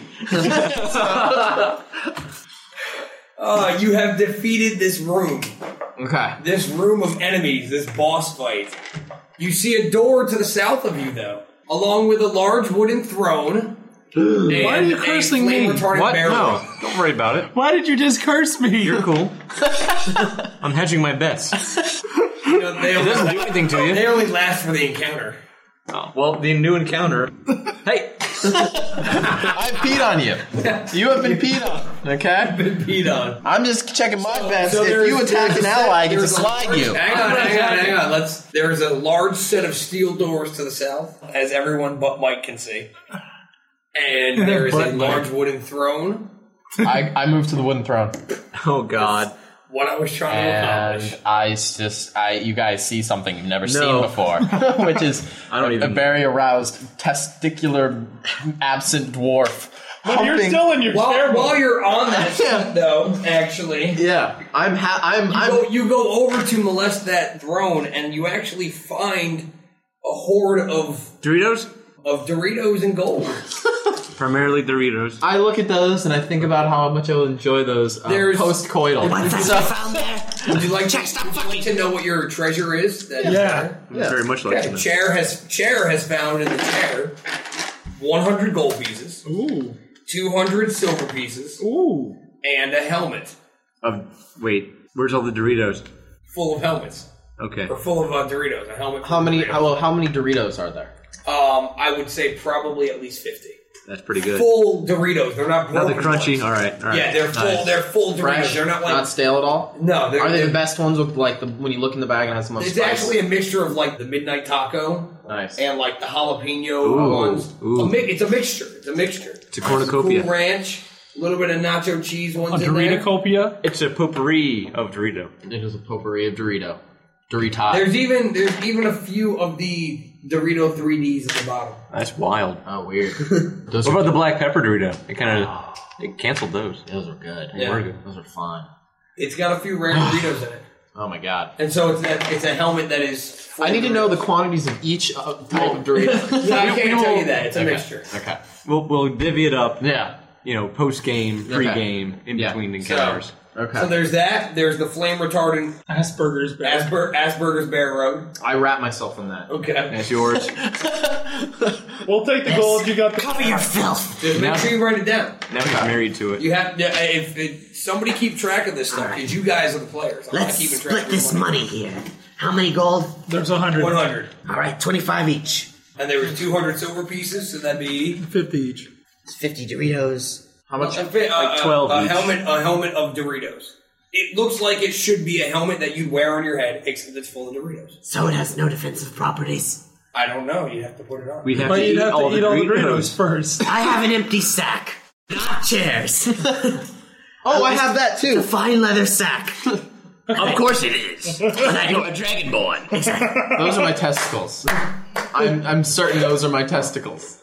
Speaker 12: Uh, you have defeated this room.
Speaker 14: Okay.
Speaker 12: This room of enemies, this boss fight. You see a door to the south of you, though, along with a large wooden throne.
Speaker 6: Why are you
Speaker 12: and a
Speaker 6: cursing me?
Speaker 12: flame-retardant barrel.
Speaker 18: Don't worry about it.
Speaker 6: Why did you just curse me? You're
Speaker 18: cool. I'm hedging my bets.
Speaker 12: You know, they
Speaker 18: It
Speaker 12: only-
Speaker 18: doesn't do anything to you.
Speaker 12: They only last for the encounter.
Speaker 18: Oh, well, the new encounter.
Speaker 14: I peed on you. You have been peed on. Okay.
Speaker 12: Been peed on.
Speaker 14: I'm just checking my best.
Speaker 12: So
Speaker 14: if
Speaker 12: there's-
Speaker 14: you attack
Speaker 12: there's
Speaker 14: an
Speaker 12: a set-
Speaker 14: ally, I get to
Speaker 12: there's a
Speaker 14: slide
Speaker 12: large-
Speaker 14: you.
Speaker 12: Hang on, hang on, hang on. Let's. There's a large set of steel doors to the south, as everyone but Mike can see, [LAUGHS] and there is a
Speaker 14: But Mike.
Speaker 12: large wooden throne.
Speaker 14: I, I moved to the wooden throne. Oh God.
Speaker 12: What I was trying to accomplish.
Speaker 14: And I just, I, you guys see something you've never
Speaker 12: No. [LAUGHS]
Speaker 14: seen before, which is I don't even a very aroused, testicular, absent dwarf. humping-
Speaker 12: while, While you're on
Speaker 14: [LAUGHS]
Speaker 12: that set, though, actually,
Speaker 14: yeah, I'm. Ha- I'm.
Speaker 12: You, Go, you go over to molest that throne, and you actually find a horde of
Speaker 18: Doritos.
Speaker 12: Of Doritos and gold.
Speaker 18: Primarily Doritos.
Speaker 14: I look at those and I think about how much I will enjoy those um,
Speaker 12: There's-
Speaker 14: post-coital. So-
Speaker 12: Would you like to, would you like to know what your treasure is? That is there?
Speaker 18: I'd Very much like
Speaker 12: Okay,
Speaker 18: to know.
Speaker 12: chair has chair has found in the chair 100 gold pieces, ooh, 200 silver pieces, ooh, and a helmet
Speaker 18: Of wait, where's all the Doritos?
Speaker 12: full of helmets
Speaker 18: Okay.
Speaker 12: or full of uh, Doritos. A helmet.
Speaker 14: how many? uh, Well, how many Doritos are there?
Speaker 12: Um, I would say probably at least 50
Speaker 18: That's pretty good.
Speaker 12: full Doritos. They're not
Speaker 18: Not the
Speaker 12: broken
Speaker 18: crunchy.
Speaker 12: ones.
Speaker 18: All right. All right.
Speaker 12: Yeah, they're full.
Speaker 14: Nice.
Speaker 12: They're full Doritos.
Speaker 14: Fresh,
Speaker 12: They're not like
Speaker 14: not stale at all.
Speaker 12: No, they're,
Speaker 14: are they the best ones with like the when you look in the bag and it has the most
Speaker 12: It's
Speaker 14: spice?
Speaker 12: actually a mixture of like the midnight taco
Speaker 14: Nice.
Speaker 12: and like the jalapeno
Speaker 14: Ooh,
Speaker 12: ones.
Speaker 14: ooh.
Speaker 12: A mi- it's a mixture. It's a mixture.
Speaker 14: It's a cornucopia.
Speaker 12: Cool ranch, a little bit of nacho cheese ones in there.
Speaker 6: Doritocopia.
Speaker 14: It's a potpourri of Dorito. It is a potpourri of Dorito. Dorita.
Speaker 12: There's even there's even a few of the Dorito 3Ds at the bottom.
Speaker 11: That's wild.
Speaker 12: [LAUGHS]
Speaker 14: Oh, weird.
Speaker 11: what about the black pepper Dorito? It kind of it canceled those.
Speaker 14: Ah. Those were good.
Speaker 11: They were good.
Speaker 14: Those are fun.
Speaker 12: It's got a few
Speaker 14: [SIGHS]
Speaker 12: random Doritos in it,
Speaker 14: Oh my god.
Speaker 12: and so it's a, it's a helmet that is.
Speaker 14: I need to know the quantities of each uh, type of Dorito.
Speaker 12: Yeah, I
Speaker 14: [LAUGHS] We- we
Speaker 12: can't tell
Speaker 14: will-
Speaker 12: you that. It's a
Speaker 14: Okay.
Speaker 12: mixture.
Speaker 14: Okay.
Speaker 11: We'll we'll divvy it up.
Speaker 14: Yeah.
Speaker 11: You know, post game,
Speaker 12: Okay.
Speaker 11: pre game, in between encounters.
Speaker 12: So there's that. There's the flame retardant
Speaker 6: Asperger's
Speaker 12: Bear. Asper, Asperger's Bear Road.
Speaker 14: I wrap myself in that.
Speaker 12: Okay. [LAUGHS]
Speaker 14: That's yours.
Speaker 6: We'll take the gold. You got the
Speaker 12: cover your filth. Just make sure you write it down.
Speaker 11: Now he's married to it.
Speaker 12: You have yeah, if, if somebody keep track of this stuff because you guys are the players. I'm
Speaker 15: Let's
Speaker 12: not keeping track
Speaker 15: split
Speaker 12: of
Speaker 15: this money here. How many gold?
Speaker 6: There's a hundred.
Speaker 12: One hundred.
Speaker 15: All right, twenty-five each.
Speaker 12: And there was 200 silver pieces, so that'd be
Speaker 6: 50 each.
Speaker 15: It's fifty Doritos.
Speaker 14: How
Speaker 12: a, fi- a- a- a helmet, a helmet of Doritos. It looks like it should be a helmet that you wear on your head, except it's full of Doritos.
Speaker 15: So it has no defensive properties.
Speaker 12: I don't know. You have to put it on.
Speaker 15: We'd have But to you'd eat have to all the eat all the Doritos. Doritos [LAUGHS]
Speaker 6: first.
Speaker 15: I have an empty sack. Not Ah, [LAUGHS] chairs.
Speaker 9: Oh, I have that too.
Speaker 15: It's a fine leather
Speaker 14: [LAUGHS]
Speaker 15: sack. [LAUGHS]
Speaker 9: Of course it is. But I know a dragonborn.
Speaker 14: Those are my testicles. I'm, I'm certain those are my testicles.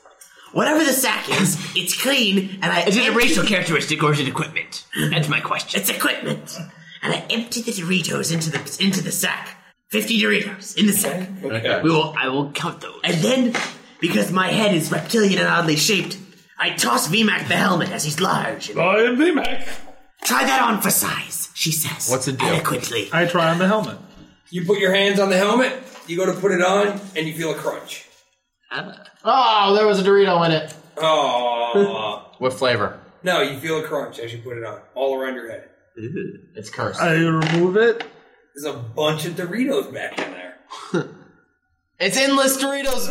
Speaker 9: Whatever the sack is, it's clean, and I. Is it a racial characteristic or is it equipment? That's my question.
Speaker 15: It's equipment. And I empty the Doritos into the into the sack. Fifty Doritos in the sack.
Speaker 9: Okay.
Speaker 15: We will. I will count those. And then, because my head is reptilian and oddly shaped, I toss VMAC the helmet as he's large. And
Speaker 6: I am VMAC.
Speaker 15: Try that on for size, she says. What's it do? Eloquently.
Speaker 6: I try on the helmet.
Speaker 12: You put your hands on the helmet. You go to put it on, and you feel a crunch.
Speaker 22: Oh, there was a Dorito in it.
Speaker 12: Oh
Speaker 14: What flavor?
Speaker 12: no! You feel a crunch as you put it on, all around your head.
Speaker 14: It's cursed.
Speaker 6: I remove it.
Speaker 12: There's a bunch of Doritos back in there.
Speaker 22: It's endless
Speaker 14: [LAUGHS]
Speaker 22: Doritos.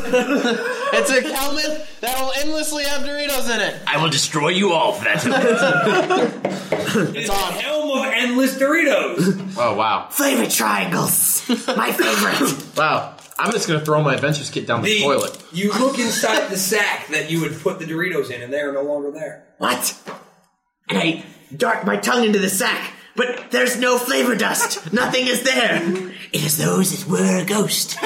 Speaker 22: it's a helmet that will endlessly have Doritos in it.
Speaker 9: I will destroy you all for that.
Speaker 12: It's on helm of endless Doritos.
Speaker 14: [LAUGHS] Oh, wow.
Speaker 15: Flavor
Speaker 14: [LAUGHS]
Speaker 15: triangles. My favorite.
Speaker 14: Wow. I'm just going to throw my adventures kit down the,
Speaker 12: The-
Speaker 14: toilet.
Speaker 12: You look inside the sack that you would put the Doritos in, and they are no longer there.
Speaker 15: What? And I dart my tongue into the sack, but there's no flavor dust. Nothing is there. It is those that were a ghost.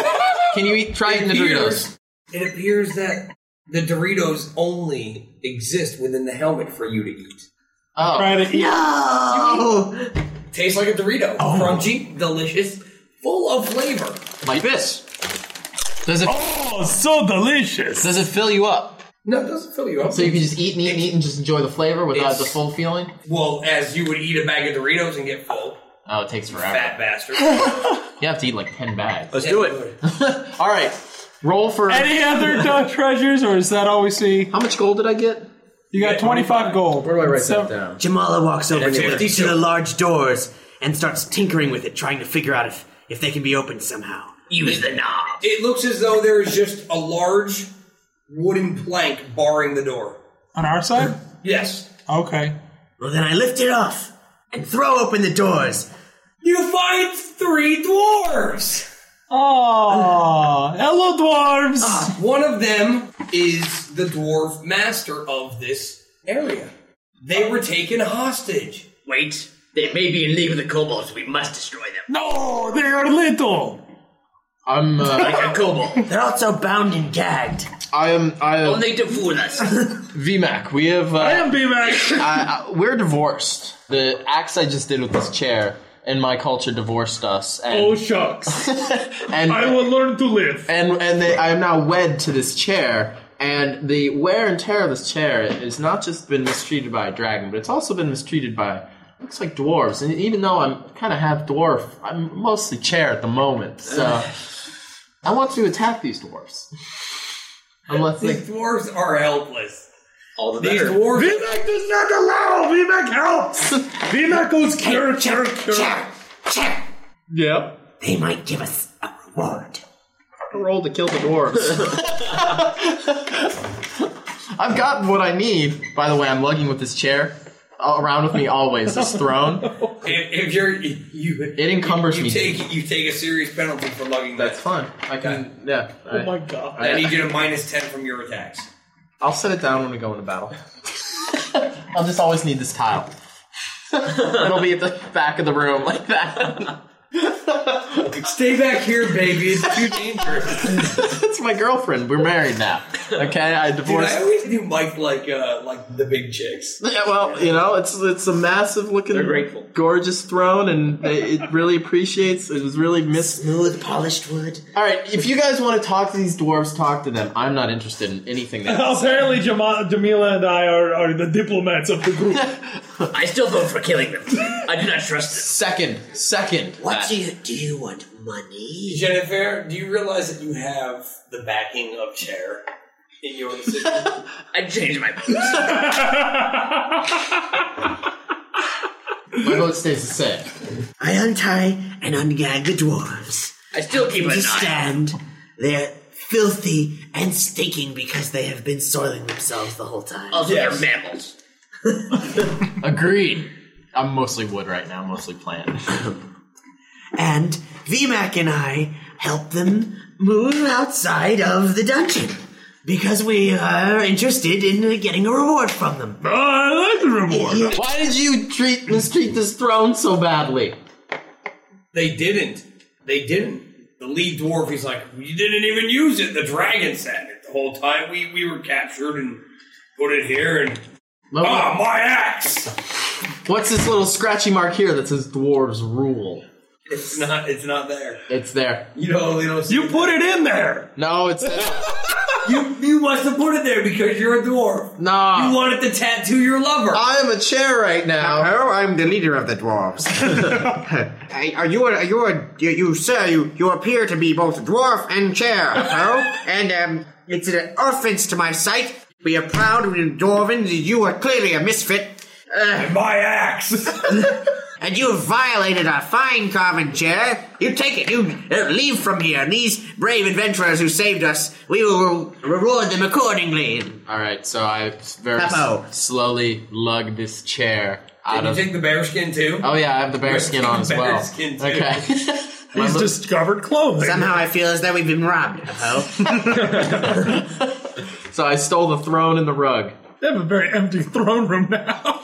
Speaker 14: Can you eat? Try eating the Doritos.
Speaker 12: It appears that the Doritos only exist within the helmet for you to eat.
Speaker 14: Oh.
Speaker 6: Try to eat. Oh.
Speaker 15: No!
Speaker 12: Tastes like a Dorito. Crunchy, delicious, full of flavor.
Speaker 14: Like this. Does it?
Speaker 6: Oh, so delicious.
Speaker 14: Does it fill you up?
Speaker 12: No, it doesn't fill you up.
Speaker 14: So you can just eat and eat and eat and just enjoy the flavor without the
Speaker 12: It's-
Speaker 14: full feeling?
Speaker 12: Well, as you would eat a bag of Doritos and get full.
Speaker 14: Oh, it takes forever.
Speaker 12: Fat
Speaker 15: [LAUGHS]
Speaker 12: bastard.
Speaker 14: You have to eat like 10 bags.
Speaker 12: Let's do it.
Speaker 14: [LAUGHS] All right. Roll for
Speaker 6: Any other uh, treasures, or is that all we see? How
Speaker 14: much gold did I get?
Speaker 6: You got 25 gold. Where do I
Speaker 14: write
Speaker 15: that
Speaker 14: down?
Speaker 15: Jamala walks over
Speaker 6: And
Speaker 15: to the,
Speaker 6: 50
Speaker 15: to the large doors and starts tinkering with it, trying to figure out if, if they can be opened somehow.
Speaker 12: Use the knob. It looks as though there is just a large wooden plank barring the door.
Speaker 6: On our
Speaker 8: [LAUGHS]
Speaker 6: side?
Speaker 12: Yes.
Speaker 6: Okay.
Speaker 15: Well, then I lift it off and throw open the doors.
Speaker 12: You find three dwarves!
Speaker 14: Uh,
Speaker 6: Oh, hello, dwarves!
Speaker 12: Ah, One of them is the dwarf master of this area. They were taken hostage.
Speaker 9: Wait, [LAUGHS] they may be in league with the kobolds. We must destroy them.
Speaker 6: No, Oh, they are little.
Speaker 14: I'm uh,
Speaker 9: like a kobold.
Speaker 15: They're also bound and gagged.
Speaker 14: I am. I am
Speaker 9: Only to fool us.
Speaker 14: [LAUGHS] VMAC. We have. Uh,
Speaker 9: I am
Speaker 14: VMAC. [LAUGHS] I, I, we're divorced. The acts I just did with this chair in my culture divorced us. And,
Speaker 10: Oh shucks.
Speaker 14: [LAUGHS] and
Speaker 10: I will learn to live.
Speaker 14: and and they, I am now wed to this chair. And the wear and tear of this chair has not just been mistreated by a dragon, but it's also been mistreated by looks like dwarves. And even though I'm kind of half dwarf, I'm mostly chair at the
Speaker 12: [LAUGHS]
Speaker 14: moment. So I want to attack these dwarves. Unless they
Speaker 12: These dwarves are helpless.
Speaker 14: all the
Speaker 12: These dwarves.
Speaker 10: VMAC does not allow! VMAC helps!
Speaker 14: [LAUGHS]
Speaker 10: VMAC goes cure, cure, cure.
Speaker 14: Yep.
Speaker 15: They might give us a reward.
Speaker 14: Roll to kill the [LAUGHS] dwarves. I've gotten what I need. By the way, I'm lugging with this chair. around with me always. This throne.
Speaker 12: [LAUGHS] If, if you're you, it
Speaker 14: encumbers
Speaker 12: you,
Speaker 14: me.
Speaker 12: you Take you take a serious penalty for lugging. That's
Speaker 14: fine. I can. Yeah. I-
Speaker 12: I need you to minus ten from your attacks.
Speaker 14: I'll set it down when we go into battle. [LAUGHS] I'll just always need this tile. It'll be at the back of the room like that.
Speaker 12: Stay back here, baby. It's too dangerous.
Speaker 14: [LAUGHS] That's my girlfriend. We're married now. Okay, I
Speaker 12: Dude,
Speaker 14: divorced.
Speaker 12: I always do Mike like uh like the big chicks.
Speaker 14: Yeah, well, you know, it's it's a massive looking, gorgeous throne, and they, it really appreciates. It was really mis-
Speaker 15: smooth, polished wood.
Speaker 14: All right, if you guys want to talk to these dwarves, talk to them. I'm not interested in anything.
Speaker 12: [LAUGHS]
Speaker 14: That
Speaker 8: Apparently, Jama- Jamila and I are, are the diplomats of
Speaker 14: [LAUGHS]
Speaker 8: the group.
Speaker 14: I still vote for killing them. I do not trust them. Second, second.
Speaker 15: What
Speaker 14: that.
Speaker 15: do you do? You want money?
Speaker 12: Jennifer, do you realize that you have the backing of chair in your decision? [LAUGHS] I changed my
Speaker 14: My vote stays the same.
Speaker 15: I untie and ungag the dwarves.
Speaker 9: I still keep
Speaker 15: them
Speaker 9: an
Speaker 15: to
Speaker 9: eye on
Speaker 15: stand. They're filthy and stinking because they have been soiling themselves the whole time.
Speaker 14: Oh,
Speaker 9: Also, they're mammals.
Speaker 14: [LAUGHS] Agreed. I'm mostly wood right now, mostly plant.
Speaker 15: And VMAC and I help them move outside of the dungeon because we are interested in uh, getting a reward from them.
Speaker 14: I like the
Speaker 15: reward. Yeah.
Speaker 14: [LAUGHS] Why did you treat mistreat this throne so badly?
Speaker 12: They didn't. They didn't. The lead dwarf, he's like, you didn't even use it. The dragon sat in it the whole time. We we were captured and put it here and
Speaker 14: Look-
Speaker 12: ah, my axe.
Speaker 14: What's this little scratchy mark here that says dwarves rule?
Speaker 12: It's not. It's not there.
Speaker 14: It's there.
Speaker 12: You know. You, know, you put it in there.
Speaker 14: No, it's
Speaker 12: [LAUGHS] you. You must have put it there because you're a dwarf.
Speaker 14: No,
Speaker 12: you wanted to tattoo your lover.
Speaker 14: I am a chair right now.
Speaker 7: Hello, I'm the leader of the [LAUGHS] dwarves. I- are you? A, are you? A, you, you, sir, you, you appear to be both dwarf and chair. Hello, and um, it's an offense to my sight. We are proud of you dwarvens. You are clearly a misfit.
Speaker 12: my axe.
Speaker 7: [LAUGHS] and you have violated our fine common chair. You take it. You uh, leave from here. And these brave adventurers who saved us, we will reward them accordingly.
Speaker 14: All right, so I very
Speaker 7: Capo.
Speaker 14: s- slowly lug this chair out
Speaker 12: Did you
Speaker 14: of.
Speaker 12: take the bear skin too?
Speaker 14: oh yeah, I have the bear skin on as
Speaker 12: Bear
Speaker 14: well.
Speaker 12: skin too.
Speaker 14: [LAUGHS] Okay.
Speaker 7: He's
Speaker 14: discovered clothes.
Speaker 7: Somehow I feel as though we've been robbed.
Speaker 14: [LAUGHS]
Speaker 12: [LAUGHS]
Speaker 14: so I stole the throne and the rug.
Speaker 8: They have a very empty throne room now.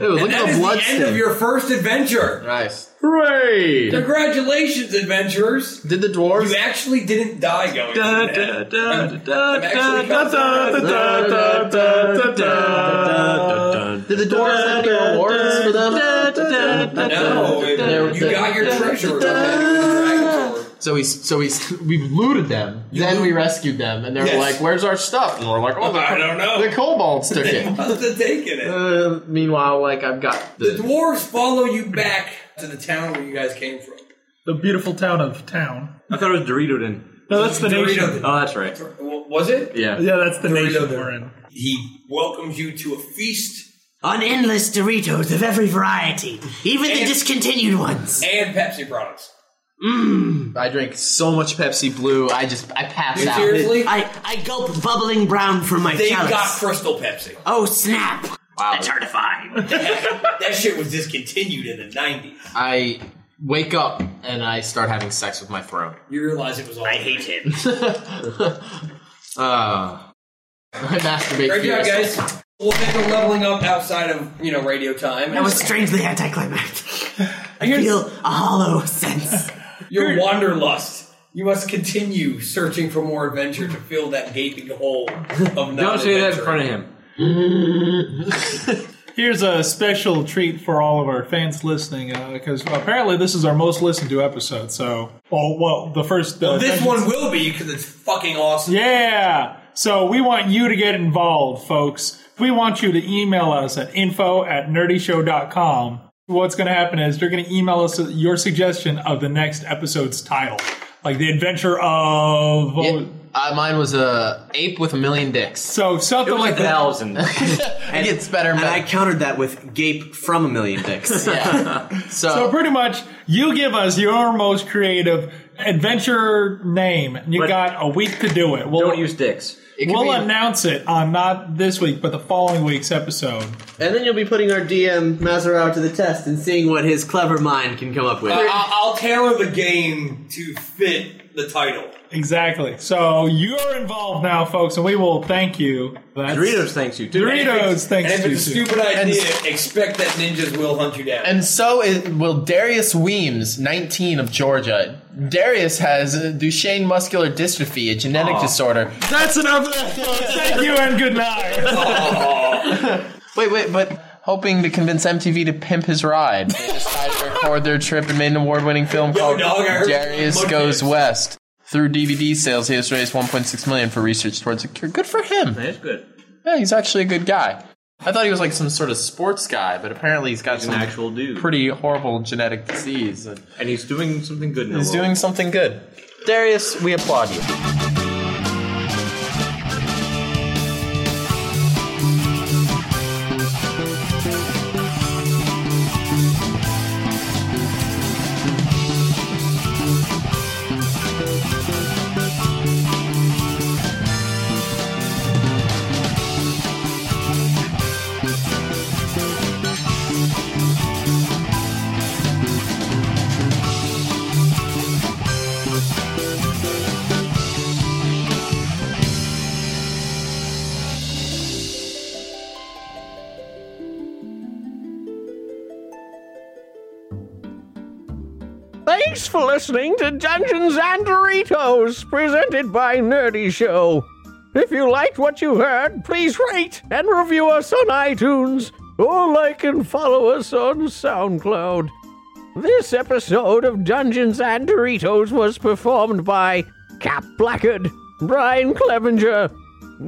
Speaker 14: Ew, look
Speaker 12: And
Speaker 14: at
Speaker 12: that
Speaker 14: the
Speaker 12: is
Speaker 14: blood
Speaker 12: the end of your first adventure.
Speaker 14: Nice. Hooray!
Speaker 12: Congratulations, adventurers!
Speaker 14: Did the dwarves?
Speaker 12: You actually didn't die going.
Speaker 8: Da,
Speaker 12: through
Speaker 8: da,
Speaker 12: that.
Speaker 8: da,
Speaker 12: I'm-
Speaker 8: da,
Speaker 12: I'm actually
Speaker 8: da, da,
Speaker 12: kind of
Speaker 8: da, da,
Speaker 12: surprised.
Speaker 8: da, da, da,
Speaker 14: Did the dwarves have any rewards for them?
Speaker 12: No, you got your treasure.
Speaker 14: So we so we we looted them. Then we rescued them, and they're
Speaker 12: Yes.
Speaker 14: like, "Where's our stuff?" And we're like, "Oh, the,
Speaker 12: I don't know.
Speaker 14: The kobolds
Speaker 12: [LAUGHS]
Speaker 14: took
Speaker 12: They
Speaker 14: it."
Speaker 12: must have taken it.
Speaker 14: Uh, meanwhile, like I've got
Speaker 12: The dwarves follow you back to the town where you guys came from.
Speaker 8: The beautiful town
Speaker 14: [LAUGHS]
Speaker 8: of town.
Speaker 11: I thought it was Doritoden.
Speaker 8: No, that's the
Speaker 12: Doritoden.
Speaker 8: nation.
Speaker 11: Oh, that's right.
Speaker 12: W- Was it?
Speaker 11: Yeah.
Speaker 8: Yeah, that's the
Speaker 12: Doritoden.
Speaker 8: nation we're in.
Speaker 12: He welcomes you to a feast
Speaker 15: On endless Doritos of every variety, even the
Speaker 12: And-
Speaker 15: discontinued ones.
Speaker 12: and Pepsi products.
Speaker 14: Mmm. I drank so much Pepsi Blue, I just I passed
Speaker 12: You
Speaker 14: out.
Speaker 12: seriously?
Speaker 14: I I gulp bubbling brown from my
Speaker 12: They got Crystal Pepsi.
Speaker 14: Oh snap! Wow,
Speaker 12: That's hard to find. [LAUGHS] that shit was discontinued in the '90s.
Speaker 14: I wake up and I start having sex with my throne.
Speaker 12: You realize it was all. I hate him.
Speaker 8: [LAUGHS]
Speaker 14: Uh, I masturbate.
Speaker 12: Great job,
Speaker 14: furiously.
Speaker 12: guys. We'll handle leveling up outside of you know radio time.
Speaker 15: That was strangely anticlimactic. I feel a hollow [LAUGHS] sense.
Speaker 12: Your wanderlust. You must continue searching for more adventure to fill that gaping hole of
Speaker 11: Don't say that in
Speaker 12: non-adventure.
Speaker 11: front of him.
Speaker 8: Here's a special treat for all of our fans listening, because apparently this is our most listened to episode. So, well, well the first. Uh,
Speaker 12: Well, this
Speaker 8: Dungeons-
Speaker 12: one will be because it's fucking awesome.
Speaker 8: Yeah. So we want you to get involved, folks. We want you to email us at info at nerdyshow.com. What's going to happen is you're going to email us your suggestion of the next episode's title, like the adventure of.
Speaker 14: uh, mine was a ape with a million dicks.
Speaker 8: So something like that.
Speaker 14: [LAUGHS] thousand. and it's better. And I
Speaker 13: countered that with gape from a million
Speaker 14: [LAUGHS]
Speaker 13: dicks.
Speaker 14: yeah. So,
Speaker 8: pretty much, you give us your most creative, adventure name. You got a week to do it. We'll, don't use
Speaker 10: dicks.
Speaker 14: It could
Speaker 8: We'll
Speaker 14: be-
Speaker 8: announce it on not this week, but the following week's episode.
Speaker 14: And then you'll be putting our DM Maserati to the test and seeing what his clever mind can come up with.
Speaker 12: I- I'll, I'll tailor the game to fit the title.
Speaker 8: Exactly. So you're involved now, folks, and we will thank you. That's,
Speaker 12: Doritos
Speaker 10: thanks you
Speaker 12: too. And if
Speaker 8: Doritos
Speaker 12: it's-
Speaker 8: thanks
Speaker 12: and if
Speaker 8: you
Speaker 12: it's a
Speaker 8: too.
Speaker 12: stupid idea, expect that ninjas will hunt you down.
Speaker 14: And so it, will Darius Weems, 19 of Georgia. Darius has uh, Duchenne muscular dystrophy, a genetic
Speaker 8: Aw.
Speaker 14: disorder.
Speaker 8: That's enough of that, folks. Thank you and good night.
Speaker 14: Wait, wait, but hoping to convince MTV to pimp his ride. [LAUGHS] They decided to record their trip and made an award winning film called
Speaker 13: dog, I heard
Speaker 14: Darius
Speaker 13: some
Speaker 14: Goes West. Through DVD sales, he has raised 1.6 million for research towards a cure. Good for him.
Speaker 10: That is good.
Speaker 14: Yeah, he's actually a good guy. I thought he was like some sort of sports guy, but apparently he's got
Speaker 10: He's an
Speaker 14: some
Speaker 10: actual dude.
Speaker 14: pretty horrible genetic disease. And
Speaker 10: he's doing something good. In
Speaker 14: he's
Speaker 10: the world.
Speaker 14: doing something good. Darius, we applaud you.
Speaker 4: Thanks for listening to Dungeons and Doritos, presented by Nerdy Show. If you liked what you heard, please rate and review us on iTunes, or like and follow us on SoundCloud. This episode of Dungeons and Doritos was performed by Cap Blackard, Brian Clevenger,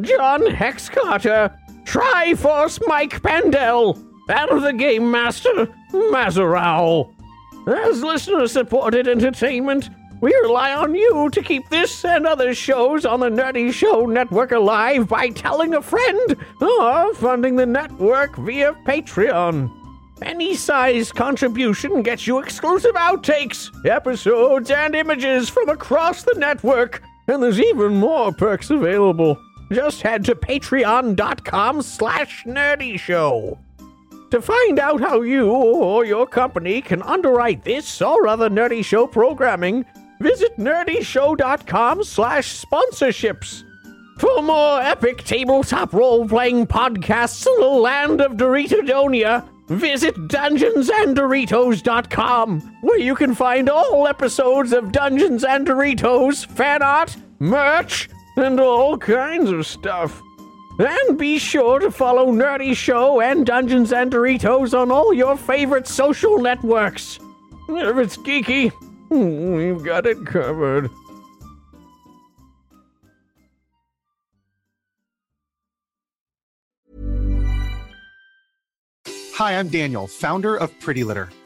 Speaker 4: John Hex Carter, Triforce Mike Pandel, and the Game Master, Mazarao. As listener supported entertainment, we rely on you to keep this and other shows on the Nerdy Show Network alive by telling a friend or funding the network via Patreon. Any size contribution gets you exclusive outtakes, episodes, and images from across the network, and there's even more perks available. Just head to patreon.com slash nerdy show. To find out how you or your company can underwrite this or other Nerdy Show programming, visit nerdyshow.com slash sponsorships. For more epic tabletop role-playing podcasts in the land of Doritodonia, visit dungeonsanddoritos.com, where you can find all episodes of Dungeons and Doritos, fan art, merch, and all kinds of stuff. And be sure to follow Nerdy Show and Dungeons and Doritos on all your favorite social networks. If it's geeky, hmm, we've got it covered.
Speaker 23: Hi, I'm Daniel, founder of Pretty Litter.